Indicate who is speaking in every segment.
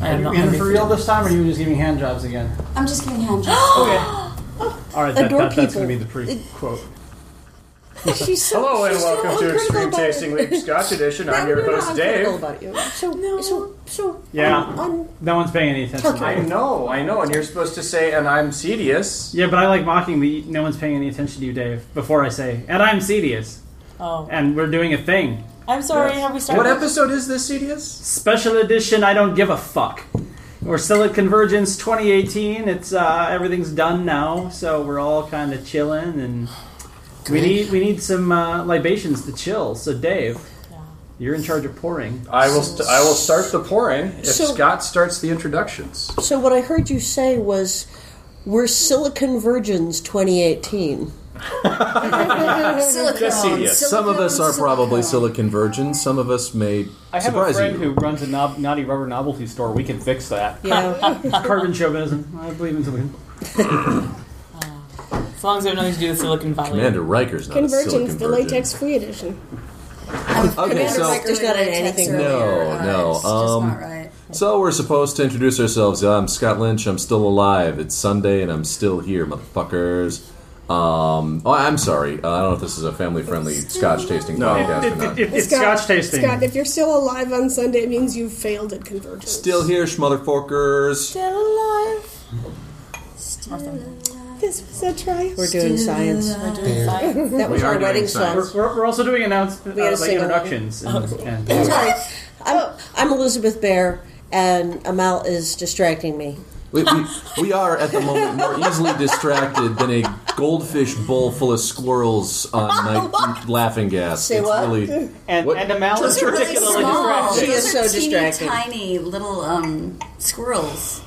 Speaker 1: I
Speaker 2: Are
Speaker 1: am
Speaker 2: you
Speaker 1: not
Speaker 2: in
Speaker 1: hungry
Speaker 2: for
Speaker 1: for
Speaker 2: real
Speaker 1: you.
Speaker 2: this time, or are you just giving hand jobs again?
Speaker 3: I'm just giving hand jobs.
Speaker 2: Okay.
Speaker 4: All right,
Speaker 3: that-
Speaker 4: that,
Speaker 3: Adore that-
Speaker 4: that's going to be
Speaker 3: people.
Speaker 4: the pre quote.
Speaker 3: she's so,
Speaker 5: Hello and
Speaker 3: she's so
Speaker 5: welcome to
Speaker 3: uncritical
Speaker 5: Extreme
Speaker 3: about it.
Speaker 5: Tasting Leap Scotch Edition.
Speaker 3: Now
Speaker 5: I'm your
Speaker 3: we're not
Speaker 5: host,
Speaker 3: uncritical
Speaker 5: Dave.
Speaker 3: About you. So, so, so.
Speaker 2: Yeah.
Speaker 3: un- un-
Speaker 2: No one's paying any attention.
Speaker 3: Okay.
Speaker 5: I know, I know, and you're supposed to say, and I'm Cedius.
Speaker 2: Yeah, but I like mocking the no one's paying any attention to you, Dave, before I say, and I'm Cedius,
Speaker 1: Oh,
Speaker 2: and we're doing a thing.
Speaker 1: I'm sorry. Have we started?
Speaker 5: What episode is this, Cedius?
Speaker 2: Special edition, I don't give a fuck. We're still at Convergence 2018. It's uh, everything's done now, so we're all kind of chilling, and we need we need some uh, libations to chill. So Dave,
Speaker 1: Yeah.
Speaker 2: you're in charge of pouring.
Speaker 5: I will, st- I will start the pouring if
Speaker 3: So-
Speaker 5: Scott starts the introductions.
Speaker 3: so what I heard you say was, "We're Silicon Virgins 2018."
Speaker 6: Silicone.
Speaker 5: Just serious.
Speaker 6: Some of us are probably
Speaker 3: Um, silicone.
Speaker 6: silicon virgins. Some of us may
Speaker 4: I have
Speaker 6: surprise
Speaker 4: a friend
Speaker 6: you.
Speaker 4: who runs a knob- naughty rubber novelty store. We can fix that.
Speaker 3: Yeah.
Speaker 2: Carbon chauvinism. I believe in something.
Speaker 1: As long as we have nothing to do with Silicon Valley.
Speaker 6: Commander Riker's not a
Speaker 7: Convergence,
Speaker 6: silicon
Speaker 7: the
Speaker 6: virgin.
Speaker 7: latex free edition.
Speaker 6: Okay,
Speaker 3: Commander
Speaker 6: so
Speaker 3: Riker. There's not anything
Speaker 6: No, no, it's just um, not
Speaker 3: All right.
Speaker 6: so we're supposed to introduce ourselves. I'm Scott Lynch. I'm still alive. It's Sunday and I'm still here, motherfuckers. Um, oh, I'm sorry. Uh, I don't know if this is a family-friendly Scotch tasting
Speaker 5: No.
Speaker 6: podcast or not.
Speaker 2: It's Scotch tasting.
Speaker 7: Scott, if you're still alive on Sunday, it means you've failed at Convergence.
Speaker 6: Still here, schmotherforkers.
Speaker 1: Still alive.
Speaker 7: This was a triumph.
Speaker 3: We're doing science.
Speaker 1: We're doing science.
Speaker 3: That was
Speaker 6: We
Speaker 3: our
Speaker 6: are doing
Speaker 3: wedding
Speaker 6: science.
Speaker 3: song.
Speaker 2: We're, we're, we're also doing announcements,
Speaker 3: We had
Speaker 2: uh, like
Speaker 3: a sing-along.
Speaker 2: introductions, and, and
Speaker 3: Sorry. I'm, I'm Elizabeth Bear, and Amal is distracting me.
Speaker 6: We, we, we are at the moment more easily distracted than a goldfish bowl full of squirrels on night laughing gas.
Speaker 3: Say
Speaker 6: it's
Speaker 3: what?
Speaker 6: really
Speaker 4: and,
Speaker 6: What?
Speaker 4: and Amal is
Speaker 6: Those are really
Speaker 4: particularly
Speaker 6: small.
Speaker 4: distracted.
Speaker 3: She
Speaker 6: Those
Speaker 3: is so
Speaker 8: teeny
Speaker 3: distracting.
Speaker 8: tiny little um, squirrels.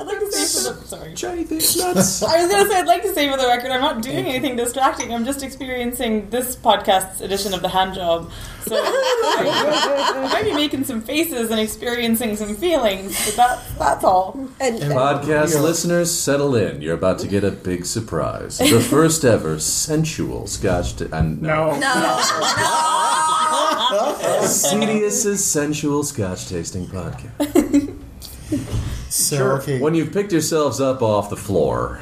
Speaker 1: I'd like to say for the, sorry.
Speaker 6: shiny fish nuts.
Speaker 1: I was gonna say I'd like to say for the record I'm not doing anything distracting. I'm just experiencing this podcast's edition of the hand job. So I might be making some faces and experiencing some feelings, but that that's all.
Speaker 3: And
Speaker 6: Podcast listeners, settle in. You're about to get a big surprise. The first ever sensual Scotch. uh, T- and
Speaker 4: No.
Speaker 6: Cedius's sensual Scotch tasting podcast.
Speaker 9: So, okay.
Speaker 6: When you've picked yourselves up off the floor,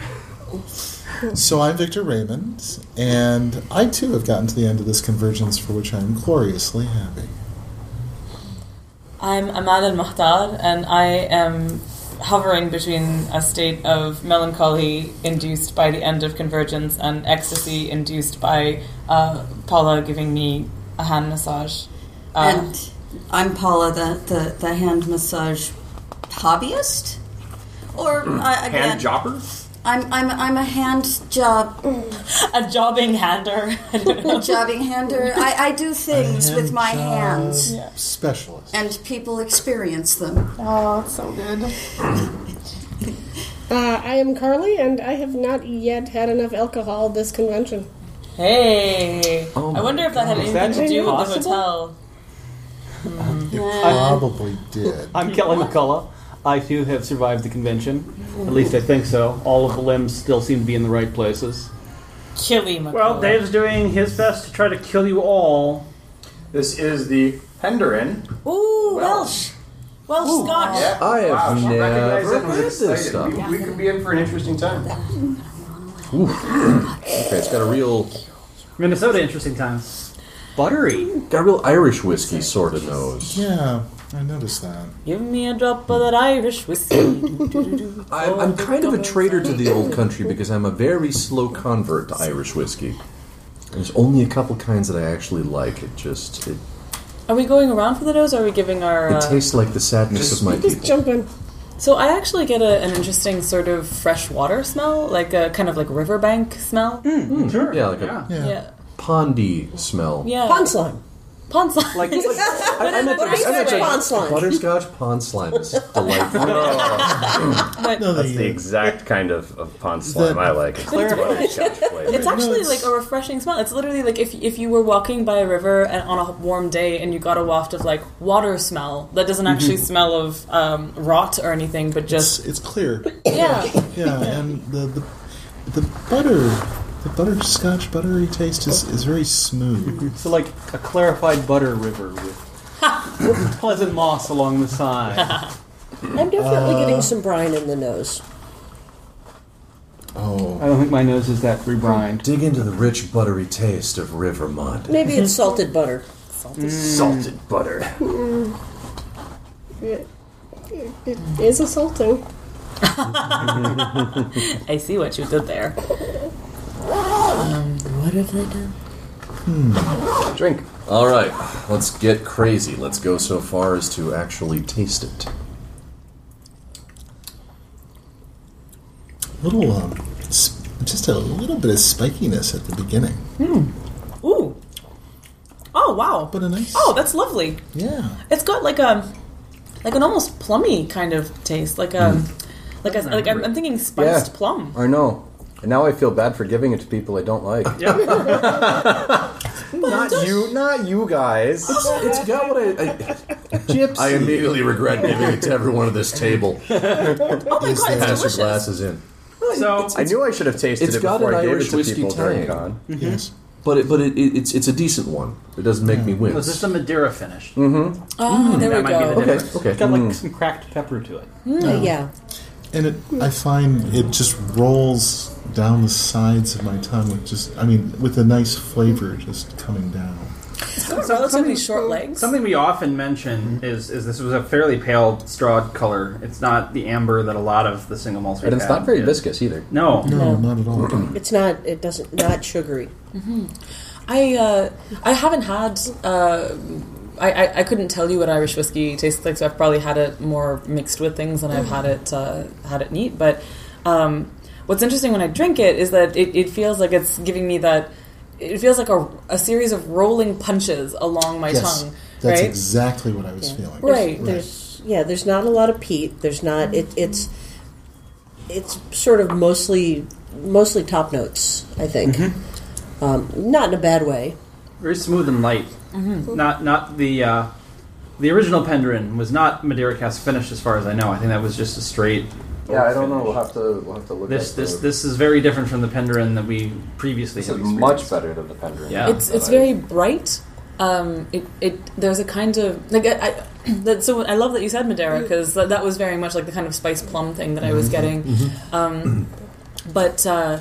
Speaker 9: So I'm Victor Raymond, and I too have gotten to the end of this convergence for which I'm gloriously happy.
Speaker 1: I'm Amal Al Muhtar and I am hovering between a state of melancholy induced by the end of convergence and ecstasy induced by uh, Paula giving me a hand massage. Uh,
Speaker 8: and I'm Paula, the, the, the hand massage hobbyist. Or I, again,
Speaker 5: Hand Jopper?
Speaker 8: I'm, I'm, I'm a hand job,
Speaker 1: a jobbing hander. I don't know.
Speaker 8: jobbing hander. I, I do things with my hands,
Speaker 1: Yeah.
Speaker 9: Specialist.
Speaker 8: and people experience them.
Speaker 1: Oh, it's so good.
Speaker 7: Uh, I am Carly, and I have not yet had enough alcohol this convention.
Speaker 1: Hey.
Speaker 6: Oh
Speaker 1: I wonder
Speaker 6: my
Speaker 1: if that Hmm. had
Speaker 4: Is
Speaker 1: anything to
Speaker 4: that
Speaker 1: do with the
Speaker 4: possible?
Speaker 1: hotel.
Speaker 9: You
Speaker 1: Uh,
Speaker 9: probably did.
Speaker 4: I'm Kelly McCullough. I too have survived the convention. At least I think so. All of the limbs still seem to be in the right places.
Speaker 1: Killy McCullough.
Speaker 2: Well, Dave's doing his best to try to kill you all.
Speaker 5: This is the Henderin.
Speaker 1: Ooh,
Speaker 5: Welsh.
Speaker 1: Welsh Scotch.
Speaker 6: I have
Speaker 5: wow, she
Speaker 6: never
Speaker 5: recognized that and was
Speaker 6: heard this
Speaker 5: excited.
Speaker 6: stuff.
Speaker 5: We, we could be in for an interesting time.
Speaker 6: okay, it's got a real,
Speaker 2: Minnesota, interesting times. Buttery.
Speaker 6: got a real Irish whiskey sort of nose.
Speaker 9: Yeah, I noticed that.
Speaker 1: Give me a drop of that Irish whiskey.
Speaker 6: I'm,
Speaker 4: Oh,
Speaker 6: I'm kind of a traitor to the old country because I'm a very slow convert to Irish whiskey. There's only a couple kinds that I actually like. It just it,
Speaker 1: are we going around for the nose? Or are we giving our?
Speaker 6: it
Speaker 1: Uh...
Speaker 6: tastes like the sadness of my
Speaker 7: Just
Speaker 6: people.
Speaker 7: jump in.
Speaker 1: So I actually get a, an interesting sort of fresh water smell, like a kind of like riverbank smell. Hmm.
Speaker 2: Sure.
Speaker 6: Hmm. Yeah, like a-
Speaker 9: Yeah.
Speaker 1: Yeah.
Speaker 6: Pondy smell.
Speaker 1: Yeah.
Speaker 3: pond slime.
Speaker 1: Pond slime.
Speaker 2: Like, like
Speaker 6: I, I meant to-
Speaker 3: What are you
Speaker 6: I meant to-
Speaker 3: doing? Pond slime.
Speaker 6: Butterscotch pond slime is delightful.
Speaker 1: But
Speaker 9: No,
Speaker 5: That's
Speaker 9: they-
Speaker 5: the exact kind of, of pond slime
Speaker 9: The-
Speaker 5: I like. It's butterscotch
Speaker 1: It's
Speaker 5: flavor.
Speaker 1: actually
Speaker 9: it's-
Speaker 1: like a refreshing smell. It's literally like if, if you were walking by a river and on a warm day and you got a waft of like water smell that doesn't actually smell of um, rot or anything, but
Speaker 9: Mm-hmm. It's,
Speaker 1: just
Speaker 9: it's clear.
Speaker 1: yeah,
Speaker 9: Yeah, and the, the the butter, the butterscotch buttery taste is, is very smooth.
Speaker 4: so like a clarified butter river with pleasant moss along the side.
Speaker 3: I'm
Speaker 6: Uh,
Speaker 3: definitely getting some brine in the nose.
Speaker 9: Oh,
Speaker 4: I don't think my nose is that rebrined.
Speaker 6: Dig into the rich, buttery taste of river mud.
Speaker 3: Maybe it's salted butter.
Speaker 2: Mm.
Speaker 5: Salted butter.
Speaker 7: Mm. It, it is assaulting.
Speaker 1: I see what you did there.
Speaker 9: Um,
Speaker 3: What have they done?
Speaker 5: Drink.
Speaker 6: All right, let's get crazy. Let's go so far as to actually taste it.
Speaker 9: little um, s- just a little bit of spikiness at the beginning,
Speaker 1: Hmm. Ooh. Oh wow.
Speaker 9: but a nice.
Speaker 1: Oh, that's lovely.
Speaker 9: yeah.
Speaker 1: It's got like a like an almost plummy kind of taste, like a
Speaker 9: Hmm.
Speaker 1: like a, like I'm, I'm thinking spiced
Speaker 5: Yeah.
Speaker 1: plum.
Speaker 5: I know. And now I feel bad for giving it to people I don't like. not you, not you guys.
Speaker 6: It's got what I. I I immediately regret giving it to everyone at this table.
Speaker 1: Oh my god, it's
Speaker 6: Pass your
Speaker 1: delicious.
Speaker 6: glasses in.
Speaker 2: So
Speaker 5: I knew I should have tasted
Speaker 6: It's
Speaker 5: it
Speaker 6: got
Speaker 5: before
Speaker 6: an
Speaker 5: I gave
Speaker 6: Irish
Speaker 5: it to
Speaker 6: whiskey
Speaker 5: people during
Speaker 6: tang.
Speaker 5: con.
Speaker 9: Yes.
Speaker 6: But it, but it, it, it's it's a decent one. It doesn't make me
Speaker 4: Oh,
Speaker 6: wince.
Speaker 2: was this the Madeira finish?
Speaker 1: Oh,
Speaker 4: Mm-hmm.
Speaker 1: there we
Speaker 2: That might be
Speaker 1: go.
Speaker 2: the
Speaker 6: okay,
Speaker 2: difference.
Speaker 6: okay.
Speaker 4: It's got like some cracked pepper to it.
Speaker 8: Mm,
Speaker 4: Oh,
Speaker 3: Uh, yeah.
Speaker 9: Um, And it, I find it just rolls down the sides of my tongue with just, I mean, with a nice flavor just coming down.
Speaker 1: It's got relatively short legs.
Speaker 2: Something we often mention
Speaker 5: Mm-hmm.
Speaker 2: is is this was a fairly pale straw color. It's not the amber that a lot of the single malts.
Speaker 5: And
Speaker 2: we've
Speaker 5: it's
Speaker 2: had
Speaker 5: not very
Speaker 2: is.
Speaker 5: viscous either. Mm-hmm.
Speaker 2: No,
Speaker 9: No, not at all.
Speaker 3: It's not. It doesn't. Not sugary.
Speaker 1: Mm-hmm. I uh, I haven't had. Uh, I, I, I couldn't tell you what Irish whiskey tastes like, so I've probably had it more mixed with things than I've had it uh, had it neat. But um, what's interesting when I drink it is that it, it feels like it's giving me that. It feels like a, a series of rolling punches along my
Speaker 9: yes,
Speaker 1: tongue.
Speaker 9: that's
Speaker 1: right?
Speaker 9: exactly what I was feeling.
Speaker 1: Right.
Speaker 3: There's yeah. There's not a lot of peat. There's not. It, it's it's sort of mostly mostly top notes. I think.
Speaker 6: Mm-hmm.
Speaker 3: Um, not in a bad way.
Speaker 2: very smooth and light.
Speaker 1: Mm-hmm.
Speaker 2: Not not the uh, the original Pendrin was not Madeira cast finish as far as I know. I think that was just a straight.
Speaker 5: Yeah,
Speaker 2: oak
Speaker 5: I don't know.
Speaker 2: finish.
Speaker 5: We'll have to we'll have to look.
Speaker 2: This
Speaker 5: up
Speaker 2: this
Speaker 5: the,
Speaker 2: this is very different from the Pendrin that we previously
Speaker 5: this
Speaker 2: had.
Speaker 5: is
Speaker 2: experienced.
Speaker 5: much better than the Pendrin.
Speaker 2: Yeah.
Speaker 1: it's it's very bright. Um, it, it there's a kind of like I, I that, so I love that you said Madeira because that, that was very much like the kind of spice plum thing that I was getting, um, but uh,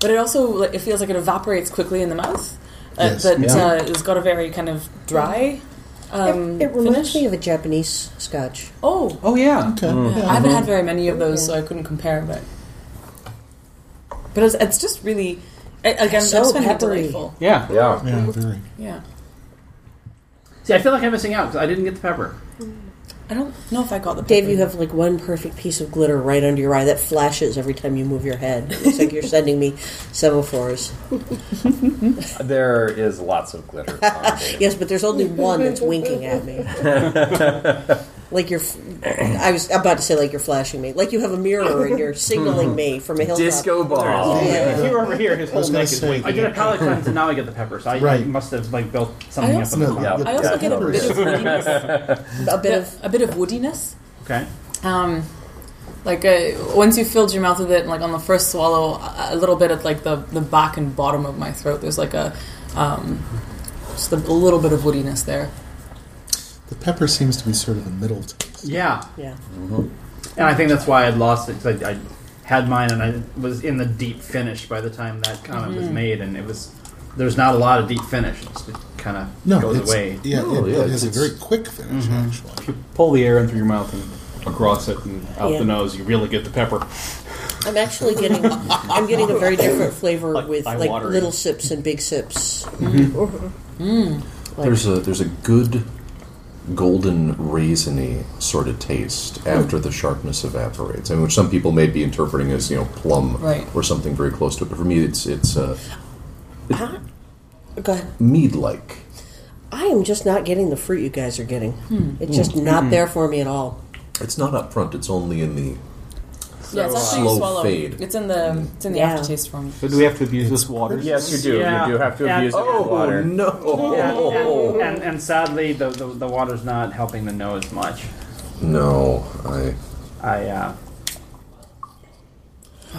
Speaker 1: but it also like, it feels like it evaporates quickly in the mouth. Uh,
Speaker 9: Yes.
Speaker 1: That
Speaker 9: Yeah.
Speaker 1: uh, it's got a very kind of dry. Um,
Speaker 3: it, it reminds
Speaker 1: finish.
Speaker 3: me of a Japanese scotch.
Speaker 1: Oh,
Speaker 2: Oh yeah.
Speaker 9: Okay.
Speaker 3: Mm.
Speaker 1: yeah,
Speaker 9: yeah.
Speaker 6: Mm-hmm.
Speaker 1: I haven't had very many of those, so I couldn't compare. But but it's, it's just really I- again
Speaker 3: So
Speaker 1: that's kind of
Speaker 3: peppery.
Speaker 1: delightful.
Speaker 2: Yeah.
Speaker 5: Yeah.
Speaker 9: Yeah, very.
Speaker 1: Yeah,
Speaker 2: See, I feel like I'm missing out because I didn't get the pepper.
Speaker 1: I don't know if I got the
Speaker 3: Dave,
Speaker 1: pepper.
Speaker 3: you have like one perfect piece of glitter right under your eye that flashes every time you move your head. It's like you're sending me semaphores.
Speaker 5: There is lots of glitter. on it.
Speaker 3: Yes, but there's only one that's winking at me. like you're, f- I was about to say like you're flashing me. Like you have a mirror and you're signaling me from a hilltop.
Speaker 5: Disco ball.
Speaker 3: Yeah.
Speaker 4: If you were over here, his
Speaker 9: Oh, I was
Speaker 4: whole
Speaker 9: going
Speaker 4: neck
Speaker 9: to
Speaker 4: is
Speaker 9: say.
Speaker 2: I did a palate cleanse and now I get the pepper. So I
Speaker 9: Right.
Speaker 2: must have like built something
Speaker 1: I
Speaker 2: up.
Speaker 1: also-
Speaker 2: in the
Speaker 9: No,
Speaker 2: top.
Speaker 5: Yeah.
Speaker 1: I also
Speaker 5: Yeah,
Speaker 1: get a
Speaker 5: no,
Speaker 1: bit of woodiness,
Speaker 3: A bit of
Speaker 1: a bit of woodiness.
Speaker 2: Okay.
Speaker 1: Um, like uh, once you filled your mouth with it, like on the first swallow, a a little bit at like the, the back and bottom of my throat, there's like a um, just a, a little bit of woodiness there.
Speaker 9: The pepper seems to be sort of a middle taste.
Speaker 2: Yeah.
Speaker 3: yeah.
Speaker 2: And I think that's why I lost it because I, I had mine and I was in the deep finish by the time that comment
Speaker 1: Mm-hmm.
Speaker 2: was made, and it was there's not a lot of deep finish. It's, it kind of
Speaker 9: No,
Speaker 2: goes
Speaker 9: it's,
Speaker 2: away.
Speaker 9: Yeah,
Speaker 6: No,
Speaker 9: it,
Speaker 6: yeah,
Speaker 9: it has a
Speaker 6: it's-
Speaker 9: very quick finish, actually.
Speaker 4: Mm-hmm. pull the air in through your mouth and across it and out
Speaker 3: Yeah.
Speaker 4: the nose. You really get the pepper.
Speaker 3: I'm actually getting I'm getting a very different flavor with
Speaker 4: by
Speaker 3: like
Speaker 4: watering. Mm-hmm.
Speaker 3: little sips and big sips. Mm.
Speaker 6: There's a there's a good golden raisiny sort of taste after the sharpness evaporates, and which some people may be interpreting as you know plum
Speaker 1: Right.
Speaker 6: or something very close to it. But for me, it's it's uh,
Speaker 3: Go ahead.
Speaker 6: mead like.
Speaker 3: I am just not getting the fruit you guys are getting.
Speaker 1: Hmm.
Speaker 3: It's just
Speaker 4: Hmm.
Speaker 3: not there for me at all.
Speaker 6: It's not up front. It's only in the
Speaker 1: yeah,
Speaker 5: uh,
Speaker 1: it's after you
Speaker 6: slow
Speaker 1: swallow.
Speaker 6: fade.
Speaker 1: It's in the it's in the
Speaker 3: Yeah.
Speaker 1: aftertaste form.
Speaker 4: So do we have to abuse this water? Oh,
Speaker 5: Yes, you do.
Speaker 2: Yeah.
Speaker 5: You do have to
Speaker 2: Yeah.
Speaker 5: abuse it
Speaker 1: Oh,
Speaker 5: with water.
Speaker 6: no,
Speaker 2: Yeah, and, and, and sadly, the, the the water's not helping the nose much.
Speaker 6: no! I
Speaker 2: I uh,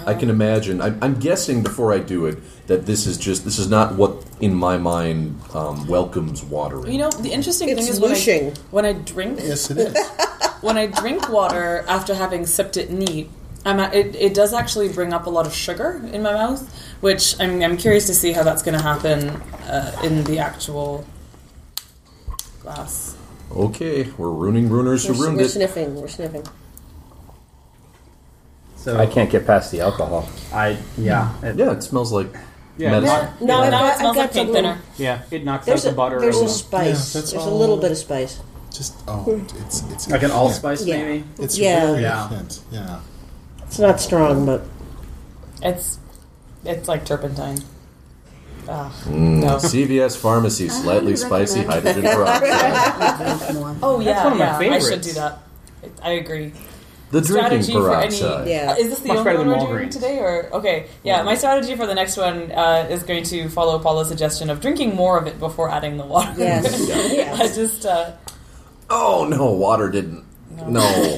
Speaker 6: I can imagine. I, I'm guessing before I do it that this is just this is not what in my mind um, welcomes watering.
Speaker 1: You know, the interesting
Speaker 3: It's
Speaker 1: thing is
Speaker 3: whooshing.
Speaker 1: when I, when I drink
Speaker 9: Yes, it is.
Speaker 1: when I drink water after having sipped it neat, I'm at, it, it does actually bring up a lot of sugar in my mouth, which I'm, I'm curious to see how that's going to happen uh, in the actual glass.
Speaker 6: okay, we're ruining ruiners
Speaker 3: We're,
Speaker 6: who ruined
Speaker 3: we're
Speaker 6: it.
Speaker 3: sniffing. We're sniffing.
Speaker 2: So
Speaker 10: I can't get past the alcohol.
Speaker 2: I yeah. It,
Speaker 6: Yeah, it smells like
Speaker 4: Yeah,
Speaker 6: medicine.
Speaker 3: No, I've
Speaker 1: now
Speaker 3: got,
Speaker 1: it smells
Speaker 3: I've got
Speaker 1: like cake
Speaker 3: some
Speaker 1: dinner.
Speaker 4: yeah, it knocks out
Speaker 3: There's
Speaker 4: the
Speaker 3: a,
Speaker 4: butter.
Speaker 3: there's
Speaker 4: over.
Speaker 3: a spice.
Speaker 9: Yeah, that's
Speaker 3: there's a little
Speaker 9: all-
Speaker 3: bit of spice.
Speaker 9: Just oh,
Speaker 1: Hmm.
Speaker 9: it's it's
Speaker 2: like an allspice
Speaker 3: Yeah.
Speaker 2: maybe.
Speaker 9: It's
Speaker 3: Yeah.
Speaker 9: very
Speaker 5: Yeah.
Speaker 9: thin. Yeah.
Speaker 3: It's not strong, but
Speaker 1: It's it's like turpentine. Ah,
Speaker 9: Mm.
Speaker 6: Mm.
Speaker 1: no.
Speaker 6: CVS pharmacy, slightly
Speaker 8: highly
Speaker 6: spicy
Speaker 8: recommend.
Speaker 6: hydrogen peroxide.
Speaker 1: Oh yeah,
Speaker 2: one of my
Speaker 1: yeah, I should
Speaker 2: favorites.
Speaker 1: do that. It- I agree.
Speaker 6: The drinking
Speaker 1: strategy for any.
Speaker 6: peroxide.
Speaker 3: Yeah.
Speaker 1: Uh, Is this the
Speaker 2: Much
Speaker 1: only
Speaker 2: better
Speaker 1: one
Speaker 2: than
Speaker 1: we're doing
Speaker 2: Walgreens.
Speaker 1: today? Or okay, yeah. My strategy for the next one uh, is going to follow Paula's suggestion of drinking more of it before adding the water.
Speaker 3: yes,
Speaker 1: I
Speaker 3: yes.
Speaker 1: just uh,
Speaker 6: Oh no, water didn't. No.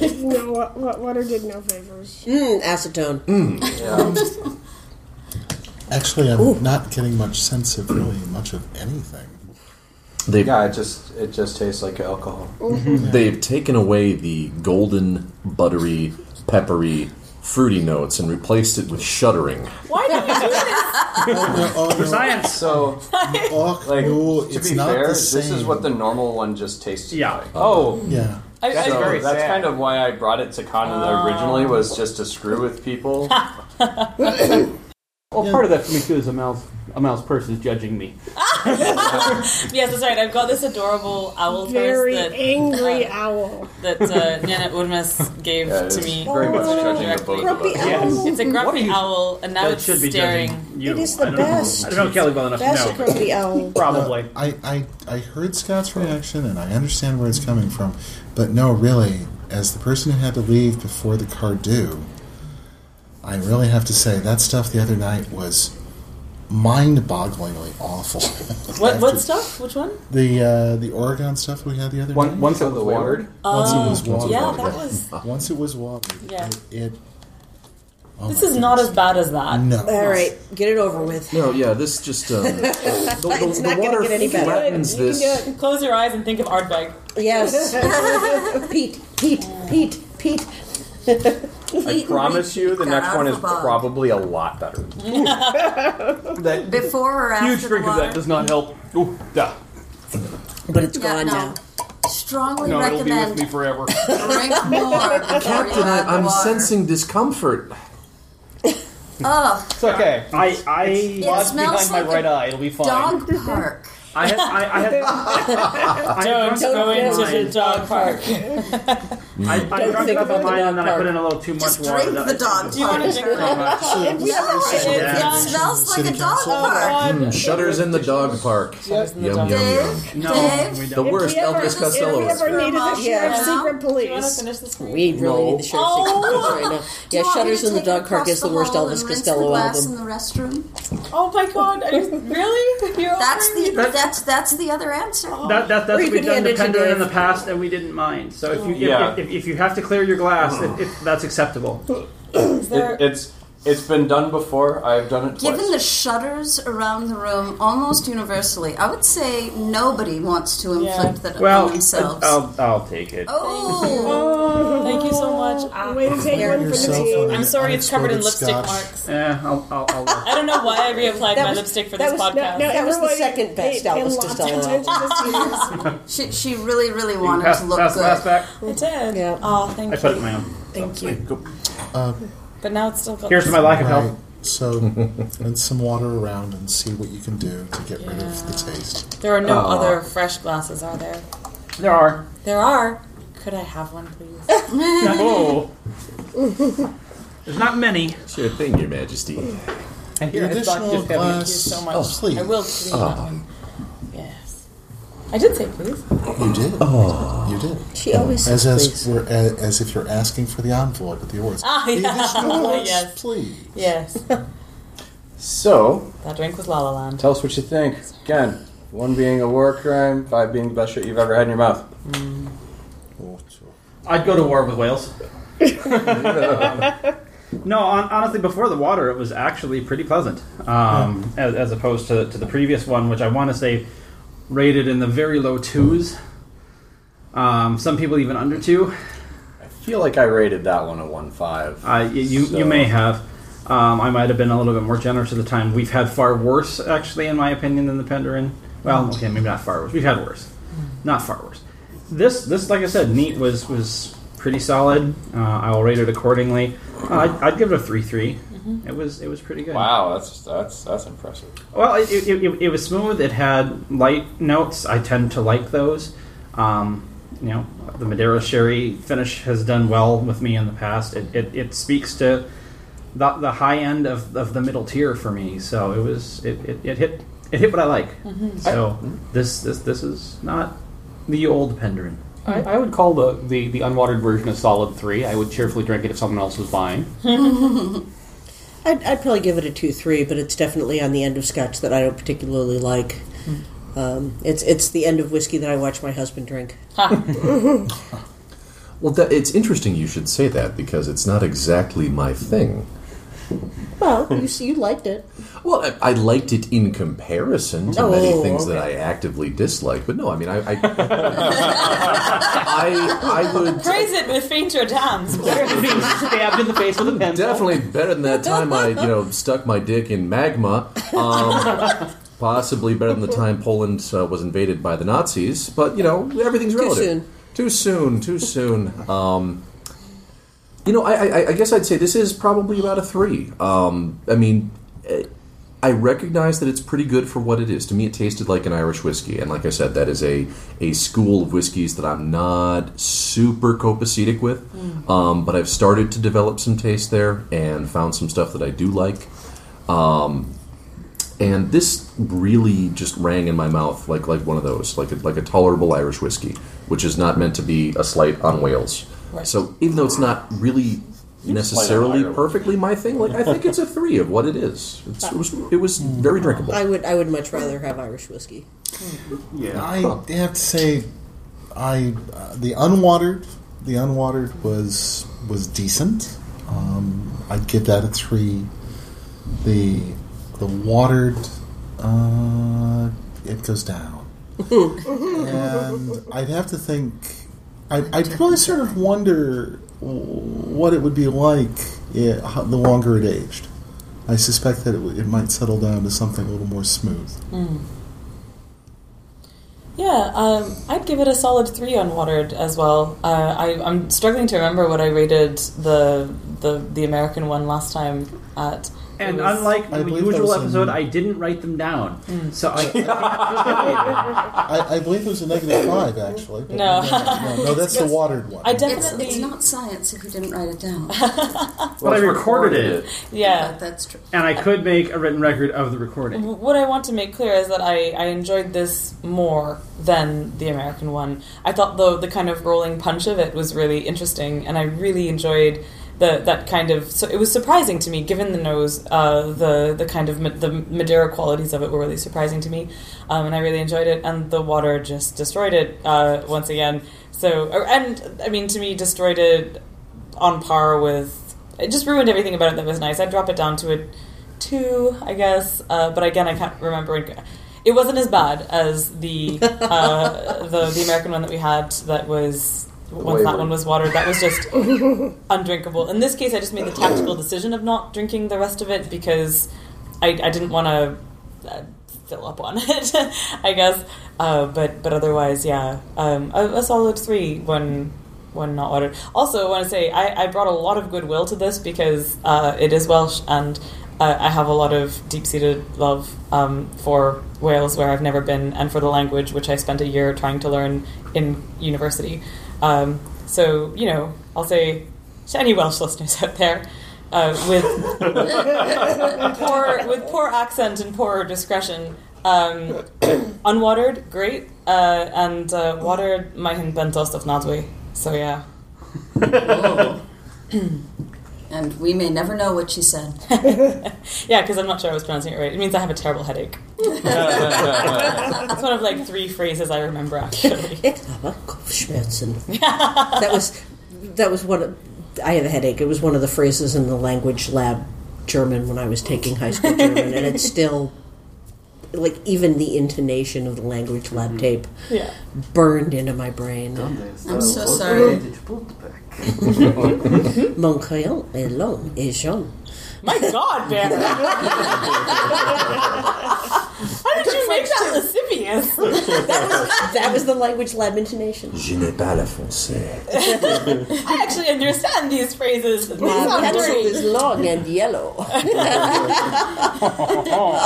Speaker 7: No, wa- wa- water did no favors.
Speaker 3: Mm, acetone.
Speaker 9: Hmm. Actually, I'm not getting much sense of really much of anything.
Speaker 6: They
Speaker 5: Yeah, it just it just tastes like alcohol.
Speaker 6: They've taken away the golden, buttery, peppery, fruity notes and replaced it with shuddering.
Speaker 1: why did we do this?
Speaker 2: Uh,
Speaker 9: No, oh, no.
Speaker 2: Science.
Speaker 5: So
Speaker 9: Oh,
Speaker 5: like
Speaker 9: no,
Speaker 5: to
Speaker 9: it's
Speaker 5: be
Speaker 9: not
Speaker 5: fair,
Speaker 9: the
Speaker 5: this
Speaker 9: same.
Speaker 5: is what the normal one just tastes
Speaker 2: Yeah.
Speaker 5: like.
Speaker 2: Oh,
Speaker 9: yeah.
Speaker 1: I,
Speaker 5: So
Speaker 1: I-
Speaker 2: very
Speaker 5: that's
Speaker 2: sad.
Speaker 5: kind of why I brought it to Canada originally was just to screw with people.
Speaker 4: Well, part of that for me too is a mouse. A mouse purse is judging me.
Speaker 1: yes, that's right. I've got this adorable owl
Speaker 7: Very
Speaker 1: purse that
Speaker 7: angry
Speaker 1: uh,
Speaker 7: owl.
Speaker 1: that uh, Nana Udmas gave
Speaker 5: Yeah, it's
Speaker 1: to me.
Speaker 5: very much
Speaker 1: Oh,
Speaker 5: judging the
Speaker 1: directly.
Speaker 5: both of us.
Speaker 2: Yes.
Speaker 1: It's a grumpy
Speaker 2: you-
Speaker 1: owl, and now
Speaker 2: That
Speaker 1: it's
Speaker 2: should be
Speaker 1: staring.
Speaker 2: judging you.
Speaker 3: It
Speaker 2: I
Speaker 3: is the
Speaker 2: don't know.
Speaker 3: best.
Speaker 2: I don't know Kelly well enough
Speaker 3: That's a
Speaker 2: to know.
Speaker 3: grumpy
Speaker 1: uh,
Speaker 3: owl.
Speaker 2: Probably.
Speaker 9: No, uh, I, I, I heard Scott's reaction and I understand where it's coming from, but no, really, as the person who had to leave before the car due, I really have to say that stuff the other night was mind-bogglingly awful.
Speaker 1: What what
Speaker 9: After-
Speaker 1: stuff? Which one?
Speaker 9: The uh, the Oregon stuff we had the other
Speaker 4: One,
Speaker 9: night.
Speaker 4: once it was watered.
Speaker 9: once it was
Speaker 1: Oh.
Speaker 9: watered.
Speaker 1: Yeah, that was.
Speaker 9: Once it was watered.
Speaker 1: Yeah.
Speaker 9: It. it oh
Speaker 1: This
Speaker 9: my
Speaker 1: is not as
Speaker 9: goodness.
Speaker 1: bad as that.
Speaker 9: No.
Speaker 3: All right, get it over with.
Speaker 6: No, yeah, this just um, the, the,
Speaker 3: It's not
Speaker 6: the
Speaker 3: gonna
Speaker 6: water
Speaker 3: get any better.
Speaker 6: flattens
Speaker 1: You can do
Speaker 6: this.
Speaker 1: it. Close your eyes and think of Ardbeg.
Speaker 3: Yes, Pete, Pete, Pete, Pete.
Speaker 5: I promise you, the next one is probably a lot better.
Speaker 4: That
Speaker 8: before or after
Speaker 4: huge
Speaker 8: the
Speaker 4: drink of
Speaker 8: water?
Speaker 4: that does not help. Ooh, duh.
Speaker 3: But it's
Speaker 8: Yeah,
Speaker 3: gone
Speaker 8: no.
Speaker 3: now.
Speaker 8: Strongly
Speaker 4: No, it'll be with
Speaker 8: recommend
Speaker 4: me forever.
Speaker 8: drink more. Captain,
Speaker 6: I'm sensing discomfort.
Speaker 8: Oh,
Speaker 4: It's okay.
Speaker 2: I I
Speaker 8: it
Speaker 4: Lodge
Speaker 8: smells
Speaker 4: behind my
Speaker 8: like
Speaker 4: right
Speaker 8: a
Speaker 4: eye. It'll be fine.
Speaker 8: dog park.
Speaker 2: I had I, I had I had
Speaker 1: Don't
Speaker 2: drunk
Speaker 1: go
Speaker 2: up
Speaker 1: into
Speaker 2: mine.
Speaker 1: the dog park. Do
Speaker 2: I, I drunk
Speaker 3: think
Speaker 2: up
Speaker 3: about
Speaker 2: on
Speaker 3: the
Speaker 2: mine and then
Speaker 3: dog
Speaker 2: I
Speaker 3: park.
Speaker 2: put in a little too much
Speaker 8: Just
Speaker 2: water.
Speaker 8: drink
Speaker 2: that
Speaker 8: the
Speaker 2: I-
Speaker 8: dog
Speaker 1: you want
Speaker 8: park.
Speaker 1: to drink that?
Speaker 8: It
Speaker 1: It's
Speaker 8: smells like a
Speaker 9: City
Speaker 8: dog
Speaker 9: Council.
Speaker 8: park.
Speaker 6: Mm, shudders in the dog park.
Speaker 1: in the
Speaker 6: Yum yum
Speaker 1: dog
Speaker 6: yum.
Speaker 8: Dave,
Speaker 2: No,
Speaker 8: Dave,
Speaker 2: we
Speaker 6: The
Speaker 2: don't.
Speaker 6: worst
Speaker 7: If you ever-
Speaker 6: Elvis Costello
Speaker 7: If you ever
Speaker 6: experience.
Speaker 7: needed a sheriff's
Speaker 8: Yeah.
Speaker 7: secret
Speaker 1: Do you want to
Speaker 7: police,
Speaker 1: finish this?
Speaker 3: We really
Speaker 6: No.
Speaker 3: need the sheriff's
Speaker 1: Oh.
Speaker 3: secret police right now.
Speaker 8: do you
Speaker 3: Yeah,
Speaker 8: want me
Speaker 3: Shutters
Speaker 8: to
Speaker 3: in the
Speaker 8: take you
Speaker 3: Dog Park
Speaker 8: across
Speaker 3: is the worst
Speaker 8: hall
Speaker 3: Elvis
Speaker 8: and rinse
Speaker 3: Costello
Speaker 8: the glass
Speaker 3: album.
Speaker 8: In the restroom.
Speaker 1: Oh my god! Are you, really? You're
Speaker 8: That's
Speaker 1: offering
Speaker 8: the
Speaker 1: me-
Speaker 8: that's that's the other answer.
Speaker 2: That, that, that's
Speaker 3: Or you
Speaker 2: what we've
Speaker 3: could
Speaker 2: done
Speaker 3: hand it
Speaker 2: to
Speaker 3: to
Speaker 2: Pender in
Speaker 3: Dave.
Speaker 2: the past, and we didn't mind. So if you if,
Speaker 5: Yeah.
Speaker 2: if, if, if you have to clear your glass, if, if that's acceptable.
Speaker 1: Is there-
Speaker 5: It, it's it's been done before. I've done it twice.
Speaker 8: Given the shudders around the room almost universally, I would say nobody wants to inflict that
Speaker 2: Well,
Speaker 8: on themselves.
Speaker 2: I'll, I'll take it.
Speaker 8: oh,
Speaker 1: Thank you so much. Ah.
Speaker 7: way to take one for the
Speaker 9: yourself
Speaker 7: team.
Speaker 9: on
Speaker 1: I'm
Speaker 9: an
Speaker 1: sorry, it's covered in lipstick
Speaker 9: unexploded
Speaker 1: marks.
Speaker 9: scotch.
Speaker 2: Eh, I'll, I'll, I'll
Speaker 1: I don't know why I reapplied my
Speaker 3: was-
Speaker 1: lipstick for
Speaker 3: that
Speaker 1: this
Speaker 3: was-
Speaker 1: podcast.
Speaker 3: That was the
Speaker 7: everybody-
Speaker 3: second best
Speaker 7: they- they
Speaker 3: Elvis
Speaker 7: locked
Speaker 3: Costello
Speaker 7: into
Speaker 3: album.
Speaker 7: this year's-
Speaker 8: she, she really, really wanted
Speaker 2: pass,
Speaker 8: to look
Speaker 2: pass,
Speaker 8: good.
Speaker 2: pass back.
Speaker 1: It did.
Speaker 3: Yeah.
Speaker 1: Oh, thank
Speaker 2: I
Speaker 1: you.
Speaker 2: put it in my own.
Speaker 1: Thank you.
Speaker 9: Uh,
Speaker 1: But now it's still got.
Speaker 2: Here's to my lack of
Speaker 9: right.
Speaker 2: help.
Speaker 9: So, rinse some water around and see what you can do to get rid of the taste.
Speaker 1: there are no
Speaker 4: Oh.
Speaker 1: other fresh glasses, are there?
Speaker 2: There are.
Speaker 1: There are. Could I have one, please?
Speaker 2: Oh. There's not many.
Speaker 6: Sure thing, Your Majesty.
Speaker 2: And here it's not
Speaker 9: Additional
Speaker 2: just heavy.
Speaker 9: glass.
Speaker 1: so much.
Speaker 9: Oh, please.
Speaker 1: I
Speaker 9: Oh.
Speaker 1: will please that one. Yes. I did say please.
Speaker 9: You did.
Speaker 4: Oh.
Speaker 9: You did.
Speaker 3: She always says
Speaker 9: As as,
Speaker 3: please.
Speaker 9: we're, as as if you're asking for the envelope at the awards.
Speaker 1: Ah,
Speaker 9: the
Speaker 1: yeah.
Speaker 9: additional glass,
Speaker 1: Yes.
Speaker 9: please.
Speaker 1: Yes.
Speaker 5: so
Speaker 1: that drink was La La Land.
Speaker 5: tell us what you think. Again, one being a war crime, five being the best shit you've ever had in your mouth.
Speaker 2: Mm.
Speaker 9: Oh, so-
Speaker 2: I'd go to war with Wales. No, on, honestly, before the water, it was actually pretty pleasant, um,
Speaker 9: Hmm.
Speaker 2: as, as opposed to, to the previous one, which I want to say rated in the very low twos. Um, some people even under two.
Speaker 5: I feel like I rated that one a one five.
Speaker 2: Uh, y- you you may have. Um, I might have been a little bit more generous at the time. We've had far worse, actually, in my opinion, than the Penderin. Well, okay, maybe not far worse. We've had worse, not far worse. This this like I said, neat was was pretty solid. Uh, I will rate it accordingly. Uh, I'd, I'd give it a three
Speaker 1: Mm-hmm.
Speaker 2: It was it was pretty good.
Speaker 5: Wow, that's that's that's impressive.
Speaker 2: Well, it, it, it, it was smooth. It had light notes. I tend to like those. Um, you know, the Madeira sherry finish has done well with me in the past. It, it, it speaks to the, the high end of, of the middle tier for me. So it was it, it, it hit it hit what I like. So this this this is not the old Pendrin.
Speaker 4: I, I would call the, the, the unwatered version a solid three. I would cheerfully drink it if someone else was buying.
Speaker 3: I'd, I'd probably give it a two three, but it's definitely on the end of scotch that I don't particularly like. Um, it's it's the end of whiskey that I watch my husband drink.
Speaker 6: Well, that, it's interesting you should say that because it's not exactly my thing.
Speaker 3: Well, you see, you liked it.
Speaker 6: Well, uh, I, I liked it in comparison to
Speaker 3: Oh,
Speaker 6: many things that I
Speaker 3: okay.
Speaker 6: actively dislike, but no, I mean, I, I, I, I would
Speaker 1: Praise it with fainter dams.
Speaker 4: Being stabbed in the face with a pencil.
Speaker 6: Hmm, definitely better than that time I, you know, stuck my dick in magma. Um, possibly better than the time Poland uh, was invaded by the Nazis. But you know, everything's relative.
Speaker 3: soon.
Speaker 6: Too soon. Too soon. Um, you know, I, I, I guess I'd say this is probably about a three. Um, I mean. eh, I recognize that it's pretty good for what it is. To me, it tasted like an Irish whiskey, and like I said, that is a, a school of whiskeys that I'm not super copacetic with. Um, but I've started to develop some taste there and found some stuff that I do like. Um, and this really just rang in my mouth like like one of those, like a, like a tolerable Irish whiskey, which is not meant to be a slight on Wales. So even though it's not really necessarily
Speaker 5: Ireland.
Speaker 6: perfectly my thing, like I think it's a three of what it is. It's, it was it was very drinkable.
Speaker 3: I would I would much rather have Irish whiskey.
Speaker 9: I have to say, I uh, the unwatered, the unwatered was was decent. Um, I'd give that a three. The the watered, uh, it goes down, and I'd have to think. I I really sort of wonder what it would be like yeah, how, the longer it aged. I suspect that it, w- it might settle down to something a little more smooth.
Speaker 1: Mm. Yeah, um, I'd give it a solid three on watered as well. Uh, I, I'm struggling to remember what I rated the the the American one last time at.
Speaker 2: And
Speaker 1: It was- Mm.
Speaker 2: unlike
Speaker 9: I
Speaker 2: the
Speaker 9: believe that
Speaker 2: usual
Speaker 9: was in-
Speaker 2: episode, I didn't write them down. So I,
Speaker 9: I, I believe it was a negative five, actually. but-
Speaker 1: No.
Speaker 9: no, no, that's the watered one.
Speaker 1: I
Speaker 8: It's,
Speaker 1: definitely
Speaker 8: it's not science if you didn't write it down.
Speaker 2: but I recorded it.
Speaker 8: But
Speaker 1: yeah.
Speaker 8: that's true.
Speaker 2: and I could make a written record of the recording.
Speaker 1: What I want to make clear is that I, I enjoyed this more than the American one. I thought the the kind of rolling punch of it was really interesting, and I really enjoyed the that kind of. So it was surprising to me, given the nose, uh, the the kind of ma- the Madeira qualities of it were really surprising to me, um, and I really enjoyed it. And the water just destroyed it uh, once again. So or- and I mean, to me, destroyed it on par with. It just ruined everything about it that was nice. I'd drop it down to a two, I guess. Uh, but again, I can't remember. It wasn't as bad as the uh, the the American one that we had. That was once that
Speaker 5: wayward.
Speaker 1: one was watered. That was just undrinkable. In this case, I just made the tactical decision of not drinking the rest of it because I, I didn't want to uh, fill up on it. I guess. Uh, but but otherwise, yeah, um, a, a solid three when when not watered. Also, I want to say I, I brought a lot of goodwill to this because uh, it is Welsh and. Uh, I have a lot of deep-seated love um, for Wales, where I've never been, and for the language, which I spent a year trying to learn in university. Um, so, you know, I'll say to any Welsh listeners out there, uh, with poor with poor accent and poor discretion, um, unwatered, great, uh, and uh, watered, mae'n bentos of nadwy. So yeah,
Speaker 8: And we may never know what she said.
Speaker 1: yeah, because I'm not sure I was pronouncing it right. It means I have a terrible headache. That's one of like three phrases I remember actually.
Speaker 3: Ich habe Kopfschmerzen. that was that was one of I have a headache. It was one of the phrases in the language lab German when I was taking high school German, and it's still like even the intonation of the language lab tape
Speaker 1: Yeah.
Speaker 3: burned into my brain.
Speaker 8: I'm so sorry.
Speaker 3: Mon crayon est long et jaune.
Speaker 1: My God, Banner! How did you make that lascivious?
Speaker 3: That was the language lab intonation.
Speaker 6: Je n'ai pas la français.
Speaker 1: I actually understand these phrases. They
Speaker 3: My
Speaker 1: sound
Speaker 3: pencil
Speaker 1: dirty.
Speaker 3: is long and yellow.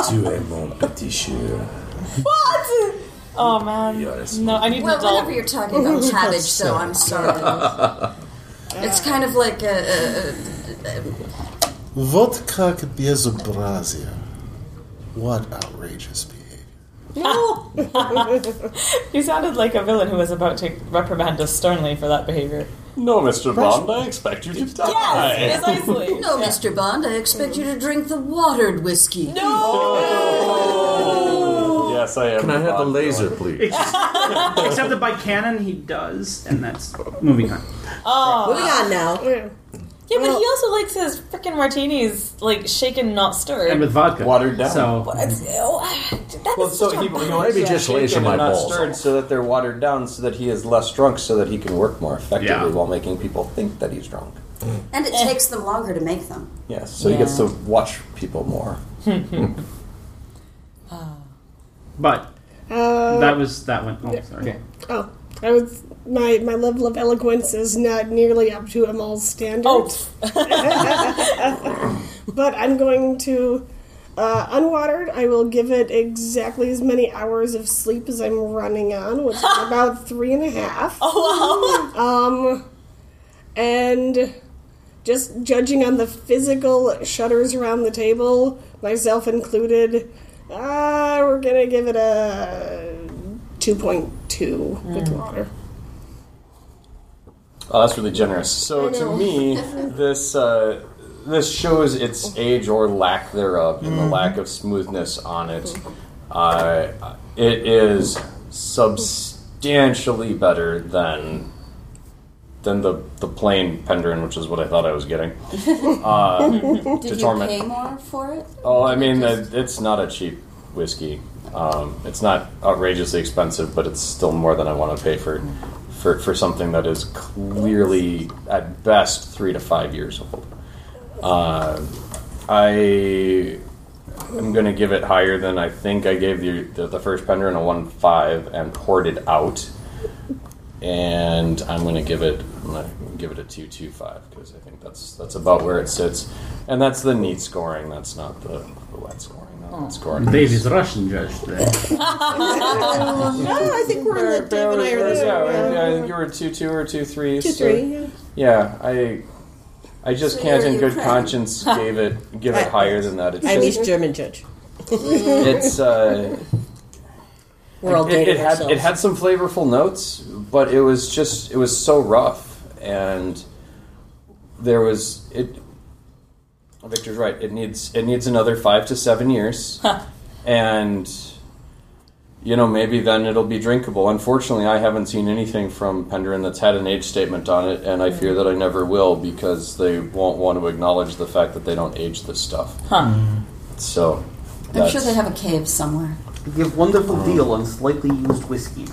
Speaker 6: Tu es mon petit chien.
Speaker 1: What? Oh man.
Speaker 6: Yeah, that's-
Speaker 1: No, I need an
Speaker 8: Well, whenever
Speaker 1: adult.
Speaker 8: you're talking about cabbage, so I'm sorry. It's kind of like a,
Speaker 9: Вот как безобразие. What outrageous behavior.
Speaker 1: You sounded like a villain who was about to reprimand us sternly for that behavior.
Speaker 5: No, Mr. Bond, I expect you to die.
Speaker 1: Yes, precisely.
Speaker 8: a no, Mr. Bond. I expect you to drink the watered whiskey.
Speaker 5: Yes, I am.
Speaker 6: Can I have the
Speaker 5: Bond
Speaker 6: laser,
Speaker 5: villain.
Speaker 6: please?
Speaker 2: Except that by canon he does, and that's moving on.
Speaker 3: Moving on now.
Speaker 7: Yeah.
Speaker 1: Yeah, but he also likes his freaking martinis like shaken, not stirred.
Speaker 2: And with vodka,
Speaker 5: Watered down.
Speaker 2: So
Speaker 1: That's- oh, that
Speaker 5: Well,
Speaker 1: is
Speaker 5: so
Speaker 1: such a
Speaker 5: he,
Speaker 1: bummer.
Speaker 5: he wants
Speaker 6: Maybe
Speaker 5: that
Speaker 6: just
Speaker 5: shaken
Speaker 6: laser
Speaker 5: and
Speaker 6: my
Speaker 5: not
Speaker 6: balls
Speaker 5: stirred
Speaker 6: off.
Speaker 5: so that they're watered down, so that he is less drunk, so that he can work more effectively
Speaker 2: Yeah.
Speaker 5: while making people think that he's drunk.
Speaker 8: And it takes them longer to make them.
Speaker 5: Yes, so he gets to watch people more.
Speaker 3: Ah.
Speaker 2: but
Speaker 7: Uh,
Speaker 2: that was that one. Oh, sorry.
Speaker 7: oh, I was my my level of eloquence is not nearly up to Amal's standards.
Speaker 1: Oh,
Speaker 7: But I'm going to uh, unwatered. I will give it exactly as many hours of sleep as I'm running on, which is about three and a half.
Speaker 1: wow.
Speaker 7: Um, and just judging on the physical shudders around the table, myself included, uh, we're gonna give it a 2.2 with
Speaker 3: Hmm.
Speaker 7: water.
Speaker 5: Oh, that's really generous. So to me, this uh, this shows its age or lack thereof and the
Speaker 8: Mm-hmm.
Speaker 5: lack of smoothness on it. Uh, it is substantially better than than the the plain Pendrin, which is what I thought I was getting. uh,
Speaker 8: Did you
Speaker 5: torment.
Speaker 8: pay more for it?
Speaker 5: Oh, I mean, uh, it's not a cheap whiskey. Um, it's not outrageously expensive, but it's still more than I want to pay for, for for something that is clearly at best three to five years old. Uh, I am going to give it higher than I think I gave the the, the first Pendrin a one five and poured it out, and I'm going to give it I'm going to give it a two two five because I think that's that's about where it sits, and that's the neat scoring. That's not the, the wet scoring. Not wet scoring.
Speaker 2: Davy's Russian judge today.
Speaker 3: No, I think we're in the Dave and I are in the
Speaker 5: Yeah, I think you were two two or two three.
Speaker 3: two, three. yeah.
Speaker 5: Yeah, I. I just
Speaker 8: So
Speaker 5: can't,
Speaker 8: you're
Speaker 5: in good
Speaker 8: Ukraine.
Speaker 5: conscience, give it give it higher than that. It's
Speaker 3: I'm
Speaker 5: just,
Speaker 3: East German judge.
Speaker 5: it's uh,
Speaker 3: We're all
Speaker 5: it, it
Speaker 3: dating
Speaker 5: had
Speaker 3: ourselves.
Speaker 5: it had some flavorful notes, but it was just it was so rough, and there was it. oh, Victor's right. It needs it needs another five to seven years, and you know maybe then it'll be drinkable. Unfortunately, I haven't seen anything from Penderin that's had an age statement on it, and I
Speaker 3: Mm.
Speaker 5: fear that I never will because they won't want to acknowledge the fact that they don't age this stuff. So.
Speaker 8: I'm sure
Speaker 5: that's-
Speaker 8: they have a cave somewhere.
Speaker 4: Give wonderful deal on slightly used whiskey.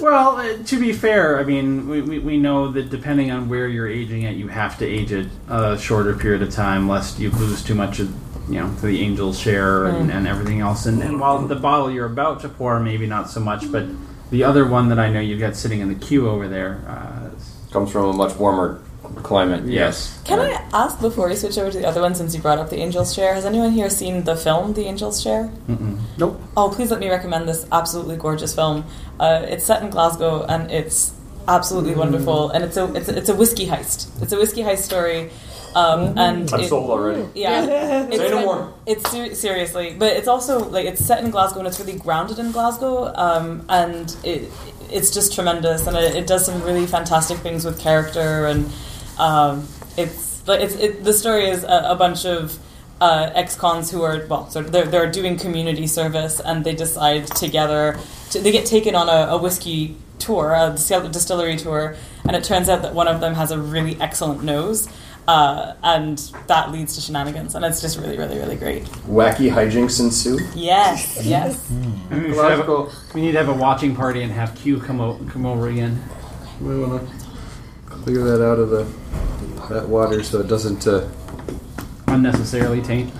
Speaker 2: Well, uh, to be fair, I mean, we, we, we know that depending on where you're aging it, you have to age it a shorter period of time, lest you lose too much of, you know, to the angel's share
Speaker 1: Mm.
Speaker 4: Mm.
Speaker 2: and, and everything else. And, and while the bottle you're about to pour, maybe not so much, but the other one that I know you've got sitting in the queue over there, uh,
Speaker 5: comes from a much warmer climate.
Speaker 2: Yes.
Speaker 1: Can I ask before we switch over to the other one, since you brought up the Angel's Share? Has anyone here seen the film The Angel's Share?
Speaker 2: nope.
Speaker 1: Oh, please let me recommend this absolutely gorgeous film. Uh, it's set in Glasgow and it's absolutely
Speaker 5: Mm.
Speaker 1: wonderful. And it's a it's a, it's a whiskey heist. It's a whiskey heist story. Um, and
Speaker 5: I'm
Speaker 1: it-
Speaker 5: Mm-hmm. sold already.
Speaker 1: Yeah, it's
Speaker 5: Say no
Speaker 1: been-
Speaker 5: more.
Speaker 1: It's ser- seriously, but it's also like it's set in Glasgow and it's really grounded in Glasgow, um, and it it's just tremendous, and it, it does some really fantastic things with character, and um, it's like it's it, the story is a, a bunch of. Uh, ex-cons who are well, sort of they're, they're doing community service, and they decide together to, they get taken on a, a whiskey tour, a distill- distillery tour, and it turns out that one of them has a really excellent nose, uh, and that leads to shenanigans, and it's just really, really, really great.
Speaker 5: Wacky hijinks ensue.
Speaker 1: Yes, yes.
Speaker 2: Mm. We need, to have a, we need to have a watching party and have Q come, o- come over again.
Speaker 10: We want to clear that out of the that water so it doesn't. Uh,
Speaker 2: Unnecessarily taint.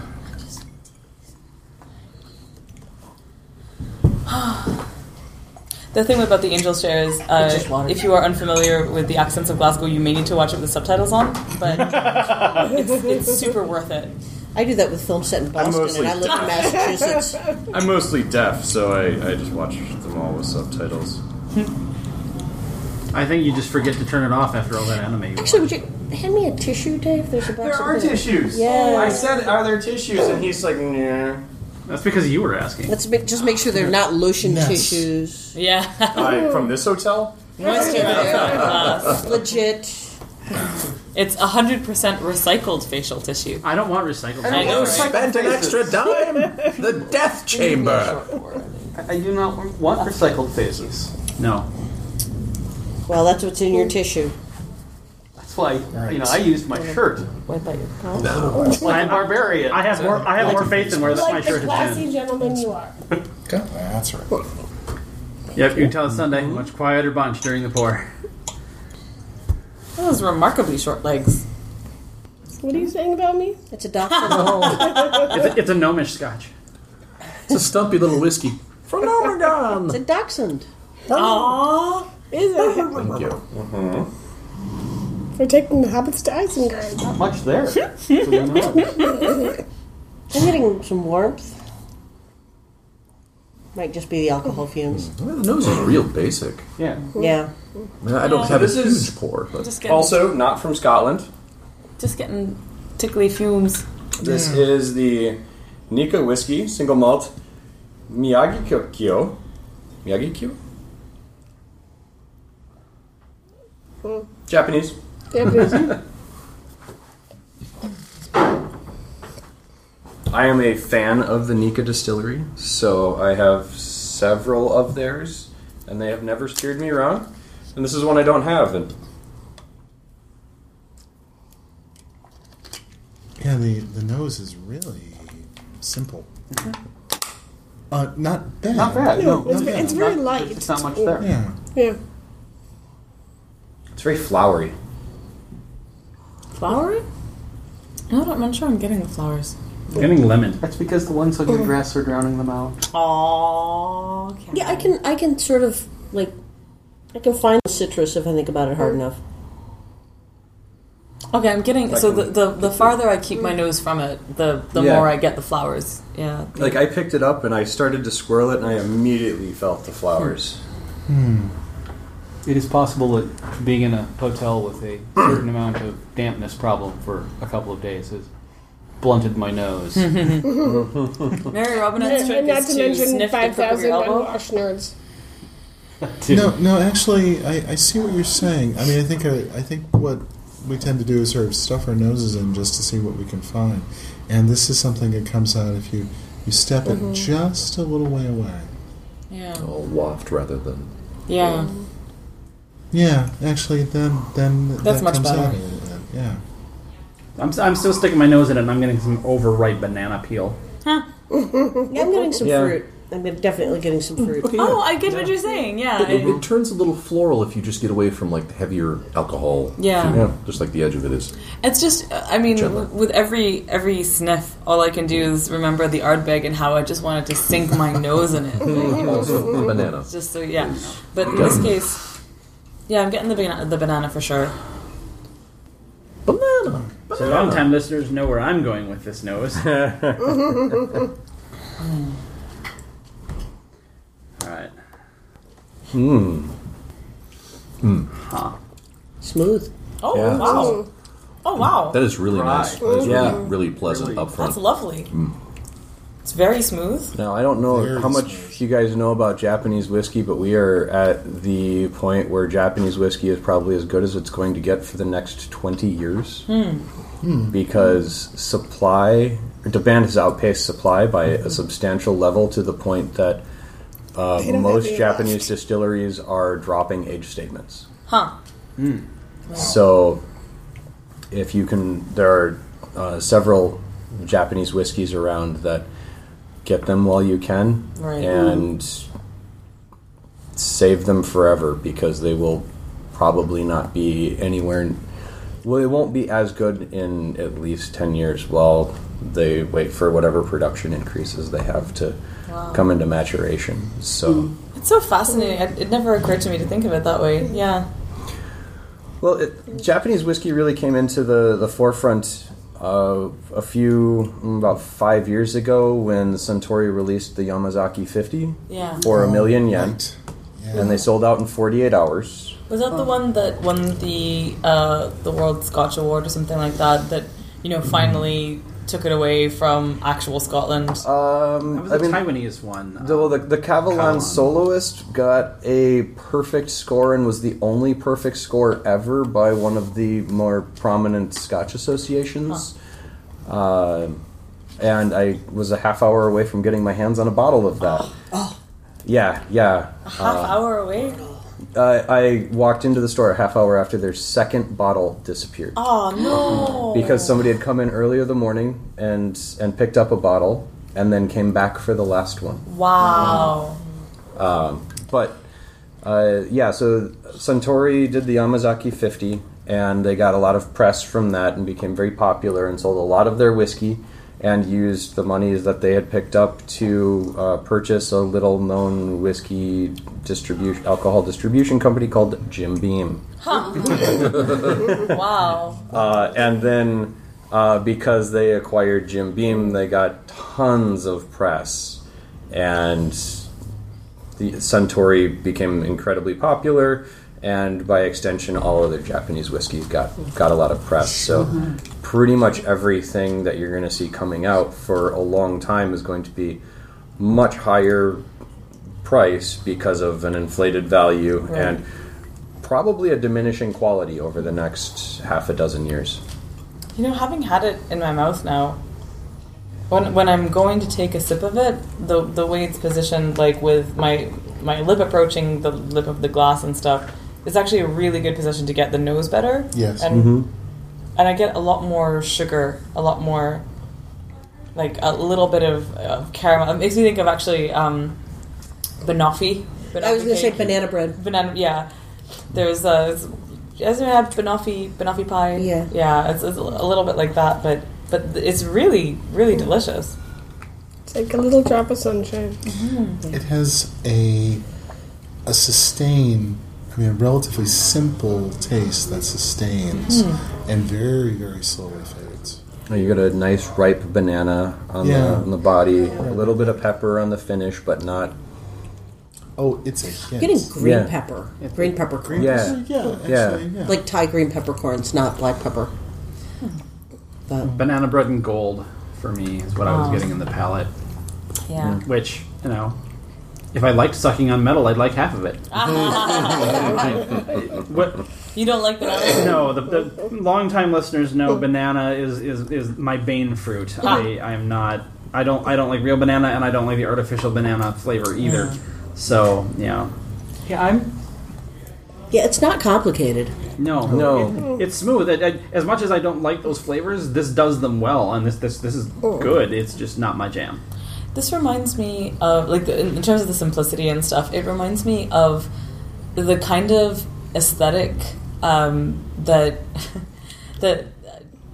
Speaker 1: The thing about the angel share is,
Speaker 3: just
Speaker 1: uh,
Speaker 3: water.
Speaker 1: if you are unfamiliar with the accents of Glasgow, you may need to watch it with the subtitles on, but it's, it's super worth it.
Speaker 3: I do that with film set in Boston,
Speaker 10: mostly-
Speaker 3: and I live in Massachusetts.
Speaker 10: I'm mostly deaf, so I, I just watch them all with subtitles.
Speaker 2: I think you just forget to turn it off after all that anime. you watched.
Speaker 3: Actually, would you hand me a tissue, Dave? There's a box
Speaker 10: There
Speaker 3: of
Speaker 10: are
Speaker 3: glue.
Speaker 10: tissues.
Speaker 4: Oh,
Speaker 3: Yeah.
Speaker 10: I said, are there tissues? And he's like, nah.
Speaker 2: That's because you were asking.
Speaker 3: Let's make, just make sure they're not lotion
Speaker 9: Yes.
Speaker 3: tissues.
Speaker 1: Yeah.
Speaker 5: I, from this hotel?
Speaker 1: Moisturizer.
Speaker 3: Legit.
Speaker 1: Uh, It's 100% recycled facial tissue.
Speaker 2: I don't want recycled.
Speaker 1: I know,
Speaker 6: You
Speaker 1: right?
Speaker 6: spent an extra dime? The death chamber!
Speaker 4: I, I do not want recycled faces.
Speaker 2: No.
Speaker 3: Well, that's what's in your tissue.
Speaker 4: That's why you
Speaker 9: right.
Speaker 4: know I used my shirt
Speaker 1: Wipe out your palm.
Speaker 4: like a barbarian.
Speaker 2: I have more. I have more faith in where that's my
Speaker 7: Like the
Speaker 2: shirt has
Speaker 7: classy
Speaker 2: been.
Speaker 7: gentleman you are.
Speaker 9: God, that's right.
Speaker 2: Yep, you can tell it's Sunday. Much quieter bunch during the pour.
Speaker 1: Those remarkably short legs.
Speaker 7: What are you saying about me?
Speaker 3: It's a doctor.
Speaker 2: It's a, it's a gnomish scotch.
Speaker 6: It's a stumpy little whiskey. From Oregon!
Speaker 3: it's a dachshund.
Speaker 1: Aww.
Speaker 7: Is it
Speaker 6: Thank you.
Speaker 7: for taking the hobbits to Isengard?
Speaker 4: Not much there.
Speaker 3: I'm getting some warmth. Might just be the alcohol fumes.
Speaker 6: Well, the nose is real basic.
Speaker 4: yeah.
Speaker 3: Yeah.
Speaker 6: I don't have a
Speaker 5: This
Speaker 6: huge
Speaker 5: is-
Speaker 6: pour, but
Speaker 1: Just getting,
Speaker 5: Also, not from Scotland.
Speaker 1: just getting tickly fumes. Mm.
Speaker 5: This is the Nika whiskey, single malt, Miyagi Kyo. Miyagi Kyo? Japanese.
Speaker 7: Yep.
Speaker 5: I am a fan of the Nika distillery, so I have several of theirs, and they have never steered me wrong. And this is one I don't have. And
Speaker 9: Yeah, the, the nose is really simple. Uh, not bad.
Speaker 4: Not bad. No,
Speaker 7: it's,
Speaker 9: no,
Speaker 7: it's
Speaker 9: no,
Speaker 7: very
Speaker 4: It's
Speaker 7: light.
Speaker 4: not much there.
Speaker 9: Yeah.
Speaker 7: Yeah.
Speaker 5: it's very flowery.
Speaker 1: Flowery? No, I'm not sure I'm getting the flowers.
Speaker 2: Getting lemon.
Speaker 4: That's because the ones looking
Speaker 3: Uh-huh.
Speaker 4: grass are drowning them out.
Speaker 1: Aww.
Speaker 3: Yeah, I can I can sort of like I can find the citrus if I think about it hard enough.
Speaker 1: Okay, I'm getting so the, the the farther I keep my
Speaker 7: Mm.
Speaker 1: nose from it, the the
Speaker 5: Yeah.
Speaker 1: more I get the flowers. Yeah.
Speaker 5: Like I picked it up and I started to swirl it, and I immediately felt the flowers.
Speaker 9: Hmm.
Speaker 5: Hmm.
Speaker 4: It is possible that being in a hotel with a certain amount of dampness problem for a couple of days has blunted my nose.
Speaker 3: Mm-hmm.
Speaker 1: Mary Robinette's trick
Speaker 7: And not
Speaker 1: is
Speaker 7: to
Speaker 1: to
Speaker 7: mention
Speaker 1: sniff the tip of
Speaker 7: 5,000
Speaker 1: your elbow.
Speaker 7: unwashed nerds.
Speaker 4: Too.
Speaker 9: No, no. Actually, I, I see what you're saying. I mean, I think uh, I, I think what we tend to do is sort of stuff our noses in just to see what we can find, and this is something that comes out if you you step it just a little way away.
Speaker 1: Yeah.
Speaker 6: all waft rather than.
Speaker 1: Yeah.
Speaker 6: Mm.
Speaker 9: Yeah, actually, then then
Speaker 1: That's
Speaker 9: that
Speaker 1: much
Speaker 9: comes
Speaker 1: better.
Speaker 9: out a little bit. Yeah.
Speaker 2: I'm, s- I'm still sticking my nose in it, and I'm getting some overripe banana peel.
Speaker 3: Yeah, I'm getting some
Speaker 5: Yeah.
Speaker 3: fruit. I'm get- definitely getting some fruit.
Speaker 6: Okay,
Speaker 1: Oh, I
Speaker 6: yeah.
Speaker 1: get what you're saying. Yeah.
Speaker 6: It, it- it turns a little floral if you just get away from like the heavier alcohol.
Speaker 1: Yeah.
Speaker 6: Yeah, just like the edge of it is.
Speaker 1: It's just, uh, I mean,
Speaker 6: Gently.
Speaker 1: w- with every every sniff, all I can
Speaker 6: Mm.
Speaker 1: do is remember the Ardbeg and how I just wanted to sink my nose in it. Like,
Speaker 6: Also, banana.
Speaker 1: just so, yeah. But in this case, yeah, I'm getting the banana, the banana for sure.
Speaker 6: Banana.
Speaker 2: So longtime listeners know where I'm going with this nose. all right.
Speaker 5: Hmm.
Speaker 3: Smooth.
Speaker 1: Oh
Speaker 6: Yeah.
Speaker 1: wow! Oh wow!
Speaker 6: That is really nice. That is
Speaker 5: Yeah.
Speaker 6: really, really pleasant up front.
Speaker 1: That's lovely.
Speaker 5: Mm.
Speaker 1: It's very smooth.
Speaker 5: Now I don't know
Speaker 9: Very
Speaker 5: how much
Speaker 9: smooth.
Speaker 5: you guys know about Japanese whiskey, but we are at the point where Japanese whiskey is probably as good as it's going to get for the next twenty years,
Speaker 1: Hmm.
Speaker 5: because supply demand has outpaced supply by a substantial level to the point that Uh,
Speaker 7: Mm-hmm. They don't have
Speaker 5: most
Speaker 7: any
Speaker 5: Japanese distilleries are dropping age statements.
Speaker 1: Huh.
Speaker 5: So, if you can, there are uh, several Japanese whiskeys around that get them while you can
Speaker 1: Right.
Speaker 5: and save them forever because they will probably not be anywhere. n- Well, they won't be as good in at least 10 years while they wait for whatever production increases they have to come into maturation. So.
Speaker 1: It's so fascinating. It, it never occurred to me to think of it that way. Yeah.
Speaker 5: Well, it, Japanese whiskey really came into the, the forefront uh, a few, mm, about five years ago when Suntory released the Yamazaki 50
Speaker 1: Yeah.
Speaker 5: for a million yen.
Speaker 9: Right. Yeah.
Speaker 5: And they sold out in 48 hours.
Speaker 1: Was that the one that won the uh, the World Scotch Award or something like that? That you know finally took it away from actual Scotland.
Speaker 2: That
Speaker 5: Um,
Speaker 2: was
Speaker 5: I
Speaker 2: a
Speaker 5: mean,
Speaker 2: Taiwanese one.
Speaker 5: the, well, the, the Cavalan
Speaker 2: Cavalan.
Speaker 5: soloist got a perfect score and was the only perfect score ever by one of the more prominent Scotch associations. Uh, and I was a half hour away from getting my hands on a bottle of that. Yeah, yeah.
Speaker 1: Oh. Half hour away.
Speaker 5: Uh, I walked into the store a half hour after their second bottle disappeared
Speaker 1: Oh no.
Speaker 5: because somebody had come in earlier the morning and and picked up a bottle and then came back for the last one.
Speaker 1: Wow.
Speaker 5: Um, But uh, yeah, so Suntory did the Yamazaki 50, and they got a lot of press from that and became very popular and sold a lot of their whiskey and used the monies that they had picked up to uh, purchase a little known whiskey distribution alcohol distribution company called Jim Beam.
Speaker 1: Wow.
Speaker 5: Uh, and then uh, because they acquired Jim Beam, they got tons of press, and the Suntory became incredibly popular. And by extension, all other Japanese whiskeys got got a lot of press. So, pretty much everything that you're going to see coming out for a long time is going to be much higher price because of an inflated value and probably a diminishing quality over the next half a dozen years.
Speaker 1: You know, having had it in my mouth now, when when I'm going to take a sip of it, the the way it's positioned, like with my my lip approaching the lip of the glass and stuff, is actually a really good position to get the nose better.
Speaker 9: Yes.
Speaker 1: And and I get a lot more sugar, a lot more like a little bit of, of caramel. It makes me think of actually um, banoffee.
Speaker 3: I was
Speaker 1: Banoffee
Speaker 3: going to say
Speaker 1: cake.
Speaker 3: banana bread.
Speaker 1: banana. Yeah, there's uh, a. Has anyone had banoffee banoffee pie?
Speaker 3: Yeah.
Speaker 1: yeah, it's, it's a little bit like that, but but it's really really delicious.
Speaker 7: Take a little drop of sunshine.
Speaker 3: Mm-hmm.
Speaker 9: It has a a sustain. I mean, a relatively simple taste that sustains and very, very slowly fades.
Speaker 5: You got a nice ripe banana on, the,
Speaker 9: Yeah.
Speaker 5: on the body, a little bit of pepper on the finish, but not.
Speaker 9: Oh, it's a hint.
Speaker 3: Getting green
Speaker 5: Yeah.
Speaker 3: pepper, green peppercorns,
Speaker 5: Yeah.
Speaker 9: yeah,
Speaker 5: Yeah.
Speaker 9: actually, yeah.
Speaker 3: like Thai green peppercorns, not black pepper. But
Speaker 4: Banana bread and gold for me is what I was getting in the palate.
Speaker 1: Oh. Yeah,
Speaker 3: Mm.
Speaker 4: Which you know, if I liked sucking on metal, I'd like half of it. what,
Speaker 1: you don't like bananas.
Speaker 4: no, the, the longtime listeners know banana is, is, is my bane fruit.
Speaker 1: Ah.
Speaker 4: I, I am not. I don't. I don't like real banana, and I don't like the artificial banana flavor either. So yeah,
Speaker 1: Yeah, I'm.
Speaker 3: yeah, it's not complicated.
Speaker 4: no,
Speaker 5: No.
Speaker 4: It- it's smooth. I- I- as much as I don't like those flavors, this does them well, and this this this is
Speaker 3: Oh.
Speaker 4: good. It's just not my jam.
Speaker 1: This reminds me of like the, in terms of the simplicity and stuff. It reminds me of the kind of aesthetic um, that that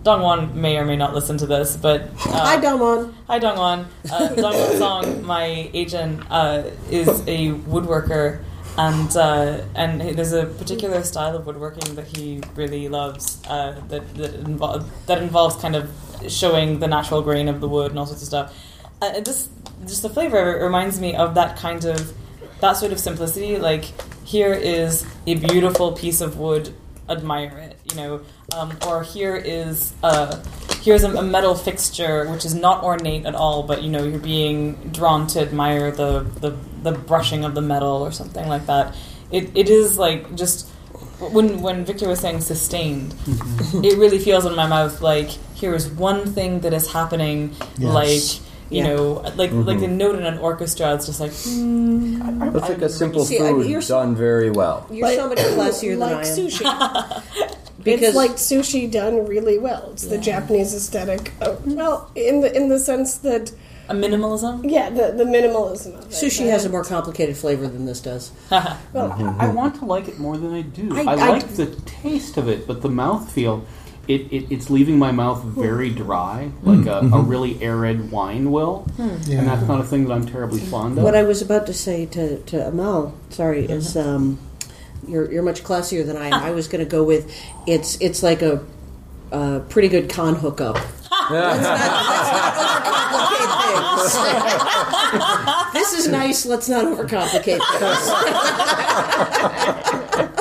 Speaker 1: Dongwon may or may not listen to this, but uh,
Speaker 3: Hi, Delmon.
Speaker 1: Hi, Dongwon. Uh, Dongwon Song, my agent, uh, is a woodworker, and uh, and he- there's a particular style of woodworking that he really loves uh, that that, invo- that involves kind of showing the natural grain of the wood and all sorts of stuff. Uh, it just just the flavor reminds me of that kind of that sort of simplicity. Like here is a beautiful piece of wood, admire it, you know, um, or here is a here's a, a metal fixture which is not ornate at all, but you know you're being drawn to admire the the, the brushing of the metal or something like that. It it is like just when when Victor was saying sustained, it really feels in my mouth like here is one thing that is happening,
Speaker 9: Yes.
Speaker 1: like you
Speaker 3: Yeah.
Speaker 1: know, like like the note in an orchestra is just like hmm,
Speaker 5: That's like a simple
Speaker 3: See, I-
Speaker 5: food
Speaker 3: you're-
Speaker 5: done very well.
Speaker 3: You're so much classier than
Speaker 7: like
Speaker 3: I am.
Speaker 7: sushi.
Speaker 3: Because
Speaker 7: it's like sushi done really well. It's the Japanese aesthetic. Oh, well, in the in the sense that
Speaker 1: a minimalism.
Speaker 7: yeah, the, the minimalism of it.
Speaker 3: sushi has a more complicated flavor than this does.
Speaker 2: I want to like it more than I do. I,
Speaker 7: I- I-
Speaker 2: like the taste of it, but the mouthfeel, it, it, it's leaving my mouth very dry, like a, a really arid wine will. And that's not a thing that I'm terribly fond of.
Speaker 3: Hmm. What I was about to say to, to Amal, sorry,
Speaker 2: Uh-huh.
Speaker 3: is um, you're you're much classier than I am. I was going to go with it's it's like a, a pretty good con hookup. let's not overcomplicate things. this is nice. Let's not overcomplicate things.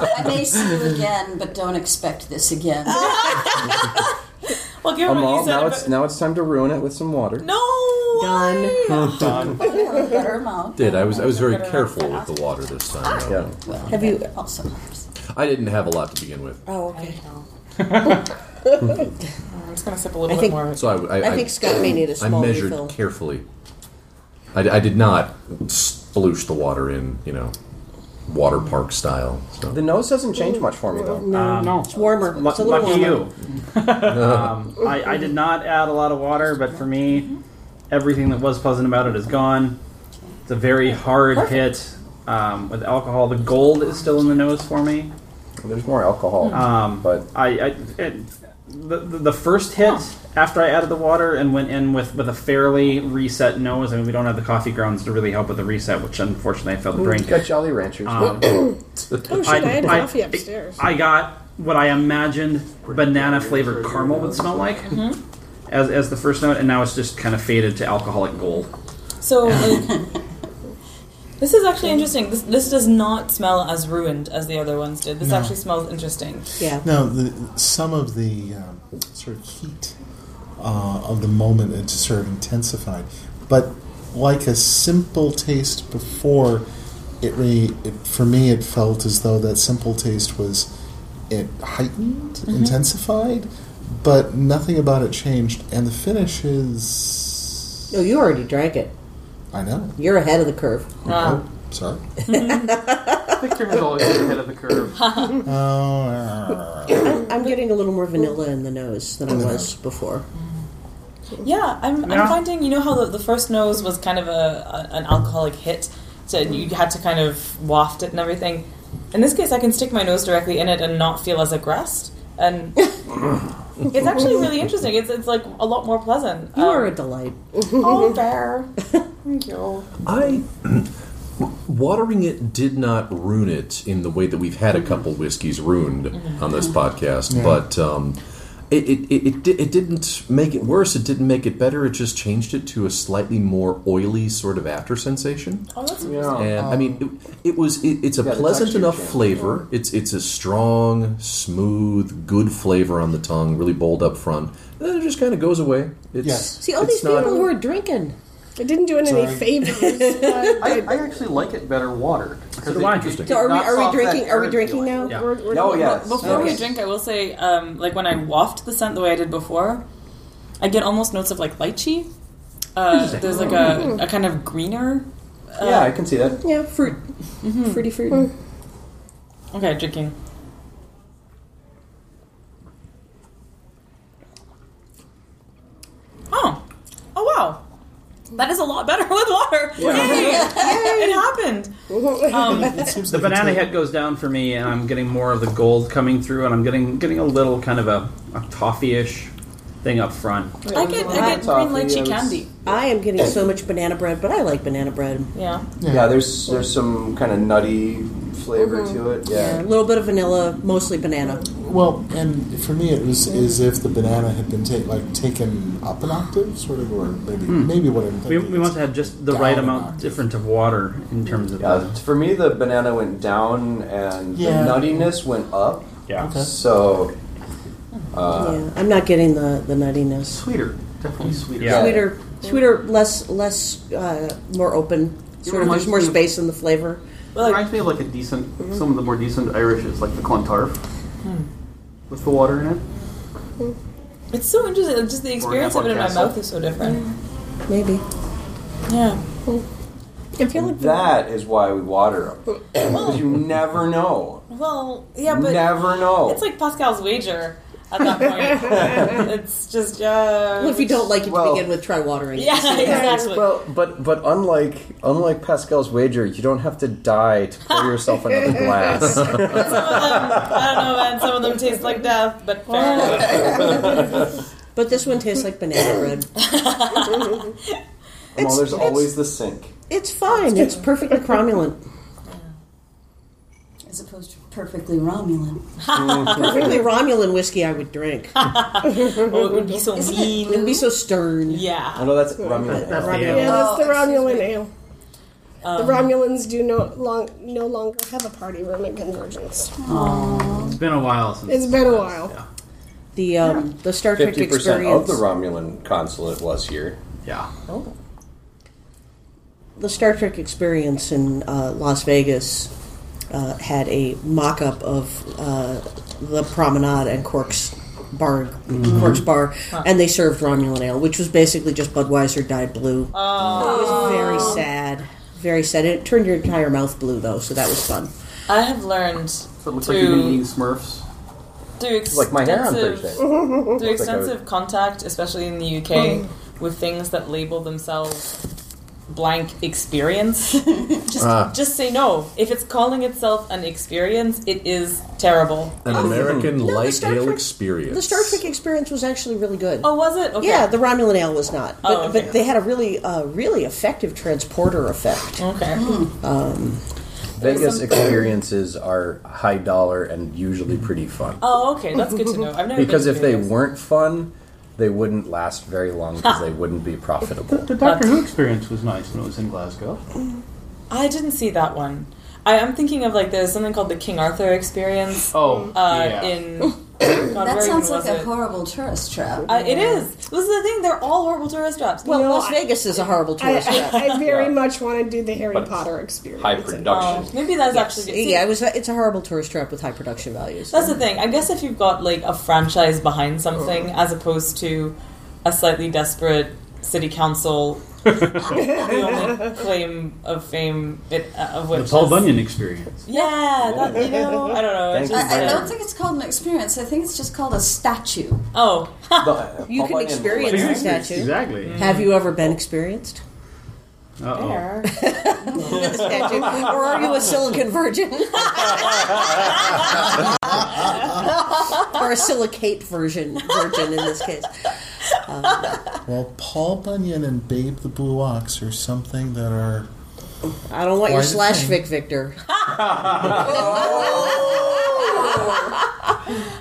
Speaker 8: I may see you again, but don't expect this again.
Speaker 1: Well, given what
Speaker 5: Amal,
Speaker 1: you said
Speaker 5: now
Speaker 1: about
Speaker 5: it's now it's time to ruin it with some water.
Speaker 1: no,
Speaker 8: Oh,
Speaker 1: why?
Speaker 3: Done.
Speaker 8: Get her mouth.
Speaker 6: Did I was I was very careful with the water this time. though.
Speaker 5: Yeah.
Speaker 3: Have you?
Speaker 8: Also,
Speaker 6: I didn't have a lot to begin with,
Speaker 3: Oh, okay.
Speaker 1: I'm just gonna sip a little
Speaker 3: I
Speaker 1: bit
Speaker 3: think-
Speaker 1: more.
Speaker 6: so I I,
Speaker 3: I think Scott may need a
Speaker 6: I
Speaker 3: small
Speaker 6: measured
Speaker 3: refill.
Speaker 6: carefully. I, I did not sploosh the water in, you know, water park style. So.
Speaker 5: The nose doesn't change much for me though.
Speaker 2: Uh, no.
Speaker 3: It's warmer.
Speaker 2: Lu-
Speaker 3: It's a little
Speaker 2: lucky
Speaker 3: warmer.
Speaker 2: you. um, I, I did not add a lot of water, but for me, everything that was pleasant about it is gone. It's a very hard hit um, with alcohol. The gold is still in the nose for me.
Speaker 5: There's more alcohol,
Speaker 2: Um,
Speaker 5: but
Speaker 2: I, I it, the, the the first hit after I added the water and went in with, with a fairly reset nose. I mean, we don't have the coffee grounds to really help with the reset, which unfortunately I failed to
Speaker 5: you
Speaker 2: drink.
Speaker 5: got Jolly Ranchers.
Speaker 7: Oh shit! I, had coffee upstairs.
Speaker 2: I got what I imagined banana flavored caramel would smell like
Speaker 1: Mm-hmm.
Speaker 2: as, as the first note, and now it's just kind of faded to alcoholic gold.
Speaker 1: So, like, this is actually interesting. This, this does not smell as ruined as the other ones did. This
Speaker 9: No.
Speaker 1: actually smells interesting.
Speaker 3: Yeah.
Speaker 9: Now, the, some of the um, sort of heat uh, of the moment it just sort of intensified, but like a simple taste before, it really it, for me it felt as though that simple taste was it heightened, intensified, but nothing about it changed, and the finish is.
Speaker 3: No, you already drank it.
Speaker 9: I know.
Speaker 3: You're ahead of the curve.
Speaker 1: Ah.
Speaker 9: Oh, sorry.
Speaker 2: Victor was always ahead of the curve.
Speaker 9: Oh,
Speaker 3: I'm, I'm getting a little more vanilla in the nose than I was before.
Speaker 1: Mm-hmm. Yeah, I'm,
Speaker 2: Yeah.
Speaker 1: I'm finding, you know how the, the first nose was kind of a, a an alcoholic hit, so you had to kind of waft it and everything. In this case, I can stick my nose directly in it and not feel as aggressed. And it's actually really interesting. It's, it's like a lot more pleasant.
Speaker 3: You
Speaker 1: Um,
Speaker 3: are a delight.
Speaker 1: oh, fair. Thank
Speaker 3: Oh,
Speaker 1: you.
Speaker 6: I watering it did not ruin it in the way that we've
Speaker 3: Mm-hmm.
Speaker 6: had a couple whiskeys ruined on this podcast, but um, it it, it it di- it didn't make it worse. It didn't make it better. It just changed it to a slightly more oily sort of after sensation.
Speaker 1: Oh, that's
Speaker 6: And I mean, it, it was it, it's a
Speaker 5: the
Speaker 6: pleasant
Speaker 5: texture
Speaker 6: enough
Speaker 5: change.
Speaker 6: flavor. It's it's a strong, smooth, good flavor on the tongue. Really bold up front. And then it just kind of goes away. It's,
Speaker 9: Yes.
Speaker 3: See, oh, all
Speaker 6: it's
Speaker 3: these people who are drinking.
Speaker 7: It didn't do it any
Speaker 9: Sorry.
Speaker 7: favors. but-
Speaker 4: I, I actually like it better watered.
Speaker 6: So why interesting?
Speaker 3: So are we,
Speaker 4: Knocks
Speaker 3: are
Speaker 4: off
Speaker 3: we
Speaker 4: that
Speaker 3: drinking? Are we
Speaker 4: curd
Speaker 3: drinking
Speaker 4: feeling.
Speaker 3: now?
Speaker 2: Yeah.
Speaker 7: we're- we're-
Speaker 5: Oh yes.
Speaker 1: Before we
Speaker 5: Yes.
Speaker 1: drink, I will say, um, like when I waft the scent the way I did before, I get almost notes of like lychee. Uh, there's like a, a kind of greener. Uh, Mm-hmm.
Speaker 5: yeah, I can see that. Mm.
Speaker 3: Yeah, fruit, fruity fruit.
Speaker 1: Okay, drinking. Oh, oh wow, that is a lot better with water. Yay! it happened. Um,
Speaker 9: it seems
Speaker 2: The
Speaker 9: like it's
Speaker 2: banana
Speaker 9: a-
Speaker 2: hit goes down for me, and I'm getting more of the gold coming through, and I'm getting getting a little kind of a, a toffee ish thing up front.
Speaker 1: I get I get green
Speaker 5: Toffee,
Speaker 1: lychee
Speaker 5: yeah, that's-
Speaker 1: candy.
Speaker 3: I am getting so much banana bread, but I like banana bread.
Speaker 1: Yeah.
Speaker 5: Yeah, there's there's some kind of nutty flavor to it.
Speaker 3: A
Speaker 5: Yeah.
Speaker 3: little bit of vanilla, mostly banana.
Speaker 9: Well, and for me, it was as if the banana had been ta- like taken up an octave, sort of, or maybe
Speaker 2: Hmm.
Speaker 9: maybe what I'm
Speaker 2: We,
Speaker 9: thinking.
Speaker 2: we must have had just the right amount different of water in terms of
Speaker 5: Yeah, for me, the banana went down and
Speaker 9: Yeah.
Speaker 5: the nuttiness went up.
Speaker 2: the yeah.
Speaker 9: Okay.
Speaker 5: So uh,
Speaker 3: yeah, I'm not getting the, the nuttiness.
Speaker 4: Sweeter, definitely sweeter.
Speaker 2: Yeah.
Speaker 3: Sweeter, sweeter, less, less, uh, more open. Sort of,
Speaker 4: reminds
Speaker 3: there's more
Speaker 4: me of-
Speaker 3: space in the flavor.
Speaker 4: It reminds me of like Mm-hmm. a decent, some of the more decent Irishes, like the Clontarf, Hmm. with the water in it.
Speaker 3: Hmm.
Speaker 1: It's so interesting. Just the experience of it in my
Speaker 4: Castle.
Speaker 1: mouth is so different.
Speaker 3: Maybe Hmm.
Speaker 1: Yeah.
Speaker 3: I feel like
Speaker 5: That is why we water
Speaker 1: Oh.
Speaker 5: them. Because you never know.
Speaker 1: Well, yeah, but
Speaker 5: never know.
Speaker 1: it's like Pascal's wager at that point. it's just uh,
Speaker 3: well, if you don't like it to
Speaker 10: Well-
Speaker 3: begin with, try watering. it.
Speaker 1: yeah, exactly.
Speaker 10: Well, but but unlike unlike Pascal's wager, you don't have to die to pour yourself another glass.
Speaker 1: some of them, I don't know, man. Some of them taste like death, but fair.
Speaker 3: But this one tastes like banana bread.
Speaker 5: well, there's always the sink.
Speaker 3: Mm-hmm. It's fine. It's perfectly cromulent.
Speaker 8: as opposed to perfectly Romulan.
Speaker 5: Mm-hmm.
Speaker 3: Perfectly Romulan whiskey I would drink.
Speaker 1: oh, it would be so
Speaker 8: Isn't it-
Speaker 1: mean.
Speaker 3: It would be so stern.
Speaker 1: Yeah.
Speaker 5: I know that's Romulan. ale.
Speaker 3: Not Romulan.
Speaker 7: Yeah, that's the
Speaker 8: Oh, excuse
Speaker 7: Romulan
Speaker 8: me.
Speaker 7: ale. the Romulans do no long no longer have a party room at Convergence.
Speaker 4: It's been a while since.
Speaker 7: It's been a while.
Speaker 4: Yeah.
Speaker 3: The um, the Star Trek
Speaker 5: Fifty percent of
Speaker 3: experience.
Speaker 5: the Romulan consulate was here.
Speaker 4: Yeah.
Speaker 1: Oh.
Speaker 3: the Star Trek experience in uh, Las Vegas uh, had a mock up of uh, the Promenade and Cork's bar,
Speaker 5: Mm-hmm.
Speaker 3: Cork's bar, and they served Romulan ale, which was basically just Budweiser dyed blue.
Speaker 1: Oh. Um,
Speaker 3: It was very sad, very sad. It turned your entire mouth blue though, so that was fun.
Speaker 1: I have learned
Speaker 11: So it looks
Speaker 1: to
Speaker 11: like you've been eating Smurfs.
Speaker 1: through extensive,
Speaker 10: like my hair on Thursday.
Speaker 1: through extensive contact, especially in the
Speaker 4: Mm.
Speaker 1: UK, with things that label themselves blank experience. just,
Speaker 6: Ah,
Speaker 1: just say no. If it's calling itself an experience, it is terrible.
Speaker 6: An American
Speaker 3: oh. the
Speaker 6: light
Speaker 3: Star
Speaker 6: ale
Speaker 3: Trek-
Speaker 6: experience.
Speaker 3: The Star Trek experience was actually really good.
Speaker 1: Oh, was it? Okay.
Speaker 3: Yeah, the Romulan ale was not, but,
Speaker 1: Oh, okay.
Speaker 3: but they had a really, uh, really effective transporter effect.
Speaker 1: Okay.
Speaker 10: Um, Vegas experiences are high dollar and usually pretty fun.
Speaker 1: Oh, okay. That's good to know. I've never been
Speaker 10: Because
Speaker 1: to
Speaker 10: if they
Speaker 1: Vegas.
Speaker 10: weren't fun, they wouldn't last very long because they wouldn't be profitable.
Speaker 4: The Doctor Who experience was nice when it was in Glasgow.
Speaker 1: I didn't see that one. I am thinking of like there's something called the King Arthur experience.
Speaker 4: Oh,
Speaker 1: uh,
Speaker 4: yeah.
Speaker 1: in God,
Speaker 8: That
Speaker 1: where
Speaker 8: sounds
Speaker 1: even
Speaker 8: like
Speaker 1: was
Speaker 8: a
Speaker 1: it?
Speaker 8: horrible tourist trap.
Speaker 1: Uh, it is. This is the thing. They're all horrible tourist traps.
Speaker 3: Well,
Speaker 1: You know,
Speaker 3: Las Vegas is a horrible
Speaker 7: I,
Speaker 3: tourist trap.
Speaker 7: I, I very
Speaker 5: Yeah.
Speaker 7: much want to do the Harry
Speaker 5: But
Speaker 7: Potter experience.
Speaker 5: High
Speaker 1: Oh,
Speaker 5: production.
Speaker 1: maybe that's actually good. See,
Speaker 3: yeah, it was. A, it's a horrible tourist trap with high production values.
Speaker 1: That's the thing. I guess if you've got like a franchise behind something,
Speaker 4: Oh.
Speaker 1: as opposed to a slightly desperate city council, the only claim of fame it, uh, of
Speaker 4: The
Speaker 1: which
Speaker 4: Paul
Speaker 1: is-
Speaker 4: Bunyan experience.
Speaker 1: Yeah, that, you know, I don't know. It's
Speaker 5: Thank
Speaker 1: just,
Speaker 5: you.
Speaker 8: I, I don't think it's called an experience. I think it's just called a statue.
Speaker 1: oh,
Speaker 5: The-
Speaker 3: You can
Speaker 5: Hawaiian-
Speaker 3: experience the statue.
Speaker 4: Exactly.
Speaker 3: Mm. Have you ever been experienced?
Speaker 4: Uh-oh.
Speaker 3: statue? Or are you a silicon virgin? or a silicate virgin virgin in this case.
Speaker 9: Well, Paul Bunyan and Babe the Blue Ox are something that are.
Speaker 3: I don't want
Speaker 9: Why
Speaker 3: your
Speaker 9: the
Speaker 3: slash
Speaker 9: thing?
Speaker 3: Vic Victor.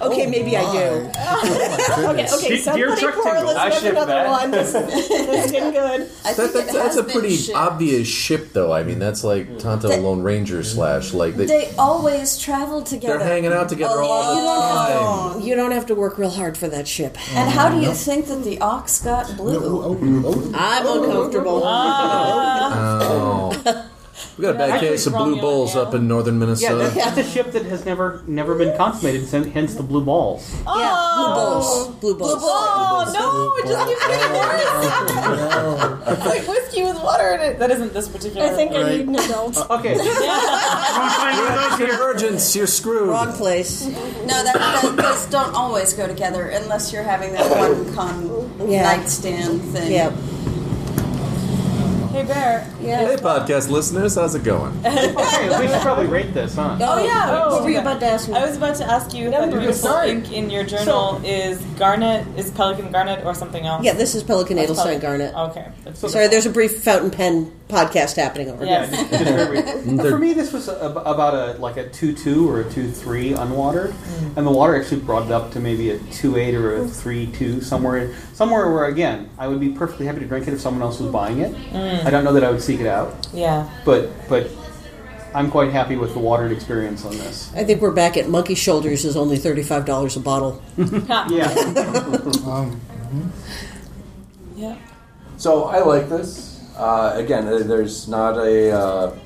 Speaker 3: okay, maybe I do.
Speaker 7: Okay, okay,
Speaker 4: Dear
Speaker 7: somebody
Speaker 4: Chuck
Speaker 7: pour
Speaker 4: Tingle.
Speaker 5: I
Speaker 7: Elizabeth
Speaker 5: ship
Speaker 7: another
Speaker 5: that.
Speaker 7: one. This, this has been good.
Speaker 8: I
Speaker 6: That,
Speaker 8: think
Speaker 6: that,
Speaker 8: it
Speaker 6: that's
Speaker 8: has
Speaker 6: a
Speaker 8: been
Speaker 6: pretty
Speaker 8: shipped.
Speaker 6: obvious ship, though. I mean, that's
Speaker 4: Hmm.
Speaker 6: like Tonto the Lone Ranger slash. Like they,
Speaker 8: They always travel together.
Speaker 6: they're hanging out together
Speaker 8: Oh,
Speaker 6: all
Speaker 8: you don't have
Speaker 6: the time.
Speaker 3: Oh, You don't have to work real hard for that ship.
Speaker 8: And how do you think that the ox got
Speaker 9: Oh,
Speaker 8: blue?
Speaker 9: oh, oh,
Speaker 3: I'm uncomfortable.
Speaker 1: Ah.
Speaker 6: Oh. We got a bad case of blue
Speaker 1: Romulan
Speaker 6: bulls
Speaker 1: ale.
Speaker 6: up in northern
Speaker 4: Yeah,
Speaker 6: Minnesota.
Speaker 4: that's, uh, that's a ship that has never never been consummated, sen- hence the blue balls.
Speaker 3: Yeah, blue bulls. Blue bulls.
Speaker 1: oh no! It just keeps getting worse.
Speaker 9: no.
Speaker 1: It's like whiskey with water in it. That isn't this particular.
Speaker 7: I think I
Speaker 9: Right.
Speaker 7: need an adult.
Speaker 4: Okay.
Speaker 6: Convergence, you're screwed.
Speaker 3: Wrong place.
Speaker 8: No, that, that, those don't always go together unless you're having that one con
Speaker 3: Yeah.
Speaker 8: nightstand thing.
Speaker 3: Yeah.
Speaker 1: Hey Bear.
Speaker 6: Hey, podcast listeners, how's it going?
Speaker 4: okay, we should probably rate this, huh?
Speaker 1: Oh yeah.
Speaker 3: What were you about to ask me?
Speaker 1: I was about to ask you that
Speaker 7: Number
Speaker 1: your
Speaker 7: sorry.
Speaker 1: ink in your journal is garnet, is pelican garnet, or something else.
Speaker 3: Yeah, this is Pelican Adelstein
Speaker 1: Pelican.
Speaker 3: Garnet.
Speaker 1: Okay. That's
Speaker 3: Sorry, there's a brief fountain pen podcast happening over
Speaker 1: Yes.
Speaker 4: Just- just for every- For me, this was ab about a like a two two or a two three unwatered, and the water actually brought it up to maybe a two eight or a three two somewhere somewhere where again I would be perfectly happy to drink it if someone else was buying it.
Speaker 1: Mm.
Speaker 4: I don't know that I would seek it out,
Speaker 1: yeah.
Speaker 4: but but I'm quite happy with the watered experience on this.
Speaker 3: here. I think we're back at Monkey Shoulders is only $35 a bottle.
Speaker 4: Yeah,
Speaker 9: Um,
Speaker 1: Yeah.
Speaker 5: So I like this. Uh, again, uh, there's not a uh,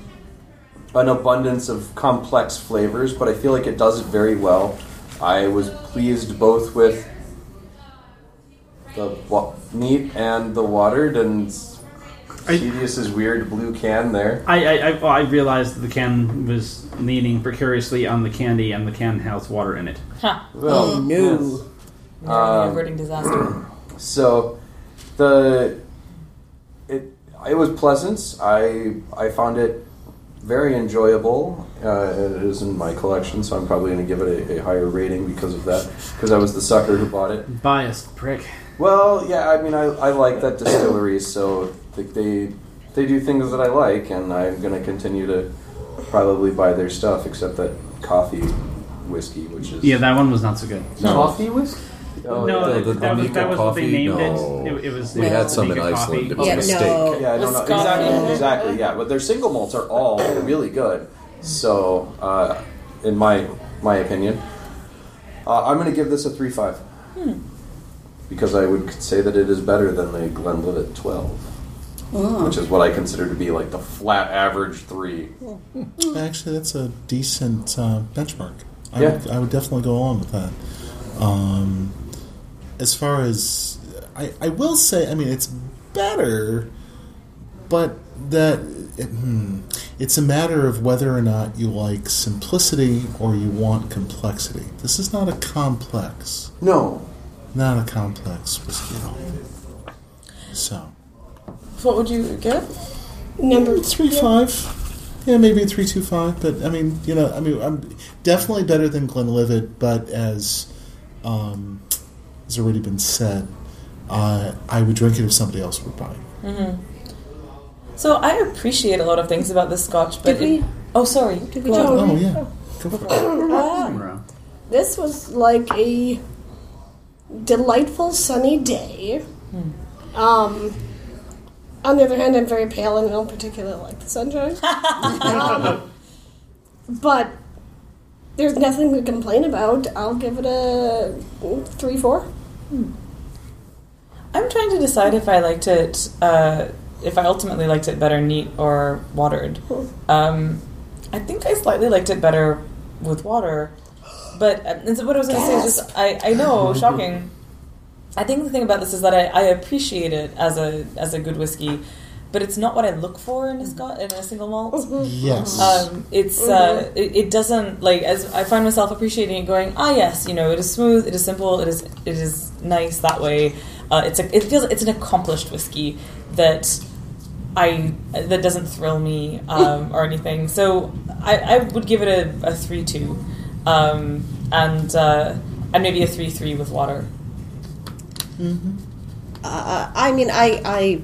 Speaker 5: an abundance of complex flavors, but I feel like it does it very well. I was pleased both with the wa- meat and the watered, and Tedious's weird blue can there.
Speaker 4: I I, I, well, I realized that the can was leaning precariously on the candy, and the can has water in it.
Speaker 1: Huh. Hmm.
Speaker 5: Well,
Speaker 3: No.
Speaker 1: Narrowly averting disaster.
Speaker 5: So the it it was pleasant. I I found it very enjoyable. Uh, it is in my collection, so I'm probably going to give it a, a higher rating because of that. Because I was the sucker who bought it.
Speaker 4: Biased prick.
Speaker 5: Well, yeah, I mean, I, I like that distillery, so they, they they do things that I like, and I'm going to continue to probably buy their stuff, except that coffee whiskey, which is
Speaker 4: Yeah, that one was not so good.
Speaker 11: Coffee whiskey?
Speaker 5: Oh,
Speaker 4: no,
Speaker 5: yeah.
Speaker 6: the- the
Speaker 4: that, was,
Speaker 6: Amica
Speaker 4: that was what they
Speaker 6: coffee?
Speaker 4: named
Speaker 6: No.
Speaker 4: it. it. It was.
Speaker 6: We
Speaker 4: it
Speaker 6: had
Speaker 4: was
Speaker 6: some in
Speaker 4: Amica
Speaker 6: Iceland. It
Speaker 4: coffee.
Speaker 6: was
Speaker 3: Yeah,
Speaker 6: a mistake.
Speaker 3: no.
Speaker 5: Yeah, I don't know
Speaker 1: Wisconsin.
Speaker 5: exactly. Exactly. Yeah, but their single malts are all really good. So, uh, in my my opinion, uh, I'm going to give this a three five
Speaker 3: Hmm.
Speaker 5: because I would say that it is better than the Glenlivet twelve,
Speaker 3: Oh.
Speaker 5: which is what I consider to be like the flat average three.
Speaker 9: Actually, that's a decent uh, benchmark. I,
Speaker 5: Yeah.
Speaker 9: would, I would definitely go along with that. Um, as far as I, I will say, I mean, it's better, but that it, hmm, it's a matter of whether or not you like simplicity or you want complexity. This is not a complex,
Speaker 5: No,
Speaker 9: not a complex whiskey at all. So
Speaker 1: What would you give?
Speaker 7: Number
Speaker 9: three five. Yeah, maybe three two five. But I mean, you know, I mean, I'm definitely better than Glenlivet. But as um, has already been said, uh, I would drink it if somebody else were buying.
Speaker 3: Mm-hmm.
Speaker 1: So I appreciate a lot of things about this scotch, but
Speaker 3: Did we-
Speaker 1: it- oh, sorry.
Speaker 7: Did we
Speaker 1: Go on.
Speaker 9: Oh
Speaker 7: talk-
Speaker 9: yeah, go for it.
Speaker 7: Ah, this was like a delightful sunny day.
Speaker 9: Hmm.
Speaker 7: Um, on the other hand, I'm very pale and I don't particularly like the sunshine. Um, but there's nothing to complain about. I'll give it a three, four.
Speaker 1: I'm trying to decide if I liked it, uh, if I ultimately liked it better neat or watered. Um, I think I slightly liked it better with water, but uh, and so what I was going to say is just I, I know shocking. I think the thing about this is that I, I appreciate it as a as a good whiskey, but it's not what I look for in a Scot- in a single malt.
Speaker 9: Yes.
Speaker 1: Um, it's uh, it, it doesn't like as I find myself appreciating it, going ah yes, you know it is smooth, it is simple, it is it is nice that way. Uh, it's a, it feels it's an accomplished whiskey that I that doesn't thrill me um, or anything. So I, I would give it a, a three two, um, and uh, and maybe a three three with water.
Speaker 3: Mm-hmm. Uh, I mean, I, I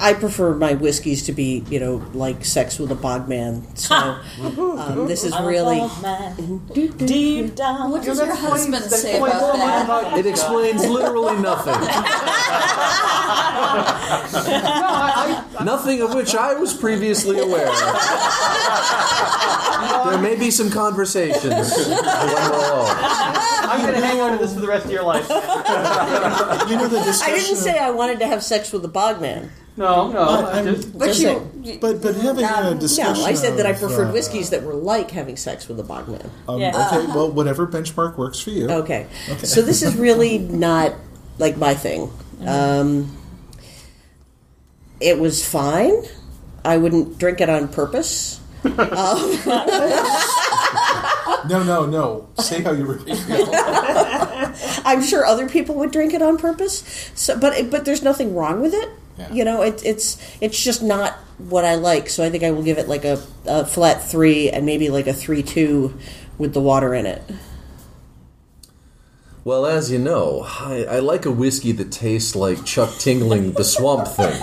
Speaker 3: I prefer my whiskeys to be, you know, like sex with a bog man. So um, this is
Speaker 1: I'm a
Speaker 3: really
Speaker 1: bald man, deep down.
Speaker 8: What does your husband say about that?
Speaker 6: It explains literally nothing. nothing of which I was previously aware. there may be some conversations. Overall.
Speaker 4: I'm gonna hang on to this for the rest of your life.
Speaker 9: you know the discussion.
Speaker 3: I didn't
Speaker 9: of-
Speaker 3: say I wanted to have sex with a bog man.
Speaker 4: No, no.
Speaker 9: But
Speaker 4: I
Speaker 9: I'm-
Speaker 4: just,
Speaker 3: Just
Speaker 8: But you,
Speaker 3: saying.
Speaker 8: you-
Speaker 9: But but having a
Speaker 3: No,
Speaker 9: discussion.
Speaker 3: I said that I
Speaker 9: of,
Speaker 3: preferred
Speaker 9: uh,
Speaker 3: whiskeys that were like having sex with a bog man.
Speaker 9: Um,
Speaker 1: Yeah.
Speaker 9: Okay, well, whatever benchmark works for you.
Speaker 3: Okay. So this is really not like my thing.
Speaker 4: Mm-hmm.
Speaker 3: Um, it was fine. I wouldn't drink it on purpose.
Speaker 9: Oh. No, no, no. Say how you really feel.
Speaker 3: I'm sure other people would drink it on purpose. So, but it, but there's nothing wrong with it.
Speaker 9: Yeah.
Speaker 3: You know, it, it's it's just not what I like. So I think I will give it like a, a flat three and maybe like a three two with the water in it.
Speaker 6: Well, as you know, I, I like a whiskey that tastes like Chuck Tingling the Swamp Thing.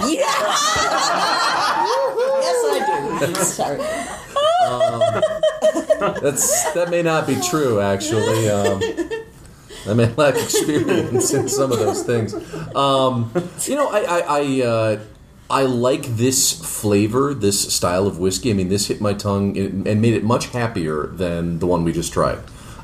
Speaker 3: Yes, I do. Sorry.
Speaker 6: Um, That's that may not be true. Actually, um, I may lack experience in some of those things. Um, you know, I I I, uh, I like this flavor, this style of whiskey. I mean, this hit my tongue and and made it much happier than the one we just tried.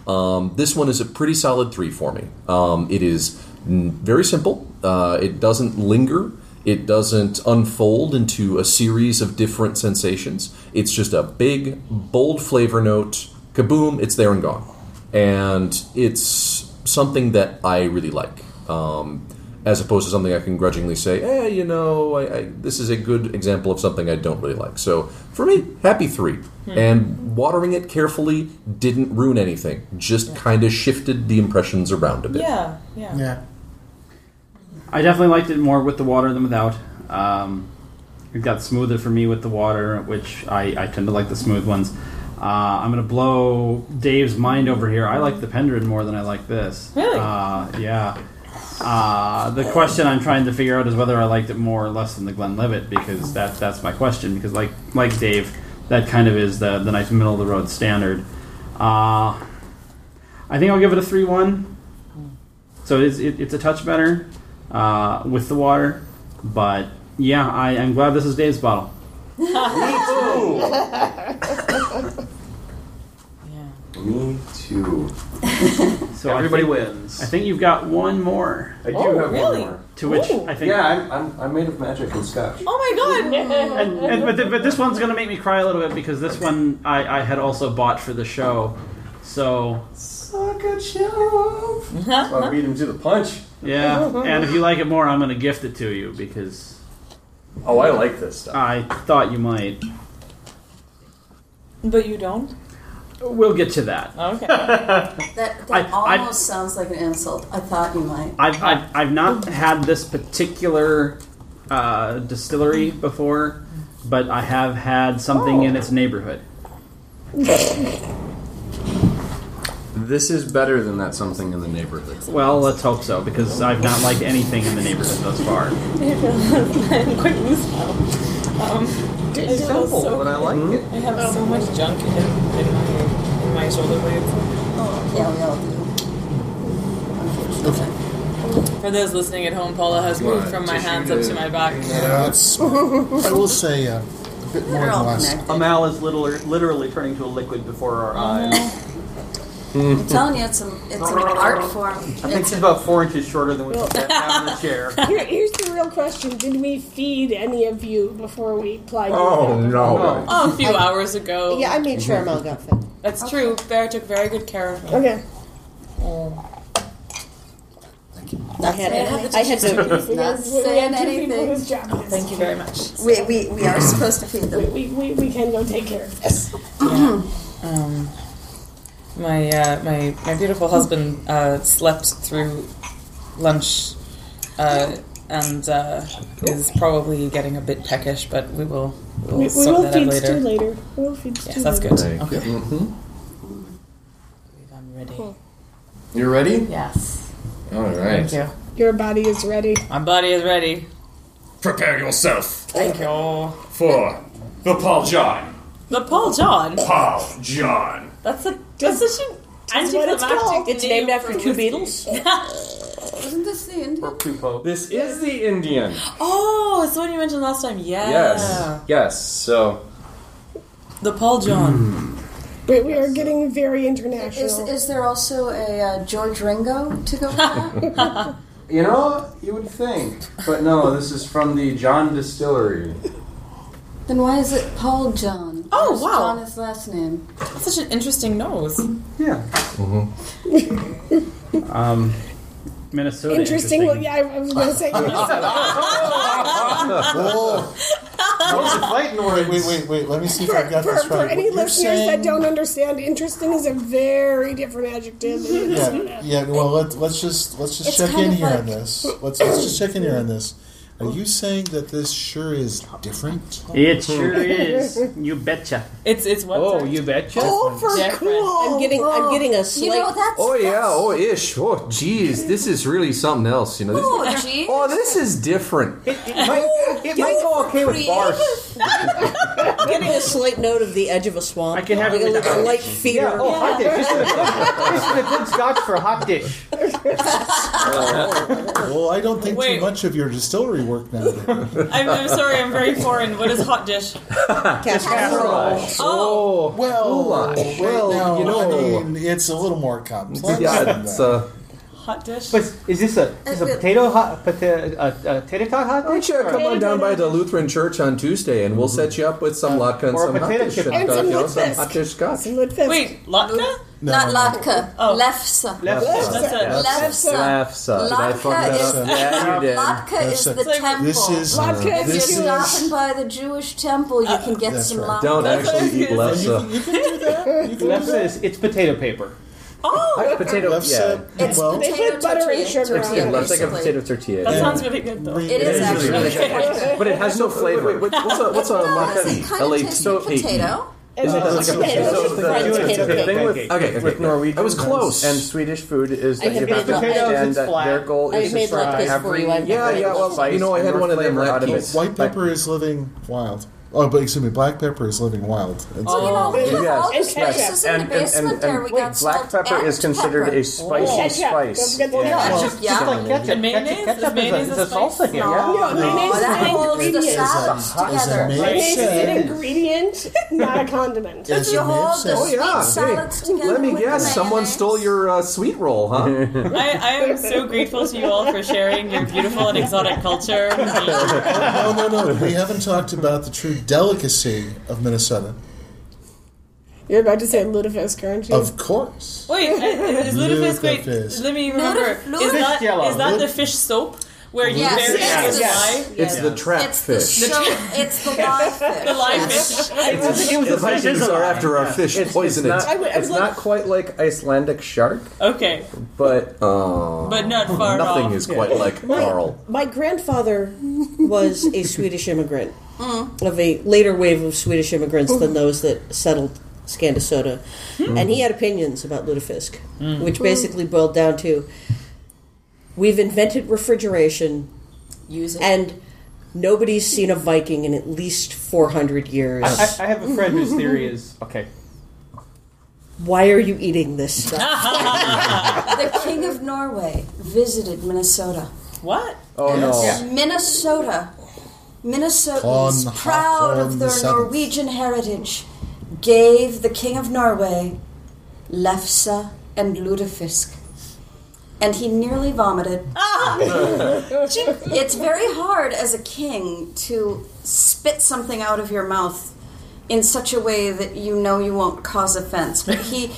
Speaker 6: Um, this one is a pretty solid three for me. Um, it is mm, very simple. Uh, it doesn't linger. It doesn't unfold into a series of different sensations. It's just a big, bold flavor note. Kaboom! It's there and gone, and it's something that I really like. Um, as opposed to something I can grudgingly say, eh, you know, I, I, this is a good example of something I don't really like. So for me, happy three. And watering it carefully didn't ruin anything, just kind of shifted the impressions around a bit.
Speaker 1: Yeah, yeah.
Speaker 9: Yeah.
Speaker 2: I definitely liked it more with the water than without. Um, it got smoother for me with the water, which I, I tend to like the smooth ones. Uh, I'm gonna blow Dave's mind over here. I like the Pendrin more than I like this.
Speaker 1: Really?
Speaker 2: Uh, yeah. Uh, the question I'm trying to figure out is whether I liked it more or less than the Glenlivet because that that's my question. Because like like Dave, that kind of is the the nice middle of the road standard. Uh, I think I'll give it a three one. So it's it, it's a touch better uh, with the water, but yeah, I, I'm glad this is Dave's bottle.
Speaker 1: yeah.
Speaker 5: Me too.
Speaker 2: So
Speaker 4: Everybody
Speaker 2: I think,
Speaker 4: wins.
Speaker 2: I think you've got one more.
Speaker 5: I do
Speaker 1: Oh,
Speaker 5: have
Speaker 1: really?
Speaker 5: one more.
Speaker 2: To which
Speaker 1: Ooh.
Speaker 2: I think
Speaker 5: Yeah, I'm, I'm, I'm made of magic and scotch.
Speaker 1: Oh my god!
Speaker 2: and, and- but, th- but this one's gonna make me cry a little bit because this one I, I had also bought for the show. So
Speaker 5: Suck a show.
Speaker 3: Uh-huh.
Speaker 5: That's why I beat him to the punch.
Speaker 2: yeah, and if you like it more, I'm gonna gift it to you because
Speaker 5: Oh, I like this stuff.
Speaker 2: I thought you might.
Speaker 1: But you don't?
Speaker 2: We'll get to that.
Speaker 8: Oh.
Speaker 1: Okay.
Speaker 8: That, that
Speaker 2: I- I-
Speaker 8: almost sounds like an insult. I thought you might.
Speaker 2: I've, I've, I've not had this particular uh, distillery before, but I have had something in its neighborhood.
Speaker 12: This is better than that something in the neighborhood.
Speaker 2: Well, let's hope so because I've not liked anything in the neighborhood thus far.
Speaker 1: Quite loose now. Um, I feel so,
Speaker 12: I like it.
Speaker 1: I have so Oh, much junk in, in my in my shoulder blades.
Speaker 8: Yeah, we all do.
Speaker 1: For those listening at home, Paula has moved from my hands up to my back.
Speaker 9: That's, I will say uh, a bit more
Speaker 8: They're
Speaker 9: than
Speaker 8: all
Speaker 9: last.
Speaker 8: connected.
Speaker 4: Amal is literally, literally turning to a liquid before our eyes.
Speaker 9: Hmm.
Speaker 8: I'm telling you, it's, a, it's an art form.
Speaker 4: I think
Speaker 8: It's
Speaker 4: she's about four inches shorter than we have in the chair.
Speaker 7: Here, here's the real question: Did we feed any of you before we plied? you?
Speaker 6: Oh, no.
Speaker 1: Oh, a few hours ago.
Speaker 3: Yeah, I made sure Mel got fed.
Speaker 1: That's true. Bear took very good care of me.
Speaker 7: Okay.
Speaker 3: I had,
Speaker 8: it.
Speaker 3: I had to.
Speaker 8: Not saying anything.
Speaker 1: Thank you very much.
Speaker 8: We, we, we are supposed to feed them.
Speaker 7: We, we, we can go take care of this.
Speaker 1: Um, my uh, my my beautiful husband uh, slept through lunch, uh, and uh, is probably getting a bit peckish. But we will we'll
Speaker 7: We, we
Speaker 1: sort
Speaker 7: will
Speaker 1: that out
Speaker 7: feed Stu
Speaker 1: later.
Speaker 7: later. We will feed Stu
Speaker 1: Yes, that's
Speaker 7: later.
Speaker 1: good. Okay,
Speaker 12: Mm-hmm.
Speaker 1: I'm ready.
Speaker 7: Cool.
Speaker 12: You're ready?
Speaker 1: Yes,
Speaker 12: All
Speaker 1: thank
Speaker 12: right.
Speaker 1: you.
Speaker 7: Your body is ready.
Speaker 1: My body is ready.
Speaker 13: Prepare yourself
Speaker 1: Thank you.
Speaker 13: for the Paul John.
Speaker 1: The Paul John.
Speaker 13: Paul John.
Speaker 1: That's a that's such an anticlimactic.
Speaker 3: It's named after two Beatles.
Speaker 8: Isn't this the end?
Speaker 4: Or two poke.
Speaker 5: This is the Indian.
Speaker 1: Oh, it's the one you mentioned last time. Yeah.
Speaker 5: Yes. Yes. So Hmm.
Speaker 1: The Paul John.
Speaker 7: We, we are getting
Speaker 8: Is,
Speaker 7: very international.
Speaker 8: is there also a uh, George Ringo to go with that?
Speaker 5: you know you would think, but no. This is from the John Distillery.
Speaker 8: then why is it Paul John?
Speaker 1: Oh,
Speaker 8: Where's
Speaker 1: wow.
Speaker 8: John is last name.
Speaker 1: That's such an interesting nose.
Speaker 4: Yeah.
Speaker 2: Um, Minnesota.
Speaker 7: interesting. well, Yeah, I, I was going to say.
Speaker 9: Oh,
Speaker 4: What's the fighting
Speaker 9: wait, wait, wait, wait. Let me see if
Speaker 7: For,
Speaker 9: I've got
Speaker 7: for,
Speaker 9: this
Speaker 7: for
Speaker 9: right. What
Speaker 7: any
Speaker 9: you're
Speaker 7: listeners
Speaker 9: saying-
Speaker 7: that don't understand, interesting is a very different adjective. than
Speaker 9: yeah, yeah. Well, let, let's just let's just
Speaker 8: It's
Speaker 9: check
Speaker 8: kind
Speaker 9: in
Speaker 8: of
Speaker 9: here
Speaker 8: like-
Speaker 9: on this. Let's let's just check in here on this. Are you saying that this sure is different?
Speaker 2: It sure is. You betcha.
Speaker 1: It's it's what?
Speaker 2: Oh,
Speaker 1: sorry?
Speaker 2: you betcha.
Speaker 7: Oh, for
Speaker 1: Different.
Speaker 7: cool.
Speaker 3: I'm getting. I'm getting a
Speaker 8: You know,
Speaker 3: slight.
Speaker 8: that's.
Speaker 6: Oh yeah, oh ish, oh geez, this is really something else, you know. This,
Speaker 8: Oh, gee.
Speaker 6: oh, this is different.
Speaker 5: It might go okay with bars.
Speaker 3: I'm getting a slight note of the edge of a swamp.
Speaker 2: I can have
Speaker 3: like
Speaker 2: it
Speaker 3: a
Speaker 2: with
Speaker 3: little light fear.
Speaker 4: Oh, hot dish. This is, a, this is a good scotch for a hot dish.
Speaker 9: Well, I don't think
Speaker 1: Wait.
Speaker 9: too much of your distillery work now. David.
Speaker 1: I'm, I'm sorry, I'm very foreign. What is hot dish? Oh,
Speaker 9: well,
Speaker 6: Goulash.
Speaker 9: wait,
Speaker 6: Well,
Speaker 9: no,
Speaker 6: you know.
Speaker 9: I mean, it's a little more complex.
Speaker 6: Yeah,
Speaker 9: than
Speaker 6: it's
Speaker 9: that.
Speaker 6: uh,
Speaker 1: hot dish.
Speaker 14: But is this a, is a potato hot potato
Speaker 4: uh,
Speaker 14: a, a Uh, tater tot hot
Speaker 6: dish? Yeah, come on down by the Lutheran church on Tuesday, and we'll set you up with some latke and
Speaker 14: Uh, Or a
Speaker 6: some hot
Speaker 14: potato
Speaker 6: dish,
Speaker 14: chip.
Speaker 6: and,
Speaker 14: And
Speaker 6: uh,
Speaker 14: some
Speaker 6: you know,
Speaker 14: wood
Speaker 6: some
Speaker 14: bisque.
Speaker 6: hot dish scotch.
Speaker 1: Wait, Lotka? Oh.
Speaker 8: Not Latka. Lefse.
Speaker 6: Lefse.
Speaker 1: That's it.
Speaker 8: Lefse.
Speaker 6: Lefse. Did I fuck that up?
Speaker 8: Latka
Speaker 6: Yeah, you did.
Speaker 8: Latka is
Speaker 9: That's
Speaker 8: the
Speaker 9: it.
Speaker 8: temple.
Speaker 9: This is
Speaker 8: Latka, if
Speaker 9: this
Speaker 8: you're
Speaker 9: is-
Speaker 8: stopping by the Jewish temple,
Speaker 1: Uh,
Speaker 8: you can get
Speaker 9: that's
Speaker 8: some
Speaker 9: right.
Speaker 8: latka.
Speaker 6: Don't actually eat
Speaker 9: uh,
Speaker 6: lefse.
Speaker 14: Left says it's potato paper.
Speaker 8: Oh,
Speaker 6: Potato.
Speaker 9: Left
Speaker 6: Yeah.
Speaker 9: side.
Speaker 8: it's
Speaker 9: well,
Speaker 7: They
Speaker 8: potato
Speaker 7: put butter and
Speaker 8: tortilla.
Speaker 7: sugar on
Speaker 8: tortilla,
Speaker 7: it.
Speaker 10: Looks like a
Speaker 8: basically.
Speaker 10: potato tortilla.
Speaker 1: That
Speaker 10: yeah.
Speaker 1: sounds really good though.
Speaker 8: It is actually
Speaker 10: really
Speaker 8: potato.
Speaker 10: But it has no flavor.
Speaker 6: Wait, wait, what's a what's a
Speaker 8: It
Speaker 6: latke?
Speaker 8: kind
Speaker 6: L
Speaker 8: of
Speaker 6: a
Speaker 8: tastes
Speaker 6: t
Speaker 8: like
Speaker 6: a t.
Speaker 8: potato.
Speaker 6: Isn't it like a
Speaker 7: Potato.
Speaker 6: potato?
Speaker 10: So the,
Speaker 7: Fried potato
Speaker 10: the thing with,
Speaker 14: pancake.
Speaker 6: Okay,
Speaker 10: with
Speaker 6: okay.
Speaker 10: Norwegian
Speaker 6: I was close.
Speaker 10: and Swedish food is that
Speaker 3: have
Speaker 10: you
Speaker 3: made
Speaker 10: have to
Speaker 3: potatoes,
Speaker 10: understand
Speaker 14: it's
Speaker 10: that
Speaker 14: flat.
Speaker 10: their goal
Speaker 3: I
Speaker 10: is to
Speaker 3: made
Speaker 10: try
Speaker 3: latkes for
Speaker 10: every
Speaker 3: you, I-
Speaker 6: Yeah, yeah. Well,
Speaker 10: spice
Speaker 6: you know, I
Speaker 10: and
Speaker 6: had
Speaker 10: more
Speaker 6: one of them
Speaker 10: flavor out of
Speaker 6: latkes.
Speaker 10: it.
Speaker 9: White
Speaker 10: But-
Speaker 9: pepper is living wild. Oh, but excuse me, black pepper is living wild. uh, It's-
Speaker 8: Well, Oh, you know, we have
Speaker 10: Yes,
Speaker 8: all these
Speaker 7: yes.
Speaker 8: places in
Speaker 10: and, and,
Speaker 8: the
Speaker 10: and,
Speaker 8: basement there. We
Speaker 10: and
Speaker 8: got
Speaker 10: black
Speaker 8: salt
Speaker 10: pepper
Speaker 8: and
Speaker 10: is considered
Speaker 8: pepper.
Speaker 10: a spicy
Speaker 7: Ketchup.
Speaker 10: spice.
Speaker 7: Don't forget the
Speaker 8: Yeah.
Speaker 7: ketchup.
Speaker 8: Just Yeah. like
Speaker 14: ketchup.
Speaker 1: And mayonnaise?
Speaker 14: Ketchup- ketchup
Speaker 1: Is mayonnaise
Speaker 14: is
Speaker 1: a
Speaker 14: a, is a salsa
Speaker 1: spice?
Speaker 14: here.
Speaker 1: No.
Speaker 14: Yeah.
Speaker 7: No, mayonnaise
Speaker 8: Oh,
Speaker 7: is
Speaker 8: that
Speaker 7: an
Speaker 8: holds the
Speaker 7: ingredient.
Speaker 8: salad
Speaker 9: Is
Speaker 8: together.
Speaker 9: it made-
Speaker 7: Mayonnaise is an
Speaker 14: Yes.
Speaker 7: ingredient, not a condiment.
Speaker 9: Yes.
Speaker 8: If you hold the
Speaker 9: Oh,
Speaker 8: sweet
Speaker 6: yeah.
Speaker 8: salads together
Speaker 6: Let me
Speaker 8: with the
Speaker 6: guess. Someone
Speaker 8: mayonnaise.
Speaker 6: stole your uh, sweet roll, huh?
Speaker 1: I, I am so grateful to you all for sharing your beautiful and exotic culture.
Speaker 9: Oh, no, no, no. We haven't talked about the true delicacy of Minnesota.
Speaker 7: You're about to say lutefisk, aren't you?
Speaker 9: Of course.
Speaker 1: Wait, is lutefisk? Wait,
Speaker 9: Lutefisk.
Speaker 1: let me remember.
Speaker 8: Lute-
Speaker 1: Is that,
Speaker 14: Fish
Speaker 1: is that
Speaker 9: jello.
Speaker 1: the fish soap where you
Speaker 8: Yes.
Speaker 1: bury
Speaker 8: Yes.
Speaker 1: it
Speaker 8: Yes.
Speaker 1: in
Speaker 6: It's the trap
Speaker 8: It's the
Speaker 6: fish.
Speaker 8: show. It's the live
Speaker 1: the live?
Speaker 8: fish.
Speaker 1: The live
Speaker 8: Yes.
Speaker 1: fish.
Speaker 14: It was a fish
Speaker 6: These
Speaker 14: is a
Speaker 6: are
Speaker 14: lie.
Speaker 6: after our fish
Speaker 10: It's, it's,
Speaker 6: poison it.
Speaker 10: not, it's not quite like Icelandic shark,
Speaker 1: Okay,
Speaker 10: but
Speaker 6: Oh,
Speaker 5: uh,
Speaker 1: but not far
Speaker 6: nothing
Speaker 1: off.
Speaker 6: is quite like Carl.
Speaker 3: My grandfather was a Swedish immigrant of a later wave of Swedish immigrants than those that settled Scandisota, and he had opinions about lutefisk, which basically boiled down to: we've invented refrigeration,
Speaker 8: Use it.
Speaker 3: and nobody's seen a Viking in at least four hundred years.
Speaker 14: I, I have a friend whose theory is okay.
Speaker 3: Why are you eating this stuff?
Speaker 8: the king of Norway visited Minnesota.
Speaker 1: What?
Speaker 10: oh no,
Speaker 8: Minnesota.
Speaker 9: On
Speaker 8: Minnesotans,
Speaker 9: the-
Speaker 8: proud
Speaker 9: on
Speaker 8: of
Speaker 9: the
Speaker 8: their
Speaker 9: seventh.
Speaker 8: Norwegian heritage, gave the King of Norway lefse and lutefisk. And he nearly vomited.
Speaker 10: Ah!
Speaker 8: it's very hard as a king to spit something out of your mouth in such a way that you know you won't cause offense. But he
Speaker 10: an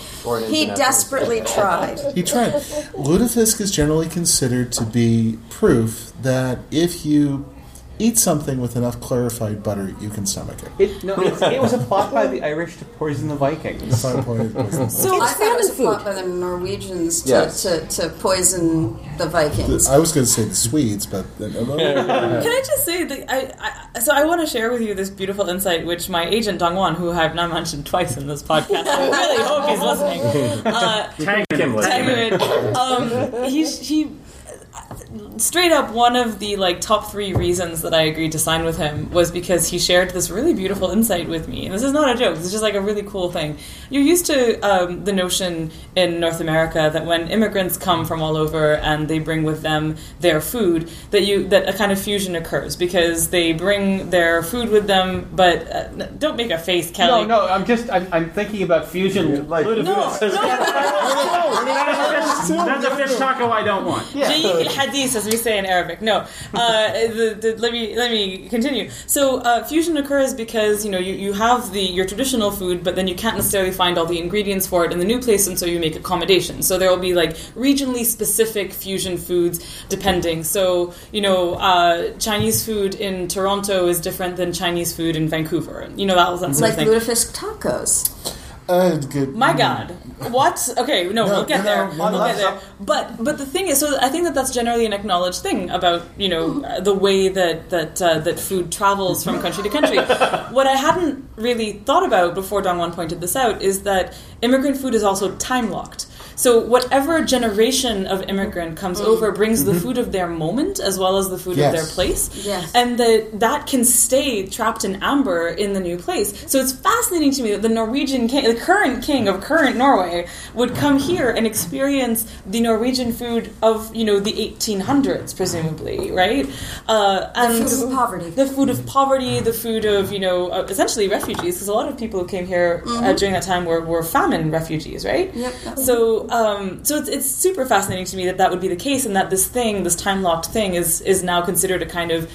Speaker 8: he
Speaker 10: international-
Speaker 8: desperately tried.
Speaker 9: He tried. Lutefisk is generally considered to be proof that if you eat something with enough clarified butter, you can stomach it.
Speaker 14: It, no, it's, it was a plot by the Irish to poison the Vikings.
Speaker 9: Five point eight.
Speaker 3: so
Speaker 8: I
Speaker 3: it's
Speaker 8: thought it was
Speaker 3: famine
Speaker 8: a plot
Speaker 3: food.
Speaker 8: by the Norwegians to,
Speaker 10: Yes.
Speaker 8: to, to poison the Vikings.
Speaker 9: I was going to say the Swedes, but
Speaker 1: Can I just say that I, I so I want to share with you this beautiful insight, which my agent Dong Wan, who I've now mentioned twice in this podcast, I really hope he's listening. Uh, Anyway, um, he, he straight up one of the like top three reasons that I agreed to sign with him was because he shared this really beautiful insight with me. And this is not a joke. This is just like a really cool thing. You're used to um, the notion in North America that when immigrants come from all over and they bring with them their food, that you that a kind of fusion occurs because they bring their food with them. But uh, n- don't make a face, Kelly.
Speaker 14: No, no, I'm just I'm, I'm thinking about fusion. Like,
Speaker 1: No,
Speaker 9: that's
Speaker 4: That's a fish taco I don't want.
Speaker 1: Jay hadith, as we say in Arabic. No, uh, the, the, let me let me continue. So uh, fusion occurs because you know you, you have the your traditional food, but then you can't necessarily find all the ingredients for it in the new place, and so you make accommodations. So there will be like regionally specific fusion foods depending. So you know uh, Chinese food in Toronto is different than Chinese food in Vancouver. You know that was that
Speaker 8: It's
Speaker 1: sort
Speaker 8: like
Speaker 1: of thing.
Speaker 8: lutefisk tacos.
Speaker 9: Uh, good.
Speaker 1: My God, what? Okay, no, we'll get
Speaker 9: no,
Speaker 1: there.
Speaker 9: no,
Speaker 1: we'll
Speaker 9: no.
Speaker 1: get there. But but the thing is, so I think that that's generally an acknowledged thing about you know uh, the way that that uh, that food travels from country to country. what I hadn't really thought about before Don Juan pointed this out is that immigrant food is also time locked. So whatever generation of immigrant comes over brings the food of their moment as well as the food
Speaker 9: Oh. Mm-hmm. Yes.
Speaker 1: of their place,
Speaker 8: Yes.
Speaker 1: and that that can stay trapped in amber in the new place. So it's fascinating to me that the Norwegian king, the current king of current Norway, would come here and experience the Norwegian food of you know the 1800s, presumably, right? Uh, and
Speaker 8: food of poverty.
Speaker 1: the food of poverty, the food of you know uh, essentially
Speaker 8: Mm-hmm.
Speaker 1: refugees, because a lot of people who came here uh, during that time were, were famine refugees, right?
Speaker 8: Yep.
Speaker 1: So um, so it's, it's super fascinating to me that that would be the case, and that this thing, this time locked thing, is is now considered a kind of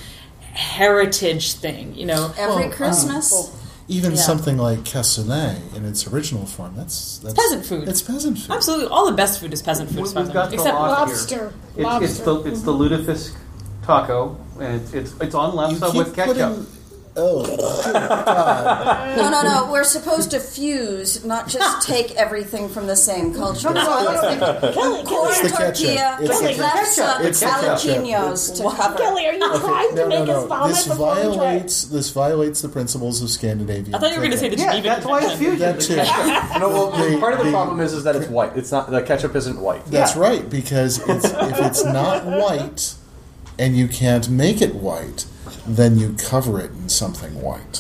Speaker 1: heritage thing. You know,
Speaker 2: uh,
Speaker 8: Every
Speaker 11: um,
Speaker 8: Christmas.
Speaker 9: Even
Speaker 1: Yeah.
Speaker 9: something like cassoulet in its original form, that's, that's
Speaker 1: peasant food.
Speaker 9: It's peasant food.
Speaker 1: Absolutely, all the best food is peasant food.
Speaker 11: We've
Speaker 1: as far as I'm
Speaker 11: got
Speaker 1: concerned,
Speaker 11: the
Speaker 1: except
Speaker 11: lot here.
Speaker 7: Lobster.
Speaker 11: It's, it's the
Speaker 7: Lobster.
Speaker 11: it's the lutefisk taco, and it's it's, it's on
Speaker 9: You
Speaker 11: lefse
Speaker 9: keep
Speaker 11: with ketchup.
Speaker 9: putting- Oh,
Speaker 8: No, no, no. We're supposed to fuse, not just take everything from the same culture. So I was thinking corn
Speaker 9: It's the ketchup.
Speaker 8: tortilla,
Speaker 9: It's the
Speaker 8: lefse,
Speaker 9: It's the ketchup.
Speaker 8: jalapenos to cover.
Speaker 7: Kelly, are you trying to
Speaker 9: no, no,
Speaker 7: make us
Speaker 9: no.
Speaker 7: vomit
Speaker 9: This
Speaker 7: before we try it?
Speaker 9: violates, this violates the principles of Scandinavian
Speaker 1: I thought you were going to say the
Speaker 9: cooking.
Speaker 1: Geneva
Speaker 11: that's why it's
Speaker 1: Convention.
Speaker 11: fusion.
Speaker 9: That too.
Speaker 5: No, well,
Speaker 9: The-
Speaker 5: part of the
Speaker 9: the-
Speaker 5: problem is is that it's white. It's not the ketchup isn't white.
Speaker 9: That's right, because it's, if it's not white and you can't make it white, then you cover it in something white.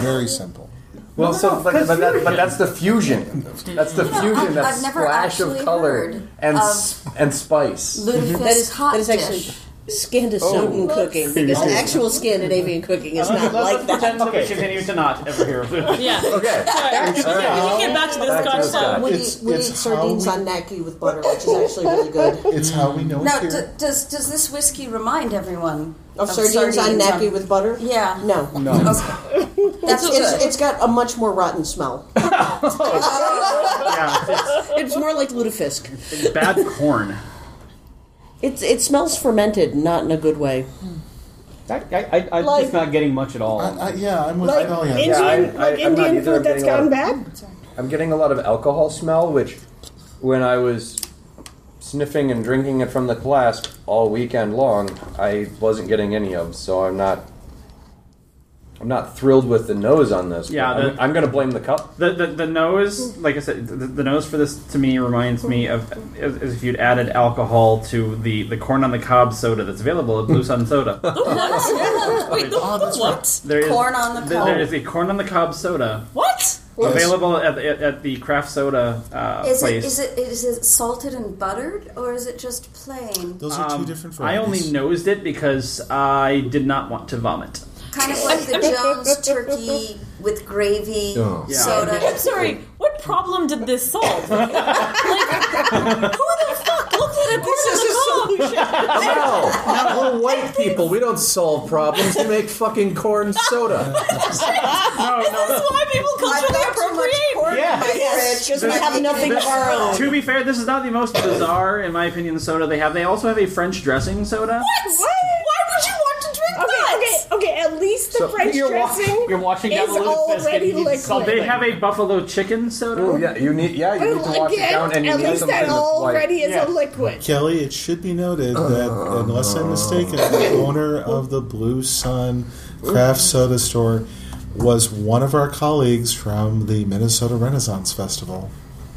Speaker 9: Very simple.
Speaker 5: Well, so but, but, that, but that's the fusion. That's the fusion.
Speaker 8: I've-
Speaker 5: that
Speaker 8: I've never
Speaker 5: splash of
Speaker 8: actually
Speaker 5: color
Speaker 8: heard
Speaker 5: and
Speaker 8: of-
Speaker 5: s- and spice.
Speaker 8: Lutefisk
Speaker 3: That is,
Speaker 8: hot
Speaker 3: that is actually
Speaker 8: dish.
Speaker 3: Scandinavian cooking. Because actual Scandinavian cooking is not like that.
Speaker 2: pretend that we continue to not ever hear of this.
Speaker 1: Yeah.
Speaker 5: Okay.
Speaker 1: yeah, we can get back to this
Speaker 5: Back to this
Speaker 1: concept.
Speaker 5: guy.
Speaker 3: We
Speaker 9: It's-
Speaker 3: eat, we eat
Speaker 9: it's
Speaker 3: sardines
Speaker 9: how we-
Speaker 3: on gnocchi with butter, which is actually really good.
Speaker 9: It's how we know
Speaker 8: Now,
Speaker 9: it
Speaker 8: d-
Speaker 9: here.
Speaker 8: does does this whiskey remind everyone
Speaker 3: Of sardines, on gnocchi with butter?
Speaker 8: Yeah.
Speaker 3: No. No.
Speaker 8: That's
Speaker 3: It's,
Speaker 8: good.
Speaker 3: it's got a much more rotten smell. It's more like lutefisk.
Speaker 4: Bad corn.
Speaker 3: It's, it smells fermented, not in a good way.
Speaker 4: I, I, I, I'm
Speaker 7: Like-
Speaker 4: just not getting much at all.
Speaker 9: I, I, Uh, yeah, I'm with
Speaker 7: Like
Speaker 9: Kelly on
Speaker 7: Indian,
Speaker 9: that.
Speaker 5: I- I-
Speaker 7: like
Speaker 5: I'm not
Speaker 7: Indian
Speaker 5: either. I'm
Speaker 7: food that's
Speaker 5: getting a
Speaker 7: gone
Speaker 5: lot
Speaker 7: bad.
Speaker 5: I'm getting a lot of alcohol smell, which when I was sniffing and drinking it from the flask all weekend long, I wasn't getting any of. So I'm not. I'm not thrilled with the nose on this. but
Speaker 4: Yeah,
Speaker 5: I'm,
Speaker 4: the-
Speaker 5: I'm going to blame the cup.
Speaker 4: The, the, the nose, like I said, the, the nose for this to me reminds me of as, as if you'd added alcohol to the, the corn on the cob soda that's available at Blue Sun Soda.
Speaker 1: Wait, the, the what?
Speaker 4: There is
Speaker 8: Corn on the
Speaker 4: there-
Speaker 8: cob.
Speaker 4: there is a corn on the cob soda
Speaker 1: What?
Speaker 9: Yes.
Speaker 4: available at, the- at, at the craft soda uh,
Speaker 8: Is
Speaker 4: place.
Speaker 8: it, is it is it salted and buttered or is it just plain?
Speaker 9: Those are
Speaker 2: Um,
Speaker 9: two different varieties.
Speaker 4: Um, I only nosed it because I did not want to vomit.
Speaker 8: Kind of like the Jones turkey with
Speaker 7: Mm-hmm.
Speaker 8: gravy,
Speaker 6: Oh. Yeah.
Speaker 8: soda.
Speaker 1: I'm sorry. What problem did this solve? like, who the fuck looked at a corn on the cob?
Speaker 6: No, not we're white people. We don't solve problems. We make fucking corn soda.
Speaker 1: This is why people culturally
Speaker 8: I've got too much
Speaker 1: appropriate.
Speaker 8: corn in my fridge.
Speaker 3: Because we have nothing of our own.
Speaker 4: To be fair, this is not the most bizarre, in my opinion, soda they have. They also have a French dressing soda.
Speaker 1: What? Why would you want to drink that?
Speaker 7: Okay, okay, okay. At least the French
Speaker 14: you're, wa-
Speaker 7: dressing
Speaker 14: you're watching down
Speaker 7: is
Speaker 14: the lutefisk and
Speaker 7: already
Speaker 14: you need
Speaker 7: liquid.
Speaker 14: something.
Speaker 4: They have a buffalo chicken soda.
Speaker 5: Oh yeah, you need. Yeah, you need to
Speaker 7: Well,
Speaker 5: wash it
Speaker 7: again,
Speaker 5: down, and you
Speaker 7: at
Speaker 5: need
Speaker 7: least
Speaker 5: something
Speaker 7: that
Speaker 5: that's
Speaker 7: already
Speaker 5: white.
Speaker 7: is
Speaker 14: Yeah.
Speaker 7: a liquid.
Speaker 9: Kelly, it should be noted that, unless I'm mistaken, the owner of the Blue Sun craft soda store was one of our colleagues from the Minnesota Renaissance Festival.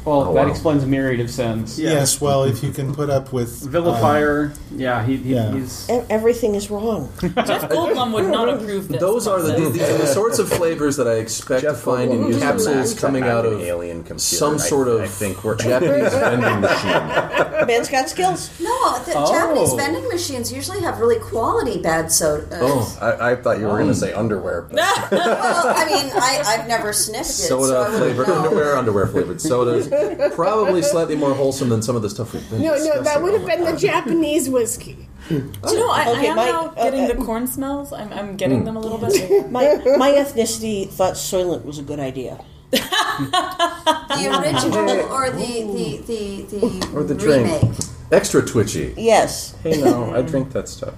Speaker 14: Well,
Speaker 6: Oh,
Speaker 14: that
Speaker 6: wow.
Speaker 14: explains a myriad of sins.
Speaker 9: Yes, well, if you can put up with uh,
Speaker 4: Vilifier. yeah, he, he,
Speaker 9: yeah.
Speaker 4: he's.
Speaker 3: E- Everything is wrong.
Speaker 1: Jeff Goldblum would not approve this.
Speaker 6: Those are the, the, the sorts of flavors that I expect to find
Speaker 5: Goldblum
Speaker 6: in
Speaker 5: uses
Speaker 6: capsules
Speaker 5: Mac to
Speaker 6: coming
Speaker 5: hack
Speaker 6: out
Speaker 5: an
Speaker 6: of
Speaker 5: alien computer.
Speaker 6: some
Speaker 5: I-
Speaker 6: sort of
Speaker 5: I think we're
Speaker 6: Japanese vending machine.
Speaker 3: Man's got skills.
Speaker 8: No, the Japanese vending machines usually have really quality bad soda.
Speaker 6: Oh,
Speaker 5: I, I thought you were going to say underwear, but
Speaker 8: Well, I mean, I, I've never sniffed it. so I
Speaker 6: soda
Speaker 8: wouldn't
Speaker 6: flavored
Speaker 8: know.
Speaker 6: underwear, underwear flavored sodas. Probably slightly more wholesome than some of the stuff we've been.
Speaker 7: No, no, that
Speaker 6: discussing.
Speaker 7: would
Speaker 6: Oh
Speaker 7: have
Speaker 6: my
Speaker 7: been the
Speaker 6: God.
Speaker 7: Japanese whiskey.
Speaker 1: Do you know, I, I
Speaker 3: Okay,
Speaker 1: am
Speaker 3: Mike,
Speaker 1: now getting
Speaker 3: okay.
Speaker 1: the corn smells. I'm, I'm
Speaker 3: hmm.
Speaker 1: getting them a little bit.
Speaker 3: My, my ethnicity thought Soylent was a good idea.
Speaker 8: The original or the the the the,
Speaker 5: Or the drink.
Speaker 8: remake.
Speaker 6: extra twitchy.
Speaker 3: Yes.
Speaker 5: hey, no, I drink that stuff.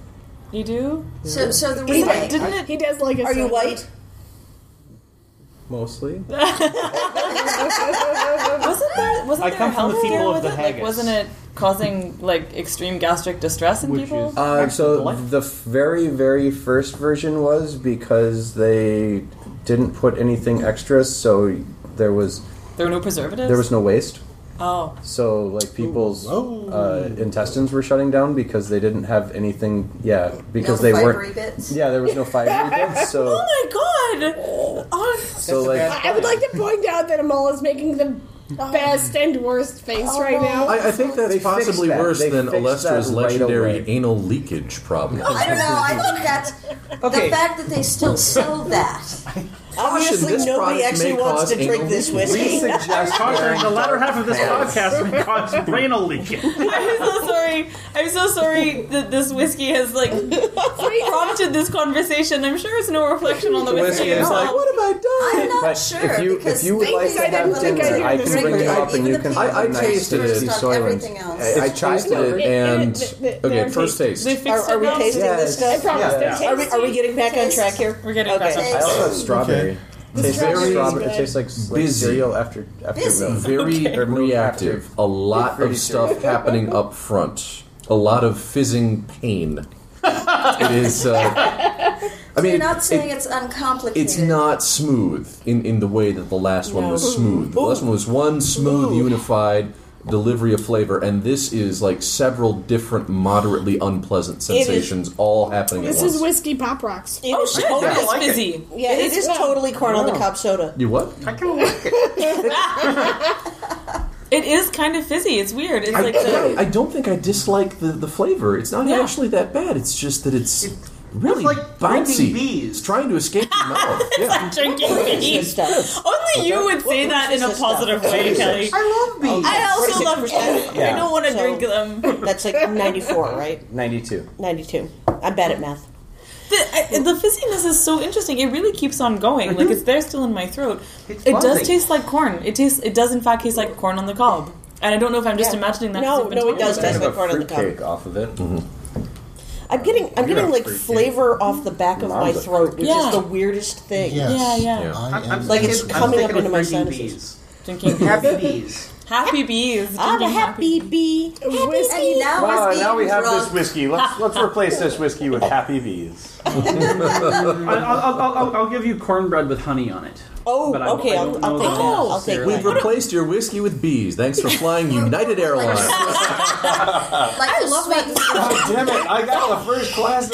Speaker 1: You do?
Speaker 8: So so the
Speaker 7: He,
Speaker 8: remake.
Speaker 7: didn't it, he does like a
Speaker 3: Are you
Speaker 7: soda.
Speaker 3: white?
Speaker 5: Mostly,
Speaker 1: Wasn't there wasn't
Speaker 14: I
Speaker 1: there
Speaker 14: come
Speaker 1: a
Speaker 14: from the
Speaker 1: health
Speaker 14: people
Speaker 1: scare
Speaker 14: of
Speaker 1: with
Speaker 14: the
Speaker 1: it? Like,
Speaker 14: haggis.
Speaker 1: wasn't it causing like extreme gastric distress in
Speaker 14: Which
Speaker 1: people?
Speaker 14: is-
Speaker 5: Uh, so
Speaker 14: Actually,
Speaker 5: the very, very first version was because they didn't put anything extra, so there was
Speaker 1: there were no preservatives.
Speaker 5: there was no waste.
Speaker 1: Oh,
Speaker 5: So like people's
Speaker 9: Ooh.
Speaker 5: uh, intestines were shutting down because they didn't have anything. Yeah, because they
Speaker 8: No fibery
Speaker 5: weren't.
Speaker 8: bits.
Speaker 5: Yeah, there was no fiber. bits, so
Speaker 1: oh my god! Oh,
Speaker 5: so like
Speaker 7: I would like to point out that Amal is making the
Speaker 1: Oh.
Speaker 7: best and worst face right now.
Speaker 6: I, I think
Speaker 5: Oh,
Speaker 6: that's
Speaker 5: They fixed
Speaker 6: possibly
Speaker 5: that.
Speaker 6: worse
Speaker 5: They
Speaker 6: than
Speaker 5: fixed
Speaker 6: Alestra's
Speaker 5: that right
Speaker 6: legendary
Speaker 5: away.
Speaker 6: anal leakage problem.
Speaker 8: I don't know. I think that the fact that they still sell that
Speaker 3: Obviously,
Speaker 6: this product
Speaker 3: nobody
Speaker 6: may
Speaker 3: actually wants
Speaker 6: cause
Speaker 3: to drink
Speaker 6: anal
Speaker 3: this
Speaker 6: leak.
Speaker 3: whiskey.
Speaker 6: We suggest
Speaker 2: Contrary,
Speaker 6: wearing
Speaker 2: the latter
Speaker 6: dark
Speaker 2: half of this
Speaker 6: clothes.
Speaker 2: podcast may cause brainal leaking.
Speaker 1: I'm so sorry. I'm so sorry that this whiskey has like prompted this conversation. I'm sure it's no reflection on the
Speaker 5: The
Speaker 1: whiskey.
Speaker 5: whiskey
Speaker 1: at
Speaker 5: is
Speaker 1: all.
Speaker 5: like,
Speaker 6: What have I done?
Speaker 8: I'm not
Speaker 5: But
Speaker 8: sure.
Speaker 5: if you
Speaker 8: because
Speaker 5: if you would
Speaker 8: they
Speaker 5: like
Speaker 8: think
Speaker 5: to
Speaker 8: I didn't
Speaker 5: have
Speaker 8: look like
Speaker 5: dinner, I
Speaker 8: did
Speaker 5: can bring
Speaker 8: drink
Speaker 5: you
Speaker 8: it.
Speaker 5: up and
Speaker 8: Even
Speaker 5: you
Speaker 8: the
Speaker 5: can.
Speaker 8: people
Speaker 6: I- I
Speaker 8: who
Speaker 6: tasted
Speaker 8: first
Speaker 6: it.
Speaker 8: on
Speaker 10: Soylent.
Speaker 8: Everything else.
Speaker 10: I- I
Speaker 6: It's
Speaker 10: tried
Speaker 6: tasted
Speaker 10: it.
Speaker 6: it and
Speaker 10: It- it-
Speaker 6: okay, first taste.
Speaker 1: They fixed
Speaker 3: Are, are we
Speaker 1: it now.
Speaker 3: tasting this
Speaker 10: Yes.
Speaker 3: stuff?
Speaker 10: Yeah.
Speaker 3: Are we, are we getting back on track here?
Speaker 1: We're getting
Speaker 3: Okay.
Speaker 1: back on
Speaker 5: I also have strawberry.
Speaker 9: Okay.
Speaker 5: It tastes like
Speaker 7: strawberry is
Speaker 5: strawberry.
Speaker 7: good.
Speaker 5: It tastes like, like
Speaker 6: Busy.
Speaker 5: cereal after after
Speaker 8: Busy.
Speaker 5: milk.
Speaker 6: very
Speaker 5: Or milk
Speaker 6: reactive.
Speaker 5: after.
Speaker 6: A lot
Speaker 5: Pretty
Speaker 6: of stuff happening up front. A lot of fizzing pain. it is. Uh, I mean,
Speaker 8: You're not
Speaker 6: it-
Speaker 8: saying it's uncomplicated.
Speaker 6: it's not smooth in, in the way that the last one was smooth. The last one was one smooth, unified delivery of flavor, and this is like several different, moderately unpleasant
Speaker 3: is-
Speaker 6: sensations all happening
Speaker 7: This
Speaker 6: at once.
Speaker 7: is whiskey pop rocks.
Speaker 1: Oh,
Speaker 3: It is totally,
Speaker 1: It's fizzy.
Speaker 3: yeah, it is totally corn on the cob soda.
Speaker 6: you what?
Speaker 1: It is kind of fizzy. It's weird. It's
Speaker 6: I,
Speaker 1: like the,
Speaker 6: I don't think I dislike the, the flavor. It's not
Speaker 1: Yeah.
Speaker 6: actually that bad. It's just that it's really
Speaker 11: it's like
Speaker 6: bouncy.
Speaker 11: drinking bees.
Speaker 6: It's trying to escape your mouth. Yeah.
Speaker 1: drinking tea.
Speaker 3: This stuff.
Speaker 1: Only you would say
Speaker 3: what
Speaker 1: that in a
Speaker 3: is this stuff?
Speaker 1: positive way, Kelly.
Speaker 11: I
Speaker 3: Oh,
Speaker 11: love bees.
Speaker 1: I also love. I don't want to
Speaker 3: So-
Speaker 1: drink them.
Speaker 3: That's like 94, right?
Speaker 5: Ninety-two.
Speaker 3: 92. I'm bad at math.
Speaker 1: The, I, the fizziness is so interesting. It really keeps on going. Like it's there still in my throat. it does
Speaker 11: buzzing.
Speaker 1: taste like corn. It tastes. It does in fact taste like corn on the cob. And I don't know if I'm just imagining that. 'cause
Speaker 3: No,
Speaker 1: I've been
Speaker 3: no,
Speaker 1: told
Speaker 3: it does
Speaker 1: about
Speaker 3: taste
Speaker 5: Kind
Speaker 3: like
Speaker 5: of
Speaker 3: corn
Speaker 5: a
Speaker 3: on the cob.
Speaker 5: fruitcake off of it.
Speaker 3: I'm getting I'm getting like flavor off the back of my
Speaker 5: Mom's a
Speaker 3: throat, which
Speaker 1: Yeah.
Speaker 3: is the weirdest thing.
Speaker 9: Yes.
Speaker 1: Yeah, yeah.
Speaker 6: Yeah.
Speaker 9: I am.
Speaker 3: Like, it's
Speaker 11: sticking-
Speaker 3: coming
Speaker 11: sticking
Speaker 3: up into
Speaker 11: with
Speaker 3: my
Speaker 11: drinking
Speaker 3: sinuses.
Speaker 1: Drinking
Speaker 11: bees. Happy bees.
Speaker 1: happy bees.
Speaker 3: I'm a
Speaker 1: Drinking
Speaker 3: happy bee.
Speaker 8: And
Speaker 3: Happy
Speaker 8: now,
Speaker 5: Wow,
Speaker 8: whiskey
Speaker 5: now we have
Speaker 8: drunk.
Speaker 5: this whiskey.
Speaker 2: Ah.
Speaker 5: Let's let's replace this whiskey with Happy Bees.
Speaker 2: I- I'll, I'll, I'll, I'll give you cornbread with honey on it.
Speaker 3: Oh,
Speaker 2: But I-
Speaker 3: okay.
Speaker 2: I
Speaker 3: I'll,
Speaker 2: don't
Speaker 3: I'll
Speaker 2: know
Speaker 3: take
Speaker 2: that
Speaker 3: that. I'll take
Speaker 2: necessarily.
Speaker 6: We've
Speaker 3: that.
Speaker 6: replaced your whiskey with bees. Thanks for flying United Airlines.
Speaker 11: Uh,
Speaker 8: Like I love that.
Speaker 5: Damn it! I got the first class.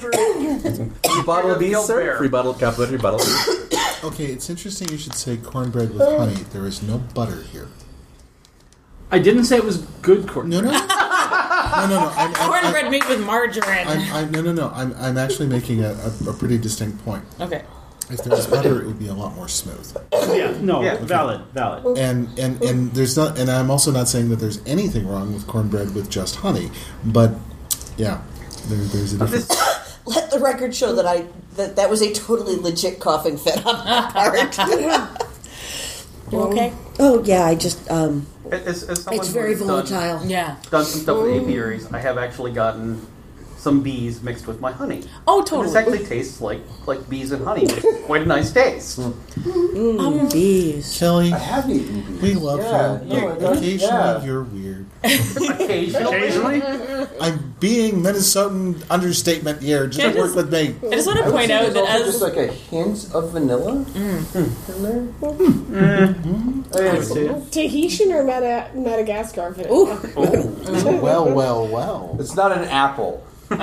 Speaker 6: Free bottle of bees, sir. Free bottle of capital, free bottle of bees.
Speaker 9: Okay, it's interesting you should say cornbread with honey. There is no butter here.
Speaker 2: I didn't say it was good corn.
Speaker 9: No, no, no, no, no. I'm, I'm,
Speaker 1: Cornbread made with margarine.
Speaker 9: I'm, I'm, no, no, no. I'm, I'm actually making a, a, a pretty distinct point.
Speaker 1: okay.
Speaker 9: If there was butter, it would be a lot more smooth.
Speaker 2: Yeah, no, valid, valid.
Speaker 9: And and and there's not. And I'm also not saying that there's anything wrong with cornbread with just honey, but yeah, there, there's a difference.
Speaker 3: Let the record show that I that that was a totally legit coughing fit on my part. you okay?
Speaker 8: Oh yeah, I just um.
Speaker 11: As, as someone
Speaker 3: It's
Speaker 11: who
Speaker 3: very
Speaker 11: has done-
Speaker 3: volatile.
Speaker 1: Yeah.
Speaker 11: done some stuff with apiaries, I have actually gotten some bees mixed with my honey.
Speaker 1: Oh,
Speaker 11: And this
Speaker 1: totally.
Speaker 11: actually tastes like like bees and honey. which is quite a nice taste.
Speaker 6: Hmm.
Speaker 1: Um,
Speaker 3: Bees.
Speaker 9: Kelly,
Speaker 5: have eaten bees.
Speaker 9: we love
Speaker 5: Yeah,
Speaker 9: you,
Speaker 5: no, I
Speaker 9: but
Speaker 5: don't-
Speaker 9: occasionally
Speaker 5: yeah.
Speaker 9: you're weird.
Speaker 11: Occasionally,
Speaker 9: I'm being Minnesotan understatement here. Just
Speaker 1: Can I
Speaker 9: work
Speaker 1: just-
Speaker 9: with me.
Speaker 1: I just want to point out that as Mm.
Speaker 5: just like a hint of vanilla in there.
Speaker 7: Tahitian or Mada- Madagascar? vanilla?
Speaker 9: Well, well, well.
Speaker 5: It's not an apple.
Speaker 2: Shut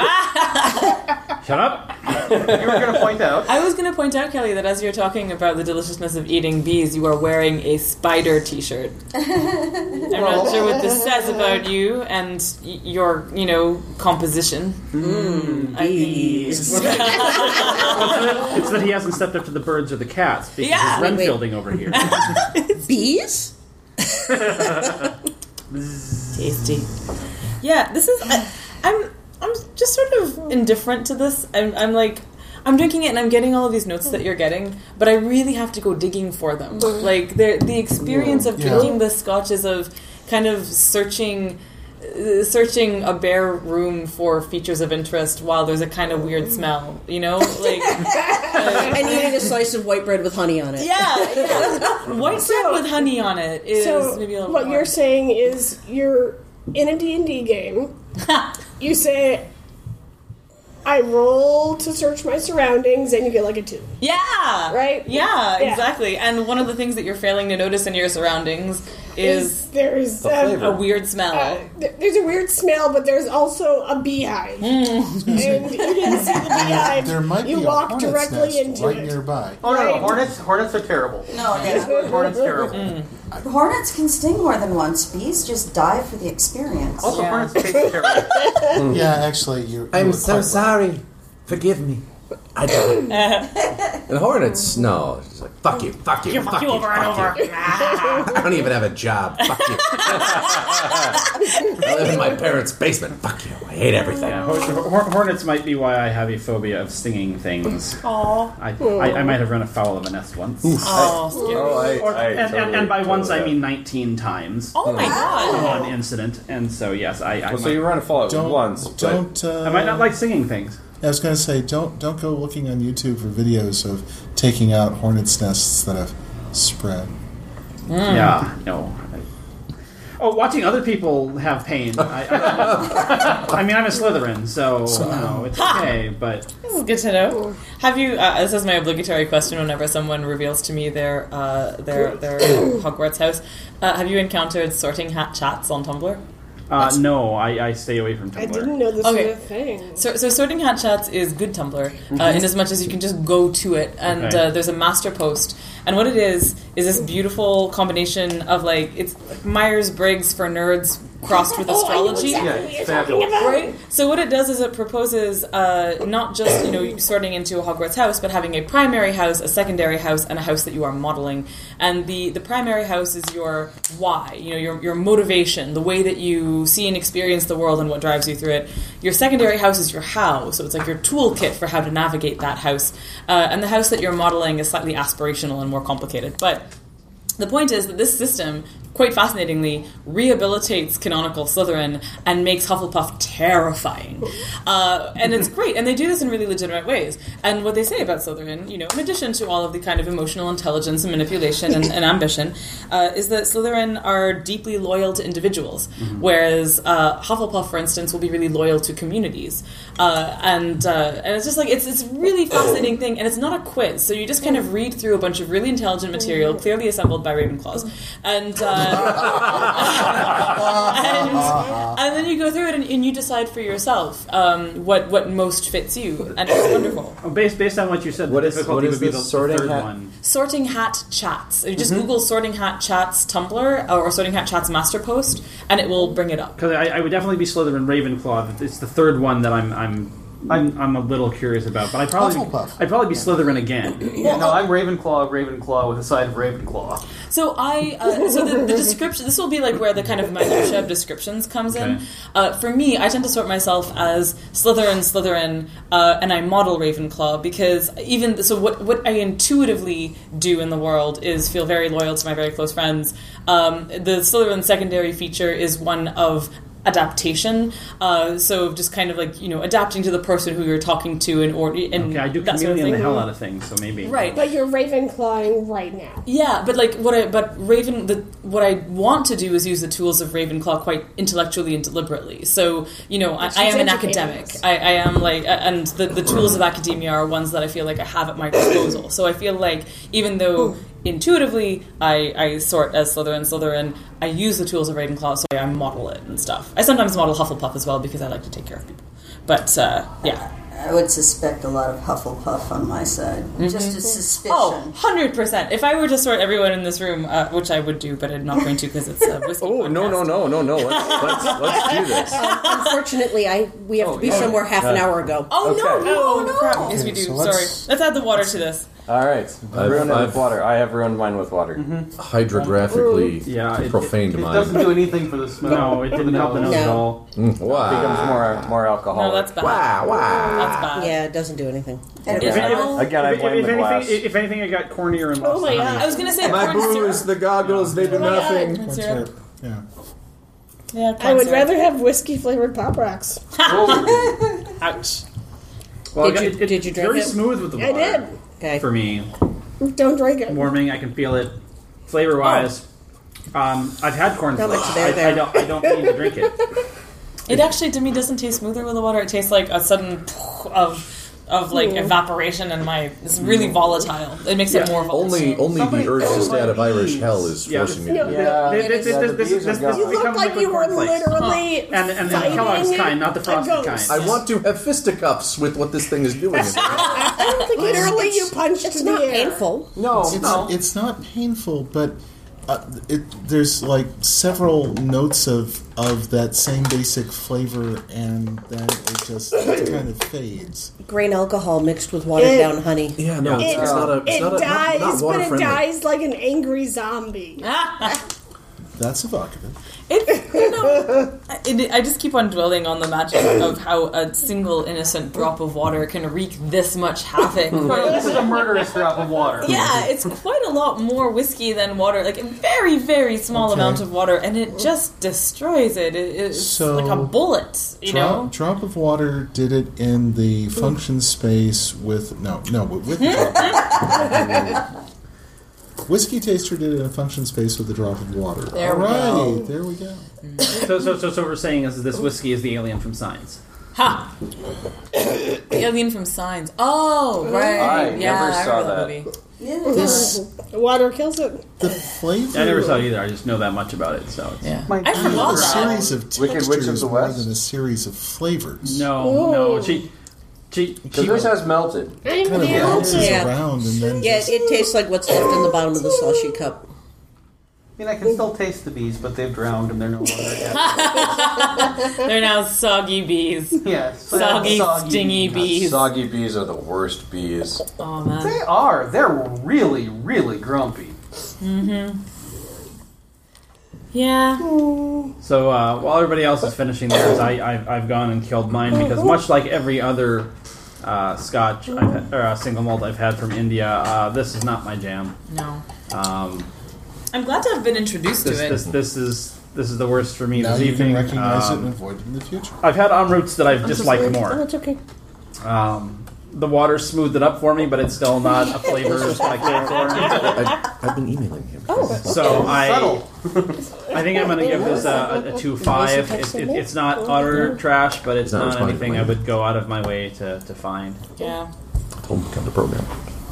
Speaker 2: up.
Speaker 11: you were going to point out.
Speaker 1: I was going to point out, Kelly, that as you're talking about the deliciousness of eating bees, you are wearing a spider T-shirt. I'm not sure what this says about you and y- your, you know, composition. I Hmm. bees.
Speaker 2: It's that he hasn't stepped up to the birds or the cats because
Speaker 1: Yeah.
Speaker 2: he's
Speaker 3: Wait, wait.
Speaker 2: Renfielding over here.
Speaker 3: Bees?
Speaker 1: Tasty. Yeah, this is. I, I'm. I'm just sort of indifferent to this. I'm. I'm like. I'm drinking it and I'm getting all of these notes that you're getting, but I really have to go digging for them. Like they're- the experience of
Speaker 9: Yeah.
Speaker 1: drinking the scotch is of kind of searching, uh, searching a bare room for features of interest while there's a kind of weird smell. You know, like
Speaker 3: and eating a slice of white bread with honey on it.
Speaker 1: yeah, yeah. white bread with honey on it is
Speaker 7: So
Speaker 1: maybe a little
Speaker 7: what
Speaker 1: more.
Speaker 7: you're saying is you're in a D&D game. you say I roll to search my surroundings and you get like a 2.
Speaker 1: uh, Yeah.
Speaker 7: Right?
Speaker 1: Yeah,
Speaker 7: Yeah.
Speaker 1: exactly. And one of the things that you're failing to notice in your surroundings is
Speaker 7: there's
Speaker 5: The
Speaker 7: um,
Speaker 5: flavor.
Speaker 1: a weird smell.
Speaker 7: uh, th- there's a weird smell, but there's also a beehive. and you didn't see the beehive.
Speaker 9: There might
Speaker 7: you
Speaker 9: be a
Speaker 7: walk
Speaker 9: hornet's
Speaker 7: directly
Speaker 9: nest
Speaker 7: into
Speaker 9: right
Speaker 7: it.
Speaker 9: nearby.
Speaker 11: Oh no,
Speaker 7: Right.
Speaker 11: hornets! Hornets are terrible.
Speaker 8: No, yeah.
Speaker 11: Hornets terrible.
Speaker 8: Hornets can sting more than once. Bees just die for the experience.
Speaker 11: Also, hornets taste terrible.
Speaker 9: Hmm. Yeah, actually, you're. you were quite right.
Speaker 6: Forgive me. I don't. and Hornets, no. She's like, fuck you, fuck you,
Speaker 1: You fuck you over and over.
Speaker 6: I don't even have a job. Fuck you. I live in my parents' basement. Fuck you. I hate everything.
Speaker 2: Yeah, hor- hor- hornets might be why I have a phobia of stinging
Speaker 6: Hmm.
Speaker 2: things.
Speaker 1: Aw.
Speaker 2: I, I, I might have run afoul of a nest once.
Speaker 1: Oh, scary.
Speaker 2: Or-
Speaker 1: Oh, I- I
Speaker 2: and, and-
Speaker 1: totally,
Speaker 2: and by
Speaker 1: totally
Speaker 2: once I
Speaker 1: have.
Speaker 2: mean 19 times.
Speaker 1: Oh my God.
Speaker 2: On one incident. And so, yes, I. I
Speaker 5: Well, so
Speaker 2: might-
Speaker 5: you run afoul of Don't- once, but-
Speaker 9: don't, uh,
Speaker 2: I might not like singing things.
Speaker 9: I was going to say, don't don't go looking on YouTube for videos of taking out hornets' nests that have spread.
Speaker 1: Mm.
Speaker 2: Yeah, no. Oh, watching other people have pain. I, I, I mean, I'm a Slytherin, so no, it's okay, but.
Speaker 1: This is good to know. Have you? Uh, this is my obligatory question. Whenever someone reveals to me their uh, their their Hogwarts house, uh, have you encountered sorting hat chats on Tumblr?
Speaker 2: Uh, no, I, I stay away from Tumblr.
Speaker 7: I didn't know this
Speaker 1: Okay.
Speaker 7: was a thing.
Speaker 1: So, so sorting hat chats is good Tumblr uh,
Speaker 7: Mhm.
Speaker 1: in as much as you can just go to it and
Speaker 7: Okay.
Speaker 1: uh, there's a master post and what it is is this beautiful combination of like it's like Myers-Briggs for nerds crossed with
Speaker 7: Oh, I know
Speaker 1: astrology
Speaker 7: exactly Yeah, what you're fabulous. talking about.
Speaker 1: right so what it does is it proposes uh, not just you know sorting into a Hogwarts house but having a primary house a secondary house and a house that you are modeling and the the primary house is your why you know your, your motivation the way that you see and experience the world and what drives you through it your secondary house is your how so it's like your toolkit for how to navigate that house uh, and the house that you're modeling is slightly aspirational and more complicated but the point is that this system, quite fascinatingly, rehabilitates canonical Slytherin and makes Hufflepuff terrifying. Uh, and it's great, and they do this in really legitimate ways. And what they say about Slytherin, you know, in addition to all of the kind of emotional intelligence and manipulation and, and ambition, uh, is that Slytherin are deeply loyal to individuals, whereas uh, Hufflepuff, for instance, will be really loyal to communities. Uh, and uh, and it's just like it's it's a really fascinating thing, and it's not a quiz, so you just kind of read through a bunch of really intelligent material, clearly assembled by Ravenclaws, and. Uh, and, and then you go through it and, and you decide for yourself um, what what most fits you, and it's wonderful.
Speaker 2: Oh, based, based on what you said,
Speaker 15: What
Speaker 2: the
Speaker 15: is-
Speaker 2: difficulty
Speaker 15: what is
Speaker 2: would be
Speaker 15: the
Speaker 2: the,
Speaker 15: sorting
Speaker 2: third
Speaker 15: hat?
Speaker 2: one.
Speaker 1: Sorting Hat Chats. You just
Speaker 2: Mhm.
Speaker 1: Google Sorting Hat Chats Tumblr or Sorting Hat Chats Master Post, and it will bring it up.
Speaker 2: Because I, I would definitely be Slytherin Ravenclaw. but It's the third one that I'm I'm I'm, I'm a little curious about. But I probably I'd probably be Slytherin again.
Speaker 4: Yeah, no, I'm Ravenclaw, Ravenclaw with a side of Ravenclaw.
Speaker 1: So I, uh, so the, the description. This will be like where the kind of minutia of descriptions comes in.
Speaker 4: Okay.
Speaker 1: Uh, for me, I tend to sort myself as Slytherin, Slytherin, uh, and I model Ravenclaw because even so, what what I intuitively do in the world is feel very loyal to my very close friends. Um, the Slytherin secondary feature is one of adaptation uh, so just kind of like you know adapting to the person who you're talking to and or and
Speaker 2: Okay, I do
Speaker 1: that sort of
Speaker 2: chameleon the
Speaker 1: thing.
Speaker 2: hell out of things, so maybe
Speaker 1: right
Speaker 7: But you're Ravenclawing right now.
Speaker 1: yeah, but like what I but Raven the what I want to do is use the tools of Ravenclaw quite intellectually and deliberately. So you know I,
Speaker 7: She's
Speaker 1: I am an
Speaker 7: educating
Speaker 1: academic.
Speaker 7: us.
Speaker 1: I, I am like a- and the, the tools of academia are ones that I feel like I have at my disposal. So I feel like even though intuitively I, I sort as Slytherin Slytherin, I use the tools of Ravenclaw. So I model it and stuff. I sometimes model Hufflepuff as well because I like to take care of people. But uh, yeah.
Speaker 8: I would suspect a lot of Hufflepuff on my side. Just a suspicion.
Speaker 1: Oh, 100%. If I were to sort everyone in this room, uh, which I would do, but I'm not going to because it's a whiskey. oh,
Speaker 6: no, no, no, no, no. Let's, let's, let's do this.
Speaker 3: Um, unfortunately, I we have to be
Speaker 6: yeah.
Speaker 3: somewhere half an
Speaker 6: Uh,
Speaker 3: hour ago.
Speaker 1: Oh, no,
Speaker 6: Okay.
Speaker 1: no, no.
Speaker 3: crap.
Speaker 1: Yes, we
Speaker 6: Okay,
Speaker 1: do.
Speaker 6: so
Speaker 1: Sorry.
Speaker 6: let's-
Speaker 1: Let's, add the water to this.
Speaker 5: All right,
Speaker 6: I've-
Speaker 5: ruin it
Speaker 6: I've-
Speaker 5: with water. I have ruined mine with water.
Speaker 6: Hydrographically
Speaker 5: Yeah, it-
Speaker 6: profaned
Speaker 5: it- it
Speaker 6: mine.
Speaker 5: doesn't do
Speaker 4: anything for the smell.
Speaker 2: No, it
Speaker 4: For the
Speaker 2: didn't help the
Speaker 4: nose.
Speaker 2: nose at
Speaker 4: No.
Speaker 2: all.
Speaker 6: Mm, wow.
Speaker 5: becomes more more alcoholic.
Speaker 3: No, that's bad.
Speaker 6: Wow, wow.
Speaker 1: That's bad.
Speaker 3: Yeah, it doesn't do anything.
Speaker 5: If- if- again, I
Speaker 2: If-
Speaker 5: blame
Speaker 2: if,
Speaker 5: the
Speaker 2: anything,
Speaker 5: glass.
Speaker 2: if anything, it got cornier and less.
Speaker 1: Oh my
Speaker 2: honey.
Speaker 1: God. I was gonna say
Speaker 15: My
Speaker 1: corn syrup. Oh
Speaker 15: booze, the goggles, they do
Speaker 7: my God.
Speaker 15: nothing.
Speaker 1: Corn syrup.
Speaker 9: Yeah.
Speaker 1: Yeah,
Speaker 7: I would rather have whiskey flavored pop rocks.
Speaker 1: Ouch.
Speaker 2: Well,
Speaker 7: Did
Speaker 2: it got-
Speaker 7: you-
Speaker 2: it- it's
Speaker 7: did you drink
Speaker 2: very
Speaker 7: it?
Speaker 2: smooth with the
Speaker 7: I
Speaker 2: water.
Speaker 7: did.
Speaker 3: Okay.
Speaker 2: For me,
Speaker 7: Don't drink it.
Speaker 2: warming. I can feel it. Flavor wise,
Speaker 7: Oh.
Speaker 2: um, I've had
Speaker 3: Not much
Speaker 2: cornflakes.
Speaker 3: there,
Speaker 2: I, I
Speaker 3: there.
Speaker 2: don't. I don't need to drink it.
Speaker 1: It actually, to me, doesn't taste smoother with the water. It tastes like a sudden of of like
Speaker 6: Mm.
Speaker 1: evaporation in my. It's really volatile. It makes it more volatile.
Speaker 6: Only, only the urge to stay out of Irish hell is forcing me.
Speaker 7: No,
Speaker 6: to
Speaker 7: Yeah,
Speaker 2: This-
Speaker 7: it
Speaker 2: this-
Speaker 7: is.
Speaker 2: this- this-
Speaker 7: You
Speaker 2: this- this
Speaker 7: look
Speaker 2: becomes
Speaker 7: like
Speaker 2: liquid
Speaker 7: you were
Speaker 2: cornflakes.
Speaker 7: literally
Speaker 2: and and, and
Speaker 7: fighting
Speaker 2: Kellogg's kind, not the
Speaker 7: a
Speaker 2: frosted
Speaker 7: ghost.
Speaker 2: kind.
Speaker 6: I want to have fisticuffs with what this thing is doing.
Speaker 7: Literally, you punched
Speaker 3: It's
Speaker 7: the
Speaker 3: not
Speaker 7: air.
Speaker 3: painful.
Speaker 9: it's, it's not painful, but uh, it, there's like several notes of of that same basic flavor, and then it just kind of fades.
Speaker 3: Grain alcohol mixed with watered
Speaker 7: It-
Speaker 3: down honey.
Speaker 6: Yeah, no, it's,
Speaker 7: it
Speaker 6: it's not a. It's
Speaker 7: it
Speaker 6: not a,
Speaker 7: dies,
Speaker 6: not, not water
Speaker 7: but it
Speaker 6: friendly.
Speaker 7: dies like an angry zombie.
Speaker 9: That's evocative.
Speaker 1: It, you know, I- it, I just keep on dwelling on the magic of how a single innocent drop of water can wreak this much havoc.
Speaker 4: this is a murderous drop of water.
Speaker 1: yeah, it's quite a lot more whiskey than water, like a very, very small
Speaker 9: Okay.
Speaker 1: amount of water, and it just destroys it. it it's
Speaker 9: So-
Speaker 1: like a bullet, you
Speaker 9: drop,
Speaker 1: know?
Speaker 9: drop of water did it in the function space with no no with, with the drop. whiskey taster did it in a function space with the drop of water.
Speaker 1: There
Speaker 9: All
Speaker 1: we
Speaker 9: right,
Speaker 1: go.
Speaker 9: there we go.
Speaker 2: So, so, so, so we're saying is this whiskey is the alien from Science.
Speaker 1: Ha! the alien from Signs. Oh, right.
Speaker 2: I
Speaker 1: yeah,
Speaker 2: never
Speaker 1: I
Speaker 2: saw
Speaker 1: remember
Speaker 2: that.
Speaker 1: movie.
Speaker 9: This-
Speaker 7: Water kills it.
Speaker 9: The flavor.
Speaker 2: I never saw it either. I just know that much about it. So it's,
Speaker 1: yeah.
Speaker 7: I
Speaker 9: a
Speaker 7: forgot that.
Speaker 9: series of
Speaker 16: Wicked Witch
Speaker 9: textures
Speaker 16: of the
Speaker 9: more
Speaker 16: West?
Speaker 9: than a series of flavors.
Speaker 2: no, no,
Speaker 7: Ooh.
Speaker 2: she, she,
Speaker 16: Because
Speaker 2: she
Speaker 16: yours has melted.
Speaker 7: I'm
Speaker 9: Kind of bounces
Speaker 3: Yeah.
Speaker 9: around and then
Speaker 3: Yeah,
Speaker 9: just-
Speaker 3: it tastes like what's left in the bottom of the slushy cup.
Speaker 4: I mean, I can still taste the bees, but they've drowned and they're no longer.
Speaker 1: They're now soggy bees.
Speaker 4: yes,
Speaker 1: Soggy, stingy bees.
Speaker 5: Soggy bees are the worst bees.
Speaker 1: Oh, man.
Speaker 4: They are. They're really, really grumpy.
Speaker 1: Mm-hmm. Yeah.
Speaker 2: So uh, while everybody else is finishing theirs, I, I, I've gone and killed mine because much like every other uh, Scotch I've had, or uh, single malt I've had from India, uh, this is not my jam.
Speaker 1: No.
Speaker 2: Um,
Speaker 1: I'm glad to have been introduced
Speaker 2: this,
Speaker 1: to it.
Speaker 2: this this is this is the worst for me
Speaker 9: now
Speaker 2: this
Speaker 9: you
Speaker 2: evening.
Speaker 9: can recognize it
Speaker 2: Um,
Speaker 9: and avoid it in the future.
Speaker 2: I've had en routes that I've disliked
Speaker 7: Oh,
Speaker 2: more.
Speaker 7: it's okay.
Speaker 2: Um, the water smoothed it up for me, but it's still not a flavor that I care for.
Speaker 6: I, I've been emailing him.
Speaker 2: So I,
Speaker 4: Subtle.
Speaker 2: I think I'm going to give this a, a two five. It, it, it's not utter trash, but it's
Speaker 6: Not
Speaker 2: not
Speaker 6: responding
Speaker 2: anything
Speaker 6: to my
Speaker 2: I would go out of my way to, to find.
Speaker 1: yeah.
Speaker 6: told him to come to program.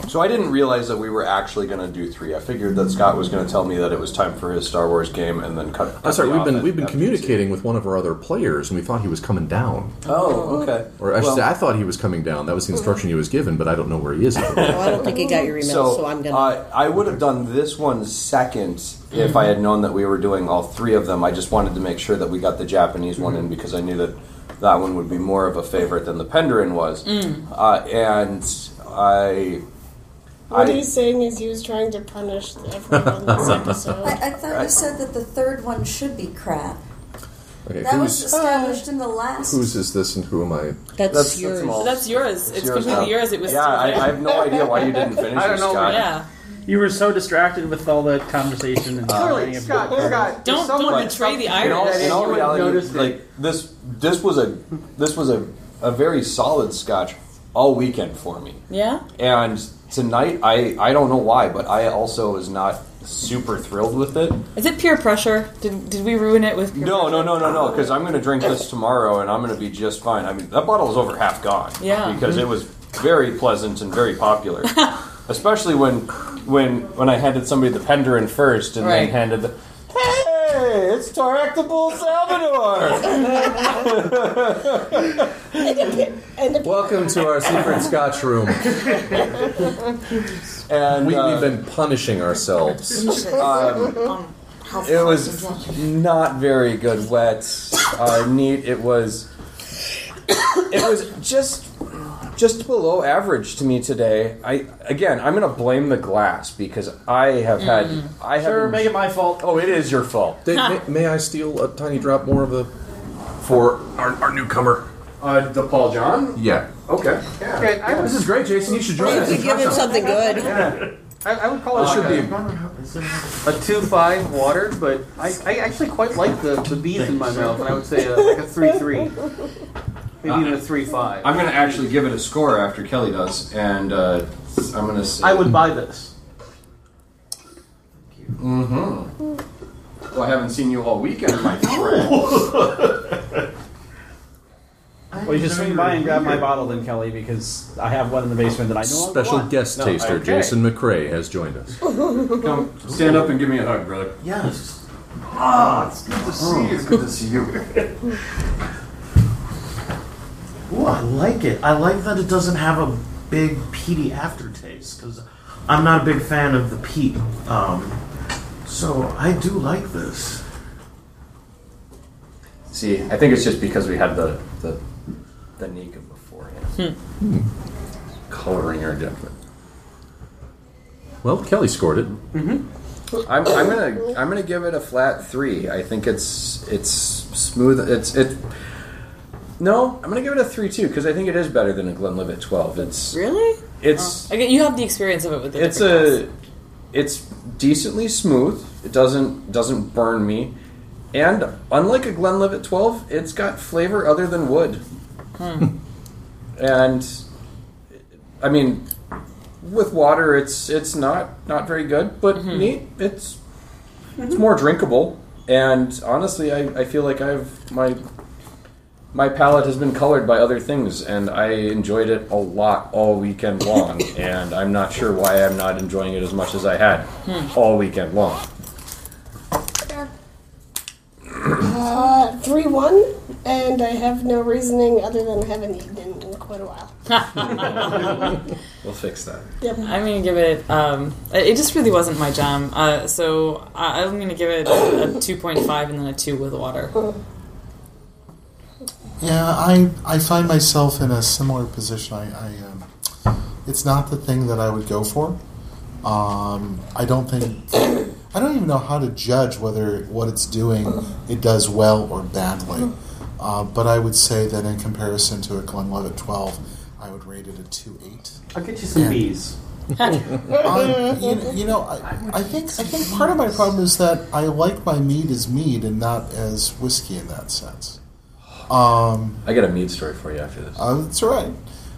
Speaker 5: So I didn't realize that we were actually going to do three. I figured that Scott was going to tell me that it was time for his Star Wars game, and then cut.
Speaker 6: I'm Oh, sorry.
Speaker 5: cut me
Speaker 6: We've
Speaker 5: off
Speaker 6: been
Speaker 5: at-
Speaker 6: we've been
Speaker 5: at-
Speaker 6: communicating with one of our other players, and we thought he was coming down.
Speaker 16: Oh, okay.
Speaker 6: Or I should
Speaker 16: Well-
Speaker 6: say, I thought he was coming down. That was the instruction he was given, but I don't know where he is. at the moment.
Speaker 3: Well, I don't think he got your email, so,
Speaker 5: So,
Speaker 3: I'm gonna.
Speaker 5: uh, I would have done this one second if I had known that we were doing all three of them. I just wanted to make sure that we got the Japanese one
Speaker 6: Mm-hmm.
Speaker 5: in because I knew that that one would be more of a favorite than the Penderin was.
Speaker 7: Mm.
Speaker 5: Uh, and I,
Speaker 7: What
Speaker 5: I-
Speaker 7: he's saying is he was trying to punish everyone this episode.
Speaker 8: I, I thought you said that the third one should be crap.
Speaker 6: Okay,
Speaker 8: That was
Speaker 6: who's
Speaker 8: established in the last.
Speaker 6: whose is this, and who am I?
Speaker 3: that's,
Speaker 5: that's
Speaker 3: yours.
Speaker 5: all.
Speaker 1: That's yours. It's,
Speaker 5: yours
Speaker 1: completely
Speaker 5: now.
Speaker 1: yours. It was
Speaker 5: yeah. I, I have no idea why you didn't finish.
Speaker 4: I don't
Speaker 5: it,
Speaker 4: know,
Speaker 5: Scott.
Speaker 1: yeah.
Speaker 2: You were so distracted with all the conversation and
Speaker 5: Uh,
Speaker 4: Clearly, Scott, Scott, if
Speaker 1: Don't- don't
Speaker 4: someone had
Speaker 1: betray the
Speaker 4: something
Speaker 1: irony.
Speaker 4: that
Speaker 5: in all, in all
Speaker 4: is, you would have
Speaker 5: reality,
Speaker 4: noticed it.
Speaker 5: like this, this was a this was a, a very solid Scotch all weekend for me.
Speaker 1: Yeah?
Speaker 5: And tonight, I I don't know why, but I also was not super thrilled with it.
Speaker 1: Is it peer pressure? Did, did we ruin it with peer
Speaker 5: No,
Speaker 1: pressure?
Speaker 5: no, no, no, no, because I'm going to drink this tomorrow and I'm going to be just fine. I mean, that bottle is over half gone.
Speaker 1: Yeah.
Speaker 5: Because it was very pleasant and very popular. Especially when when when I handed somebody the Penderin first and
Speaker 1: Right.
Speaker 5: then handed the. Hey, it's Tarek the Bull Salvador!
Speaker 6: Welcome to our secret Scotch room.
Speaker 5: and
Speaker 6: We,
Speaker 5: uh,
Speaker 6: we've been punishing ourselves.
Speaker 5: Um, it was not very good wet uh, neat it was it was just just below average to me today i again i'm gonna blame the glass because i have had
Speaker 3: Mm.
Speaker 5: i have
Speaker 2: Sure, make it my fault.
Speaker 5: oh it is your fault
Speaker 6: Dave, may, may I steal a tiny drop more of the for our, our newcomer?
Speaker 16: Uh, the Paul John?
Speaker 6: Yeah.
Speaker 16: Okay. Yeah. this is great, Jason. You should join us.
Speaker 3: you give him something good.
Speaker 4: I, I would call it
Speaker 6: This
Speaker 4: like
Speaker 6: should be.
Speaker 4: a, a two five water, but I, I actually quite like the, the bees in my mouth, and I would say a, like a three three, maybe even a three five.
Speaker 5: i'm gonna actually give it a score after kelly does and uh, i'm gonna say
Speaker 4: I would buy this.
Speaker 7: Mm-hmm.
Speaker 5: well, i haven't seen you all weekend my friend
Speaker 2: Well, you just swing by and grab my bottle, then Kelly, because I have one in the basement that I know.
Speaker 6: Special guest
Speaker 5: No,
Speaker 6: taster
Speaker 5: okay.
Speaker 6: Jason McRae has joined us.
Speaker 5: come stand up and give me a hug brother
Speaker 16: Yes. Ah, it's good to
Speaker 2: Oh,
Speaker 16: see you. It's good to see you.
Speaker 17: Ooh, I like it. I like that it doesn't have a big peaty aftertaste because I'm not a big fan of the peat. Um, So I do like this.
Speaker 5: See, I think it's just because we had the the, the Nika beforehand, coloring our judgment.
Speaker 6: Well, Kelly scored it.
Speaker 16: Mm-hmm.
Speaker 5: I'm, I'm gonna I'm gonna give it a flat three. I think it's it's smooth. It's it. No, I'm gonna give it a three two because I think it is better than a Glenlivet twelve. It's
Speaker 1: Really?
Speaker 5: It's
Speaker 1: Oh. Okay, you have the experience of it with the
Speaker 5: it's
Speaker 1: different
Speaker 5: a it's decently smooth. It doesn't doesn't burn me, and unlike a Glenlivet twelve, it's got flavor other than wood.
Speaker 1: class. Hmm.
Speaker 5: And I mean, with water, it's it's not not very good, but neat. It's it's more drinkable, and honestly, I, I feel like I've my my palate has been colored by other things, and I enjoyed it a lot all weekend long. and I'm not sure why I'm not enjoying it as much as I had
Speaker 18: Hmm.
Speaker 5: all weekend long.
Speaker 7: Uh, 3 1, and I have no reasoning other than I haven't eaten in quite a while.
Speaker 5: We'll fix that.
Speaker 7: Yep.
Speaker 1: I'm gonna give it. Um, it it just really wasn't my jam, uh, so I, I'm gonna give it a, a 2.5 and then a two with water.
Speaker 9: Yeah, I I find myself in a similar position. I, I um, it's not the thing that I would go for. Um, I don't think I don't even know how to judge whether what it's doing it does well or badly. Uh, but I would say that in comparison to a Glenlivet 12, I would rate it a 2.8.
Speaker 14: I'll get you some
Speaker 9: And-
Speaker 14: bees.
Speaker 9: Um, you, you know, I, I think I think part of my problem is that I like my mead as mead and not as whiskey in that sense. Um,
Speaker 5: I got a mead story for you after this.
Speaker 9: uh, that's all right.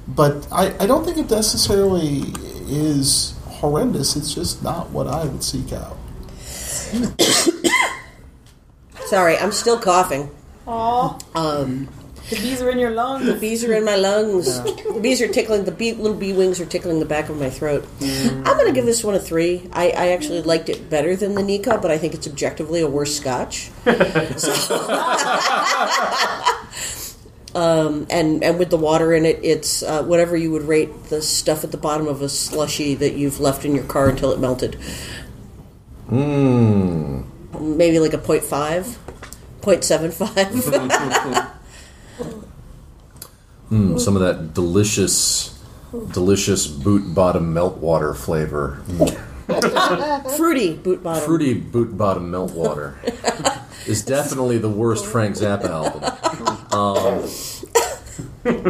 Speaker 9: But I, I don't think it necessarily is horrendous. It's just not what I would seek out.
Speaker 3: Sorry, I'm still coughing.
Speaker 1: Aww.
Speaker 3: Um,
Speaker 1: The bees are in your lungs.
Speaker 3: the bees are in my lungs. The bees are tickling. The bee, little bee wings are tickling the back of my throat.
Speaker 6: Mm.
Speaker 3: I'm going to give this one a three. I, I actually liked it better than the Nika, but I think it's objectively a worse Scotch. Um, and and with the water in it, it's uh, whatever you would rate the stuff at the bottom of a slushy that you've left in your car until it melted.
Speaker 6: Mmm.
Speaker 3: Maybe like a 0.5, 0.75.
Speaker 6: Mm, some of that delicious, delicious boot bottom meltwater flavor. Mm.
Speaker 3: Fruity boot bottom.
Speaker 6: Fruity boot bottom meltwater is definitely the worst Frank Zappa album. Um,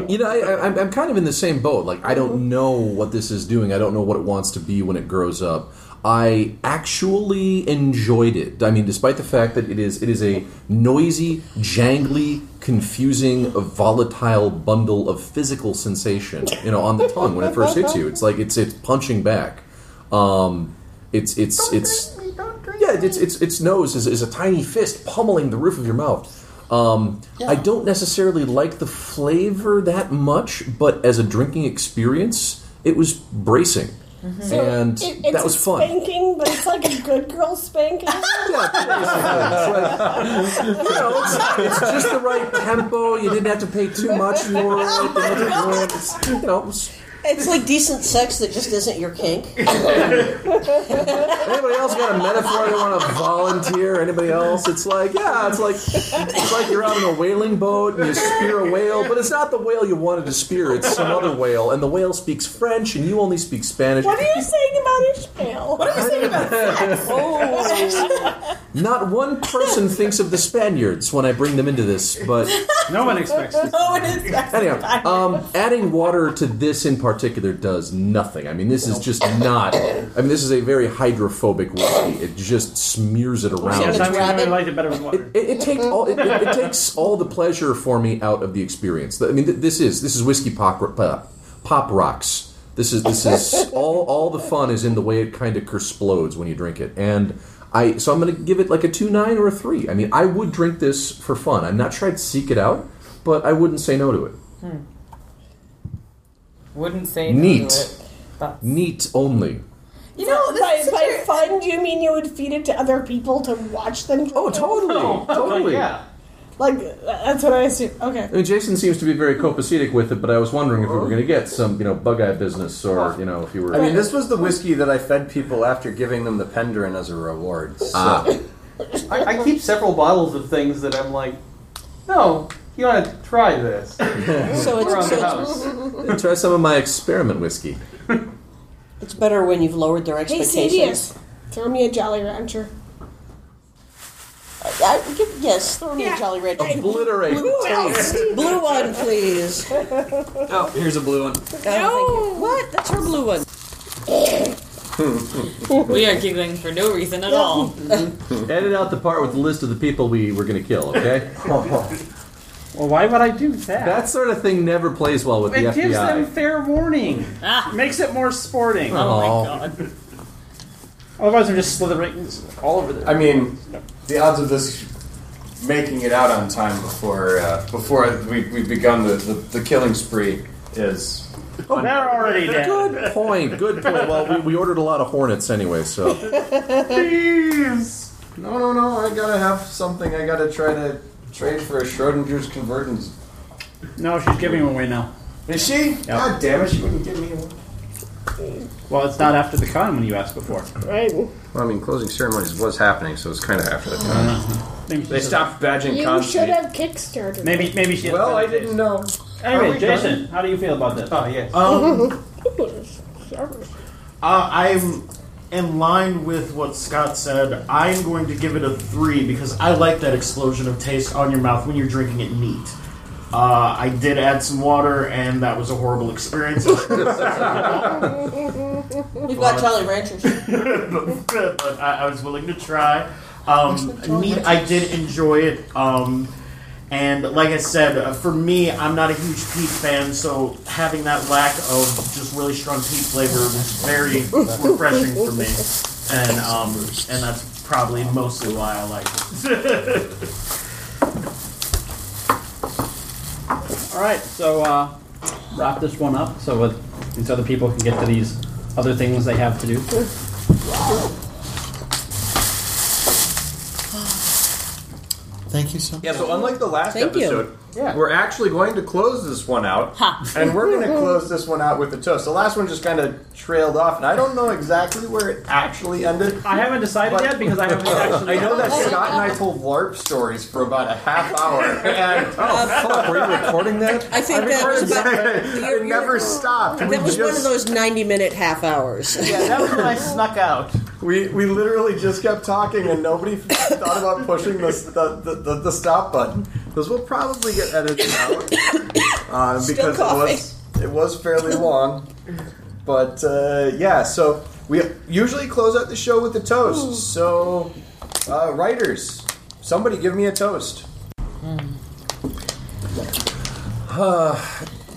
Speaker 6: you know, I, I, I'm- I'm kind of in the same boat. Like, I don't know what this is doing. I don't know what it wants to be when it grows up. I actually enjoyed it. I mean, despite the fact that it is it is a noisy, jangly, confusing, volatile bundle of physical sensation. You know, on the tongue when it first hits you, it's like it's it's punching back. Um, it's it's it's yeah, it's it's its nose is, is a tiny fist pummeling the roof of your mouth. Um, I don't necessarily like the flavor that much, but as a drinking experience, it was bracing,
Speaker 7: Mm-hmm.
Speaker 6: and
Speaker 7: It- it's
Speaker 6: that was
Speaker 7: a
Speaker 6: fun.
Speaker 7: Spanking, but it's like a good girl spanking.
Speaker 6: it's just the right tempo. You didn't have to pay too much for it. They had to do it. It's, you know, it was-
Speaker 3: It's like decent sex that just isn't your kink.
Speaker 6: anybody else got a metaphor they want to volunteer? Anybody else? It's like yeah, it's like it's like you're out on a whaling boat and you spear a whale, but it's not the whale you wanted to spear. It's some other whale, and the whale speaks French, and you only speak Spanish.
Speaker 7: What are you saying about Oh. Ishmael? What are you saying about sex?
Speaker 6: Not one person thinks of the Spaniards when I bring them into this, but
Speaker 2: No one expects this.
Speaker 1: No one is.
Speaker 6: anyhow, um, adding water to this in particular does nothing. I mean, this is just not. I mean, this is a very hydrophobic whiskey. It just smears it around.
Speaker 2: Yes, I really liked it better with water.
Speaker 6: It, it takes all. It, it, it takes all the pleasure for me out of the experience. I mean, th- this is this is whiskey pop, uh, pop rocks. This is this is all. All the fun is in the way it kind of explodes when you drink it. And I so I'm going to give it like a two nine or a three. I mean, I would drink this for fun. I'm not sure I'd seek it out, but I wouldn't say no to it.
Speaker 1: Hmm. Wouldn't say no to
Speaker 6: Neat,
Speaker 1: it. That's-
Speaker 6: neat only.
Speaker 7: You know, by, by fun, do you mean you would feed it to other people to watch them? Oh,
Speaker 6: totally, totally.
Speaker 7: Yeah. Like that's what I assume. Okay.
Speaker 6: I mean, Jason seems to be very copacetic with it, but I was wondering if we were going to get some, you know, bug-eyed business, or you know, if you were.
Speaker 5: I mean, this was the whiskey that I fed people after giving them the Pendrin as a reward. So.
Speaker 6: Ah.
Speaker 11: I, I keep several bottles of things that I'm like, no, you want to try this.
Speaker 3: So it's-
Speaker 11: Around
Speaker 3: so
Speaker 11: the
Speaker 3: it's-
Speaker 11: house.
Speaker 6: Try some of my experiment whiskey.
Speaker 3: It's better when you've lowered their
Speaker 7: Hey,
Speaker 3: expectations.
Speaker 7: Cedius, throw me a Jolly Rancher.
Speaker 3: I, I give, yes, throw me a Jolly Rancher.
Speaker 6: Oh, Obliterate.
Speaker 3: blue one, please.
Speaker 19: Oh, here's a blue one.
Speaker 3: No. What? That's her blue one.
Speaker 11: Hmm,
Speaker 1: we are giggling for no reason at all.
Speaker 6: Mm-hmm. Edit out the part with the list of the people we were going to kill. Okay.
Speaker 2: Well, why would I do that?
Speaker 6: That sort of thing never plays well with
Speaker 2: it
Speaker 6: the
Speaker 2: gives them
Speaker 6: FBI.
Speaker 2: fair warning. Makes it more sporting.
Speaker 6: Ah. Oh,
Speaker 2: my god. Otherwise, I'm just slithering all over the.
Speaker 18: I mean, the odds of this making it out on time before uh, before we, we've begun the, the, the killing spree is.
Speaker 2: Oh, they're already dead.
Speaker 6: Good point. Good point. Well, we, we ordered a lot of hornets anyway, so
Speaker 18: Please!
Speaker 5: No, no, no. I gotta have something. I gotta try to trade for a Schrodinger's convergence.
Speaker 2: No, she's giving them away now.
Speaker 18: Is she? God damn it, she wouldn't give me one.
Speaker 2: Well, it's not after the con when you asked before.
Speaker 7: Right.
Speaker 5: Well, I mean, closing ceremonies was happening, so it's kind of after the time.
Speaker 2: Maybe
Speaker 5: They stopped badging
Speaker 7: You
Speaker 5: cons.
Speaker 7: should have Kickstarter.
Speaker 2: Maybe, maybe she.
Speaker 5: Well, Oh, I didn't know.
Speaker 2: Anyway,
Speaker 5: Are we
Speaker 2: Jason,
Speaker 5: done?
Speaker 2: how do you feel about this?
Speaker 14: Oh, yes.
Speaker 17: Um,
Speaker 7: Sorry.
Speaker 17: Uh, I'm in line with what Scott said. I'm going to give it a three because I like that explosion of taste on your mouth when you're drinking it neat. Uh, I did add some water, and that was a horrible experience.
Speaker 3: We've got Jolly Ranchers.
Speaker 17: but, but I, I was willing to try. Um, neat, I did enjoy it. Um, and like I said, uh, for me, I'm not a huge peach fan, so having that lack of just really strong peach flavor was very refreshing for me. And um, and that's probably mostly why I like it.
Speaker 2: All right, so uh, wrap this one up so with, these other people can get to these other things they have to do.
Speaker 9: Thank you so much.
Speaker 5: Yeah, so unlike the last
Speaker 3: Thank you.
Speaker 5: episode,
Speaker 3: Yeah.
Speaker 5: we're actually going to close this one out. and we're going to close this one out with a toast. The last one just kind of trailed off, and I don't know exactly where it actually ended.
Speaker 2: I haven't decided
Speaker 5: But-
Speaker 2: yet because I haven't actually.
Speaker 5: I know that Scott and I told LARP stories for about a half hour. And
Speaker 6: fuck, were you recording that?
Speaker 3: I think that was about.
Speaker 5: it never stopped. We
Speaker 3: That was one of
Speaker 5: just-
Speaker 3: those ninety-minute half hours.
Speaker 14: that was when I snuck out.
Speaker 5: We, we literally just kept talking and nobody thought about pushing the, the, the, the, the stop button. Those will probably get edited out uh,
Speaker 3: Still
Speaker 5: because it was, it was fairly long. But uh, yeah, so we usually close out the show with a toast. So, uh, writers, somebody give me a toast.
Speaker 6: Uh,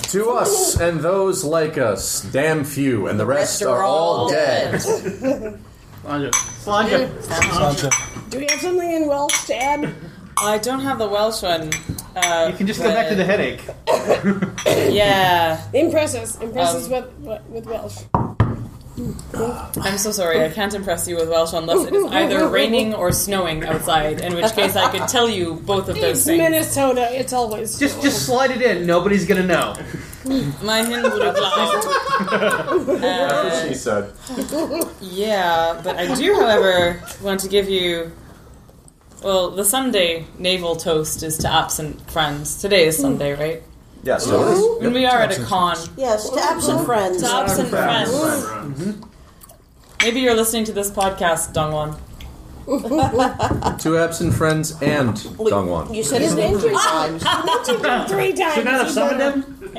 Speaker 6: to us and those like us, damn few, and the rest, are all dead.
Speaker 7: Do we have something in Welsh to add?
Speaker 1: I don't have the Welsh one. Uh, you
Speaker 14: can just go back to the headache.
Speaker 1: Yeah.
Speaker 7: Impress us. Impress
Speaker 1: Um,
Speaker 7: us with, with, with Welsh.
Speaker 1: I'm so sorry. I can't impress you with Welsh unless it is either raining or snowing outside, in which case I could tell you both of those
Speaker 7: It's
Speaker 1: things.
Speaker 7: Minnesota. It's always
Speaker 14: Just, just slide it in. Nobody's gonna know.
Speaker 1: My hand would have lied.
Speaker 5: That's
Speaker 1: Uh,
Speaker 5: what she said.
Speaker 1: Yeah, but I do, however, want to give you. Well, the Sunday naval toast is to absent friends. Today is Sunday, right?
Speaker 5: Yeah, so it is.
Speaker 1: When we are at a con,
Speaker 3: Yes, to absent friends.
Speaker 1: to absent friends. Mm-hmm. Maybe you're listening to this podcast, Dongwon.
Speaker 6: Two absent friends and Dongwon.
Speaker 3: You said his name three times.
Speaker 7: three times.
Speaker 2: Shouldn't I have
Speaker 7: you
Speaker 2: summoned
Speaker 7: better.
Speaker 2: him?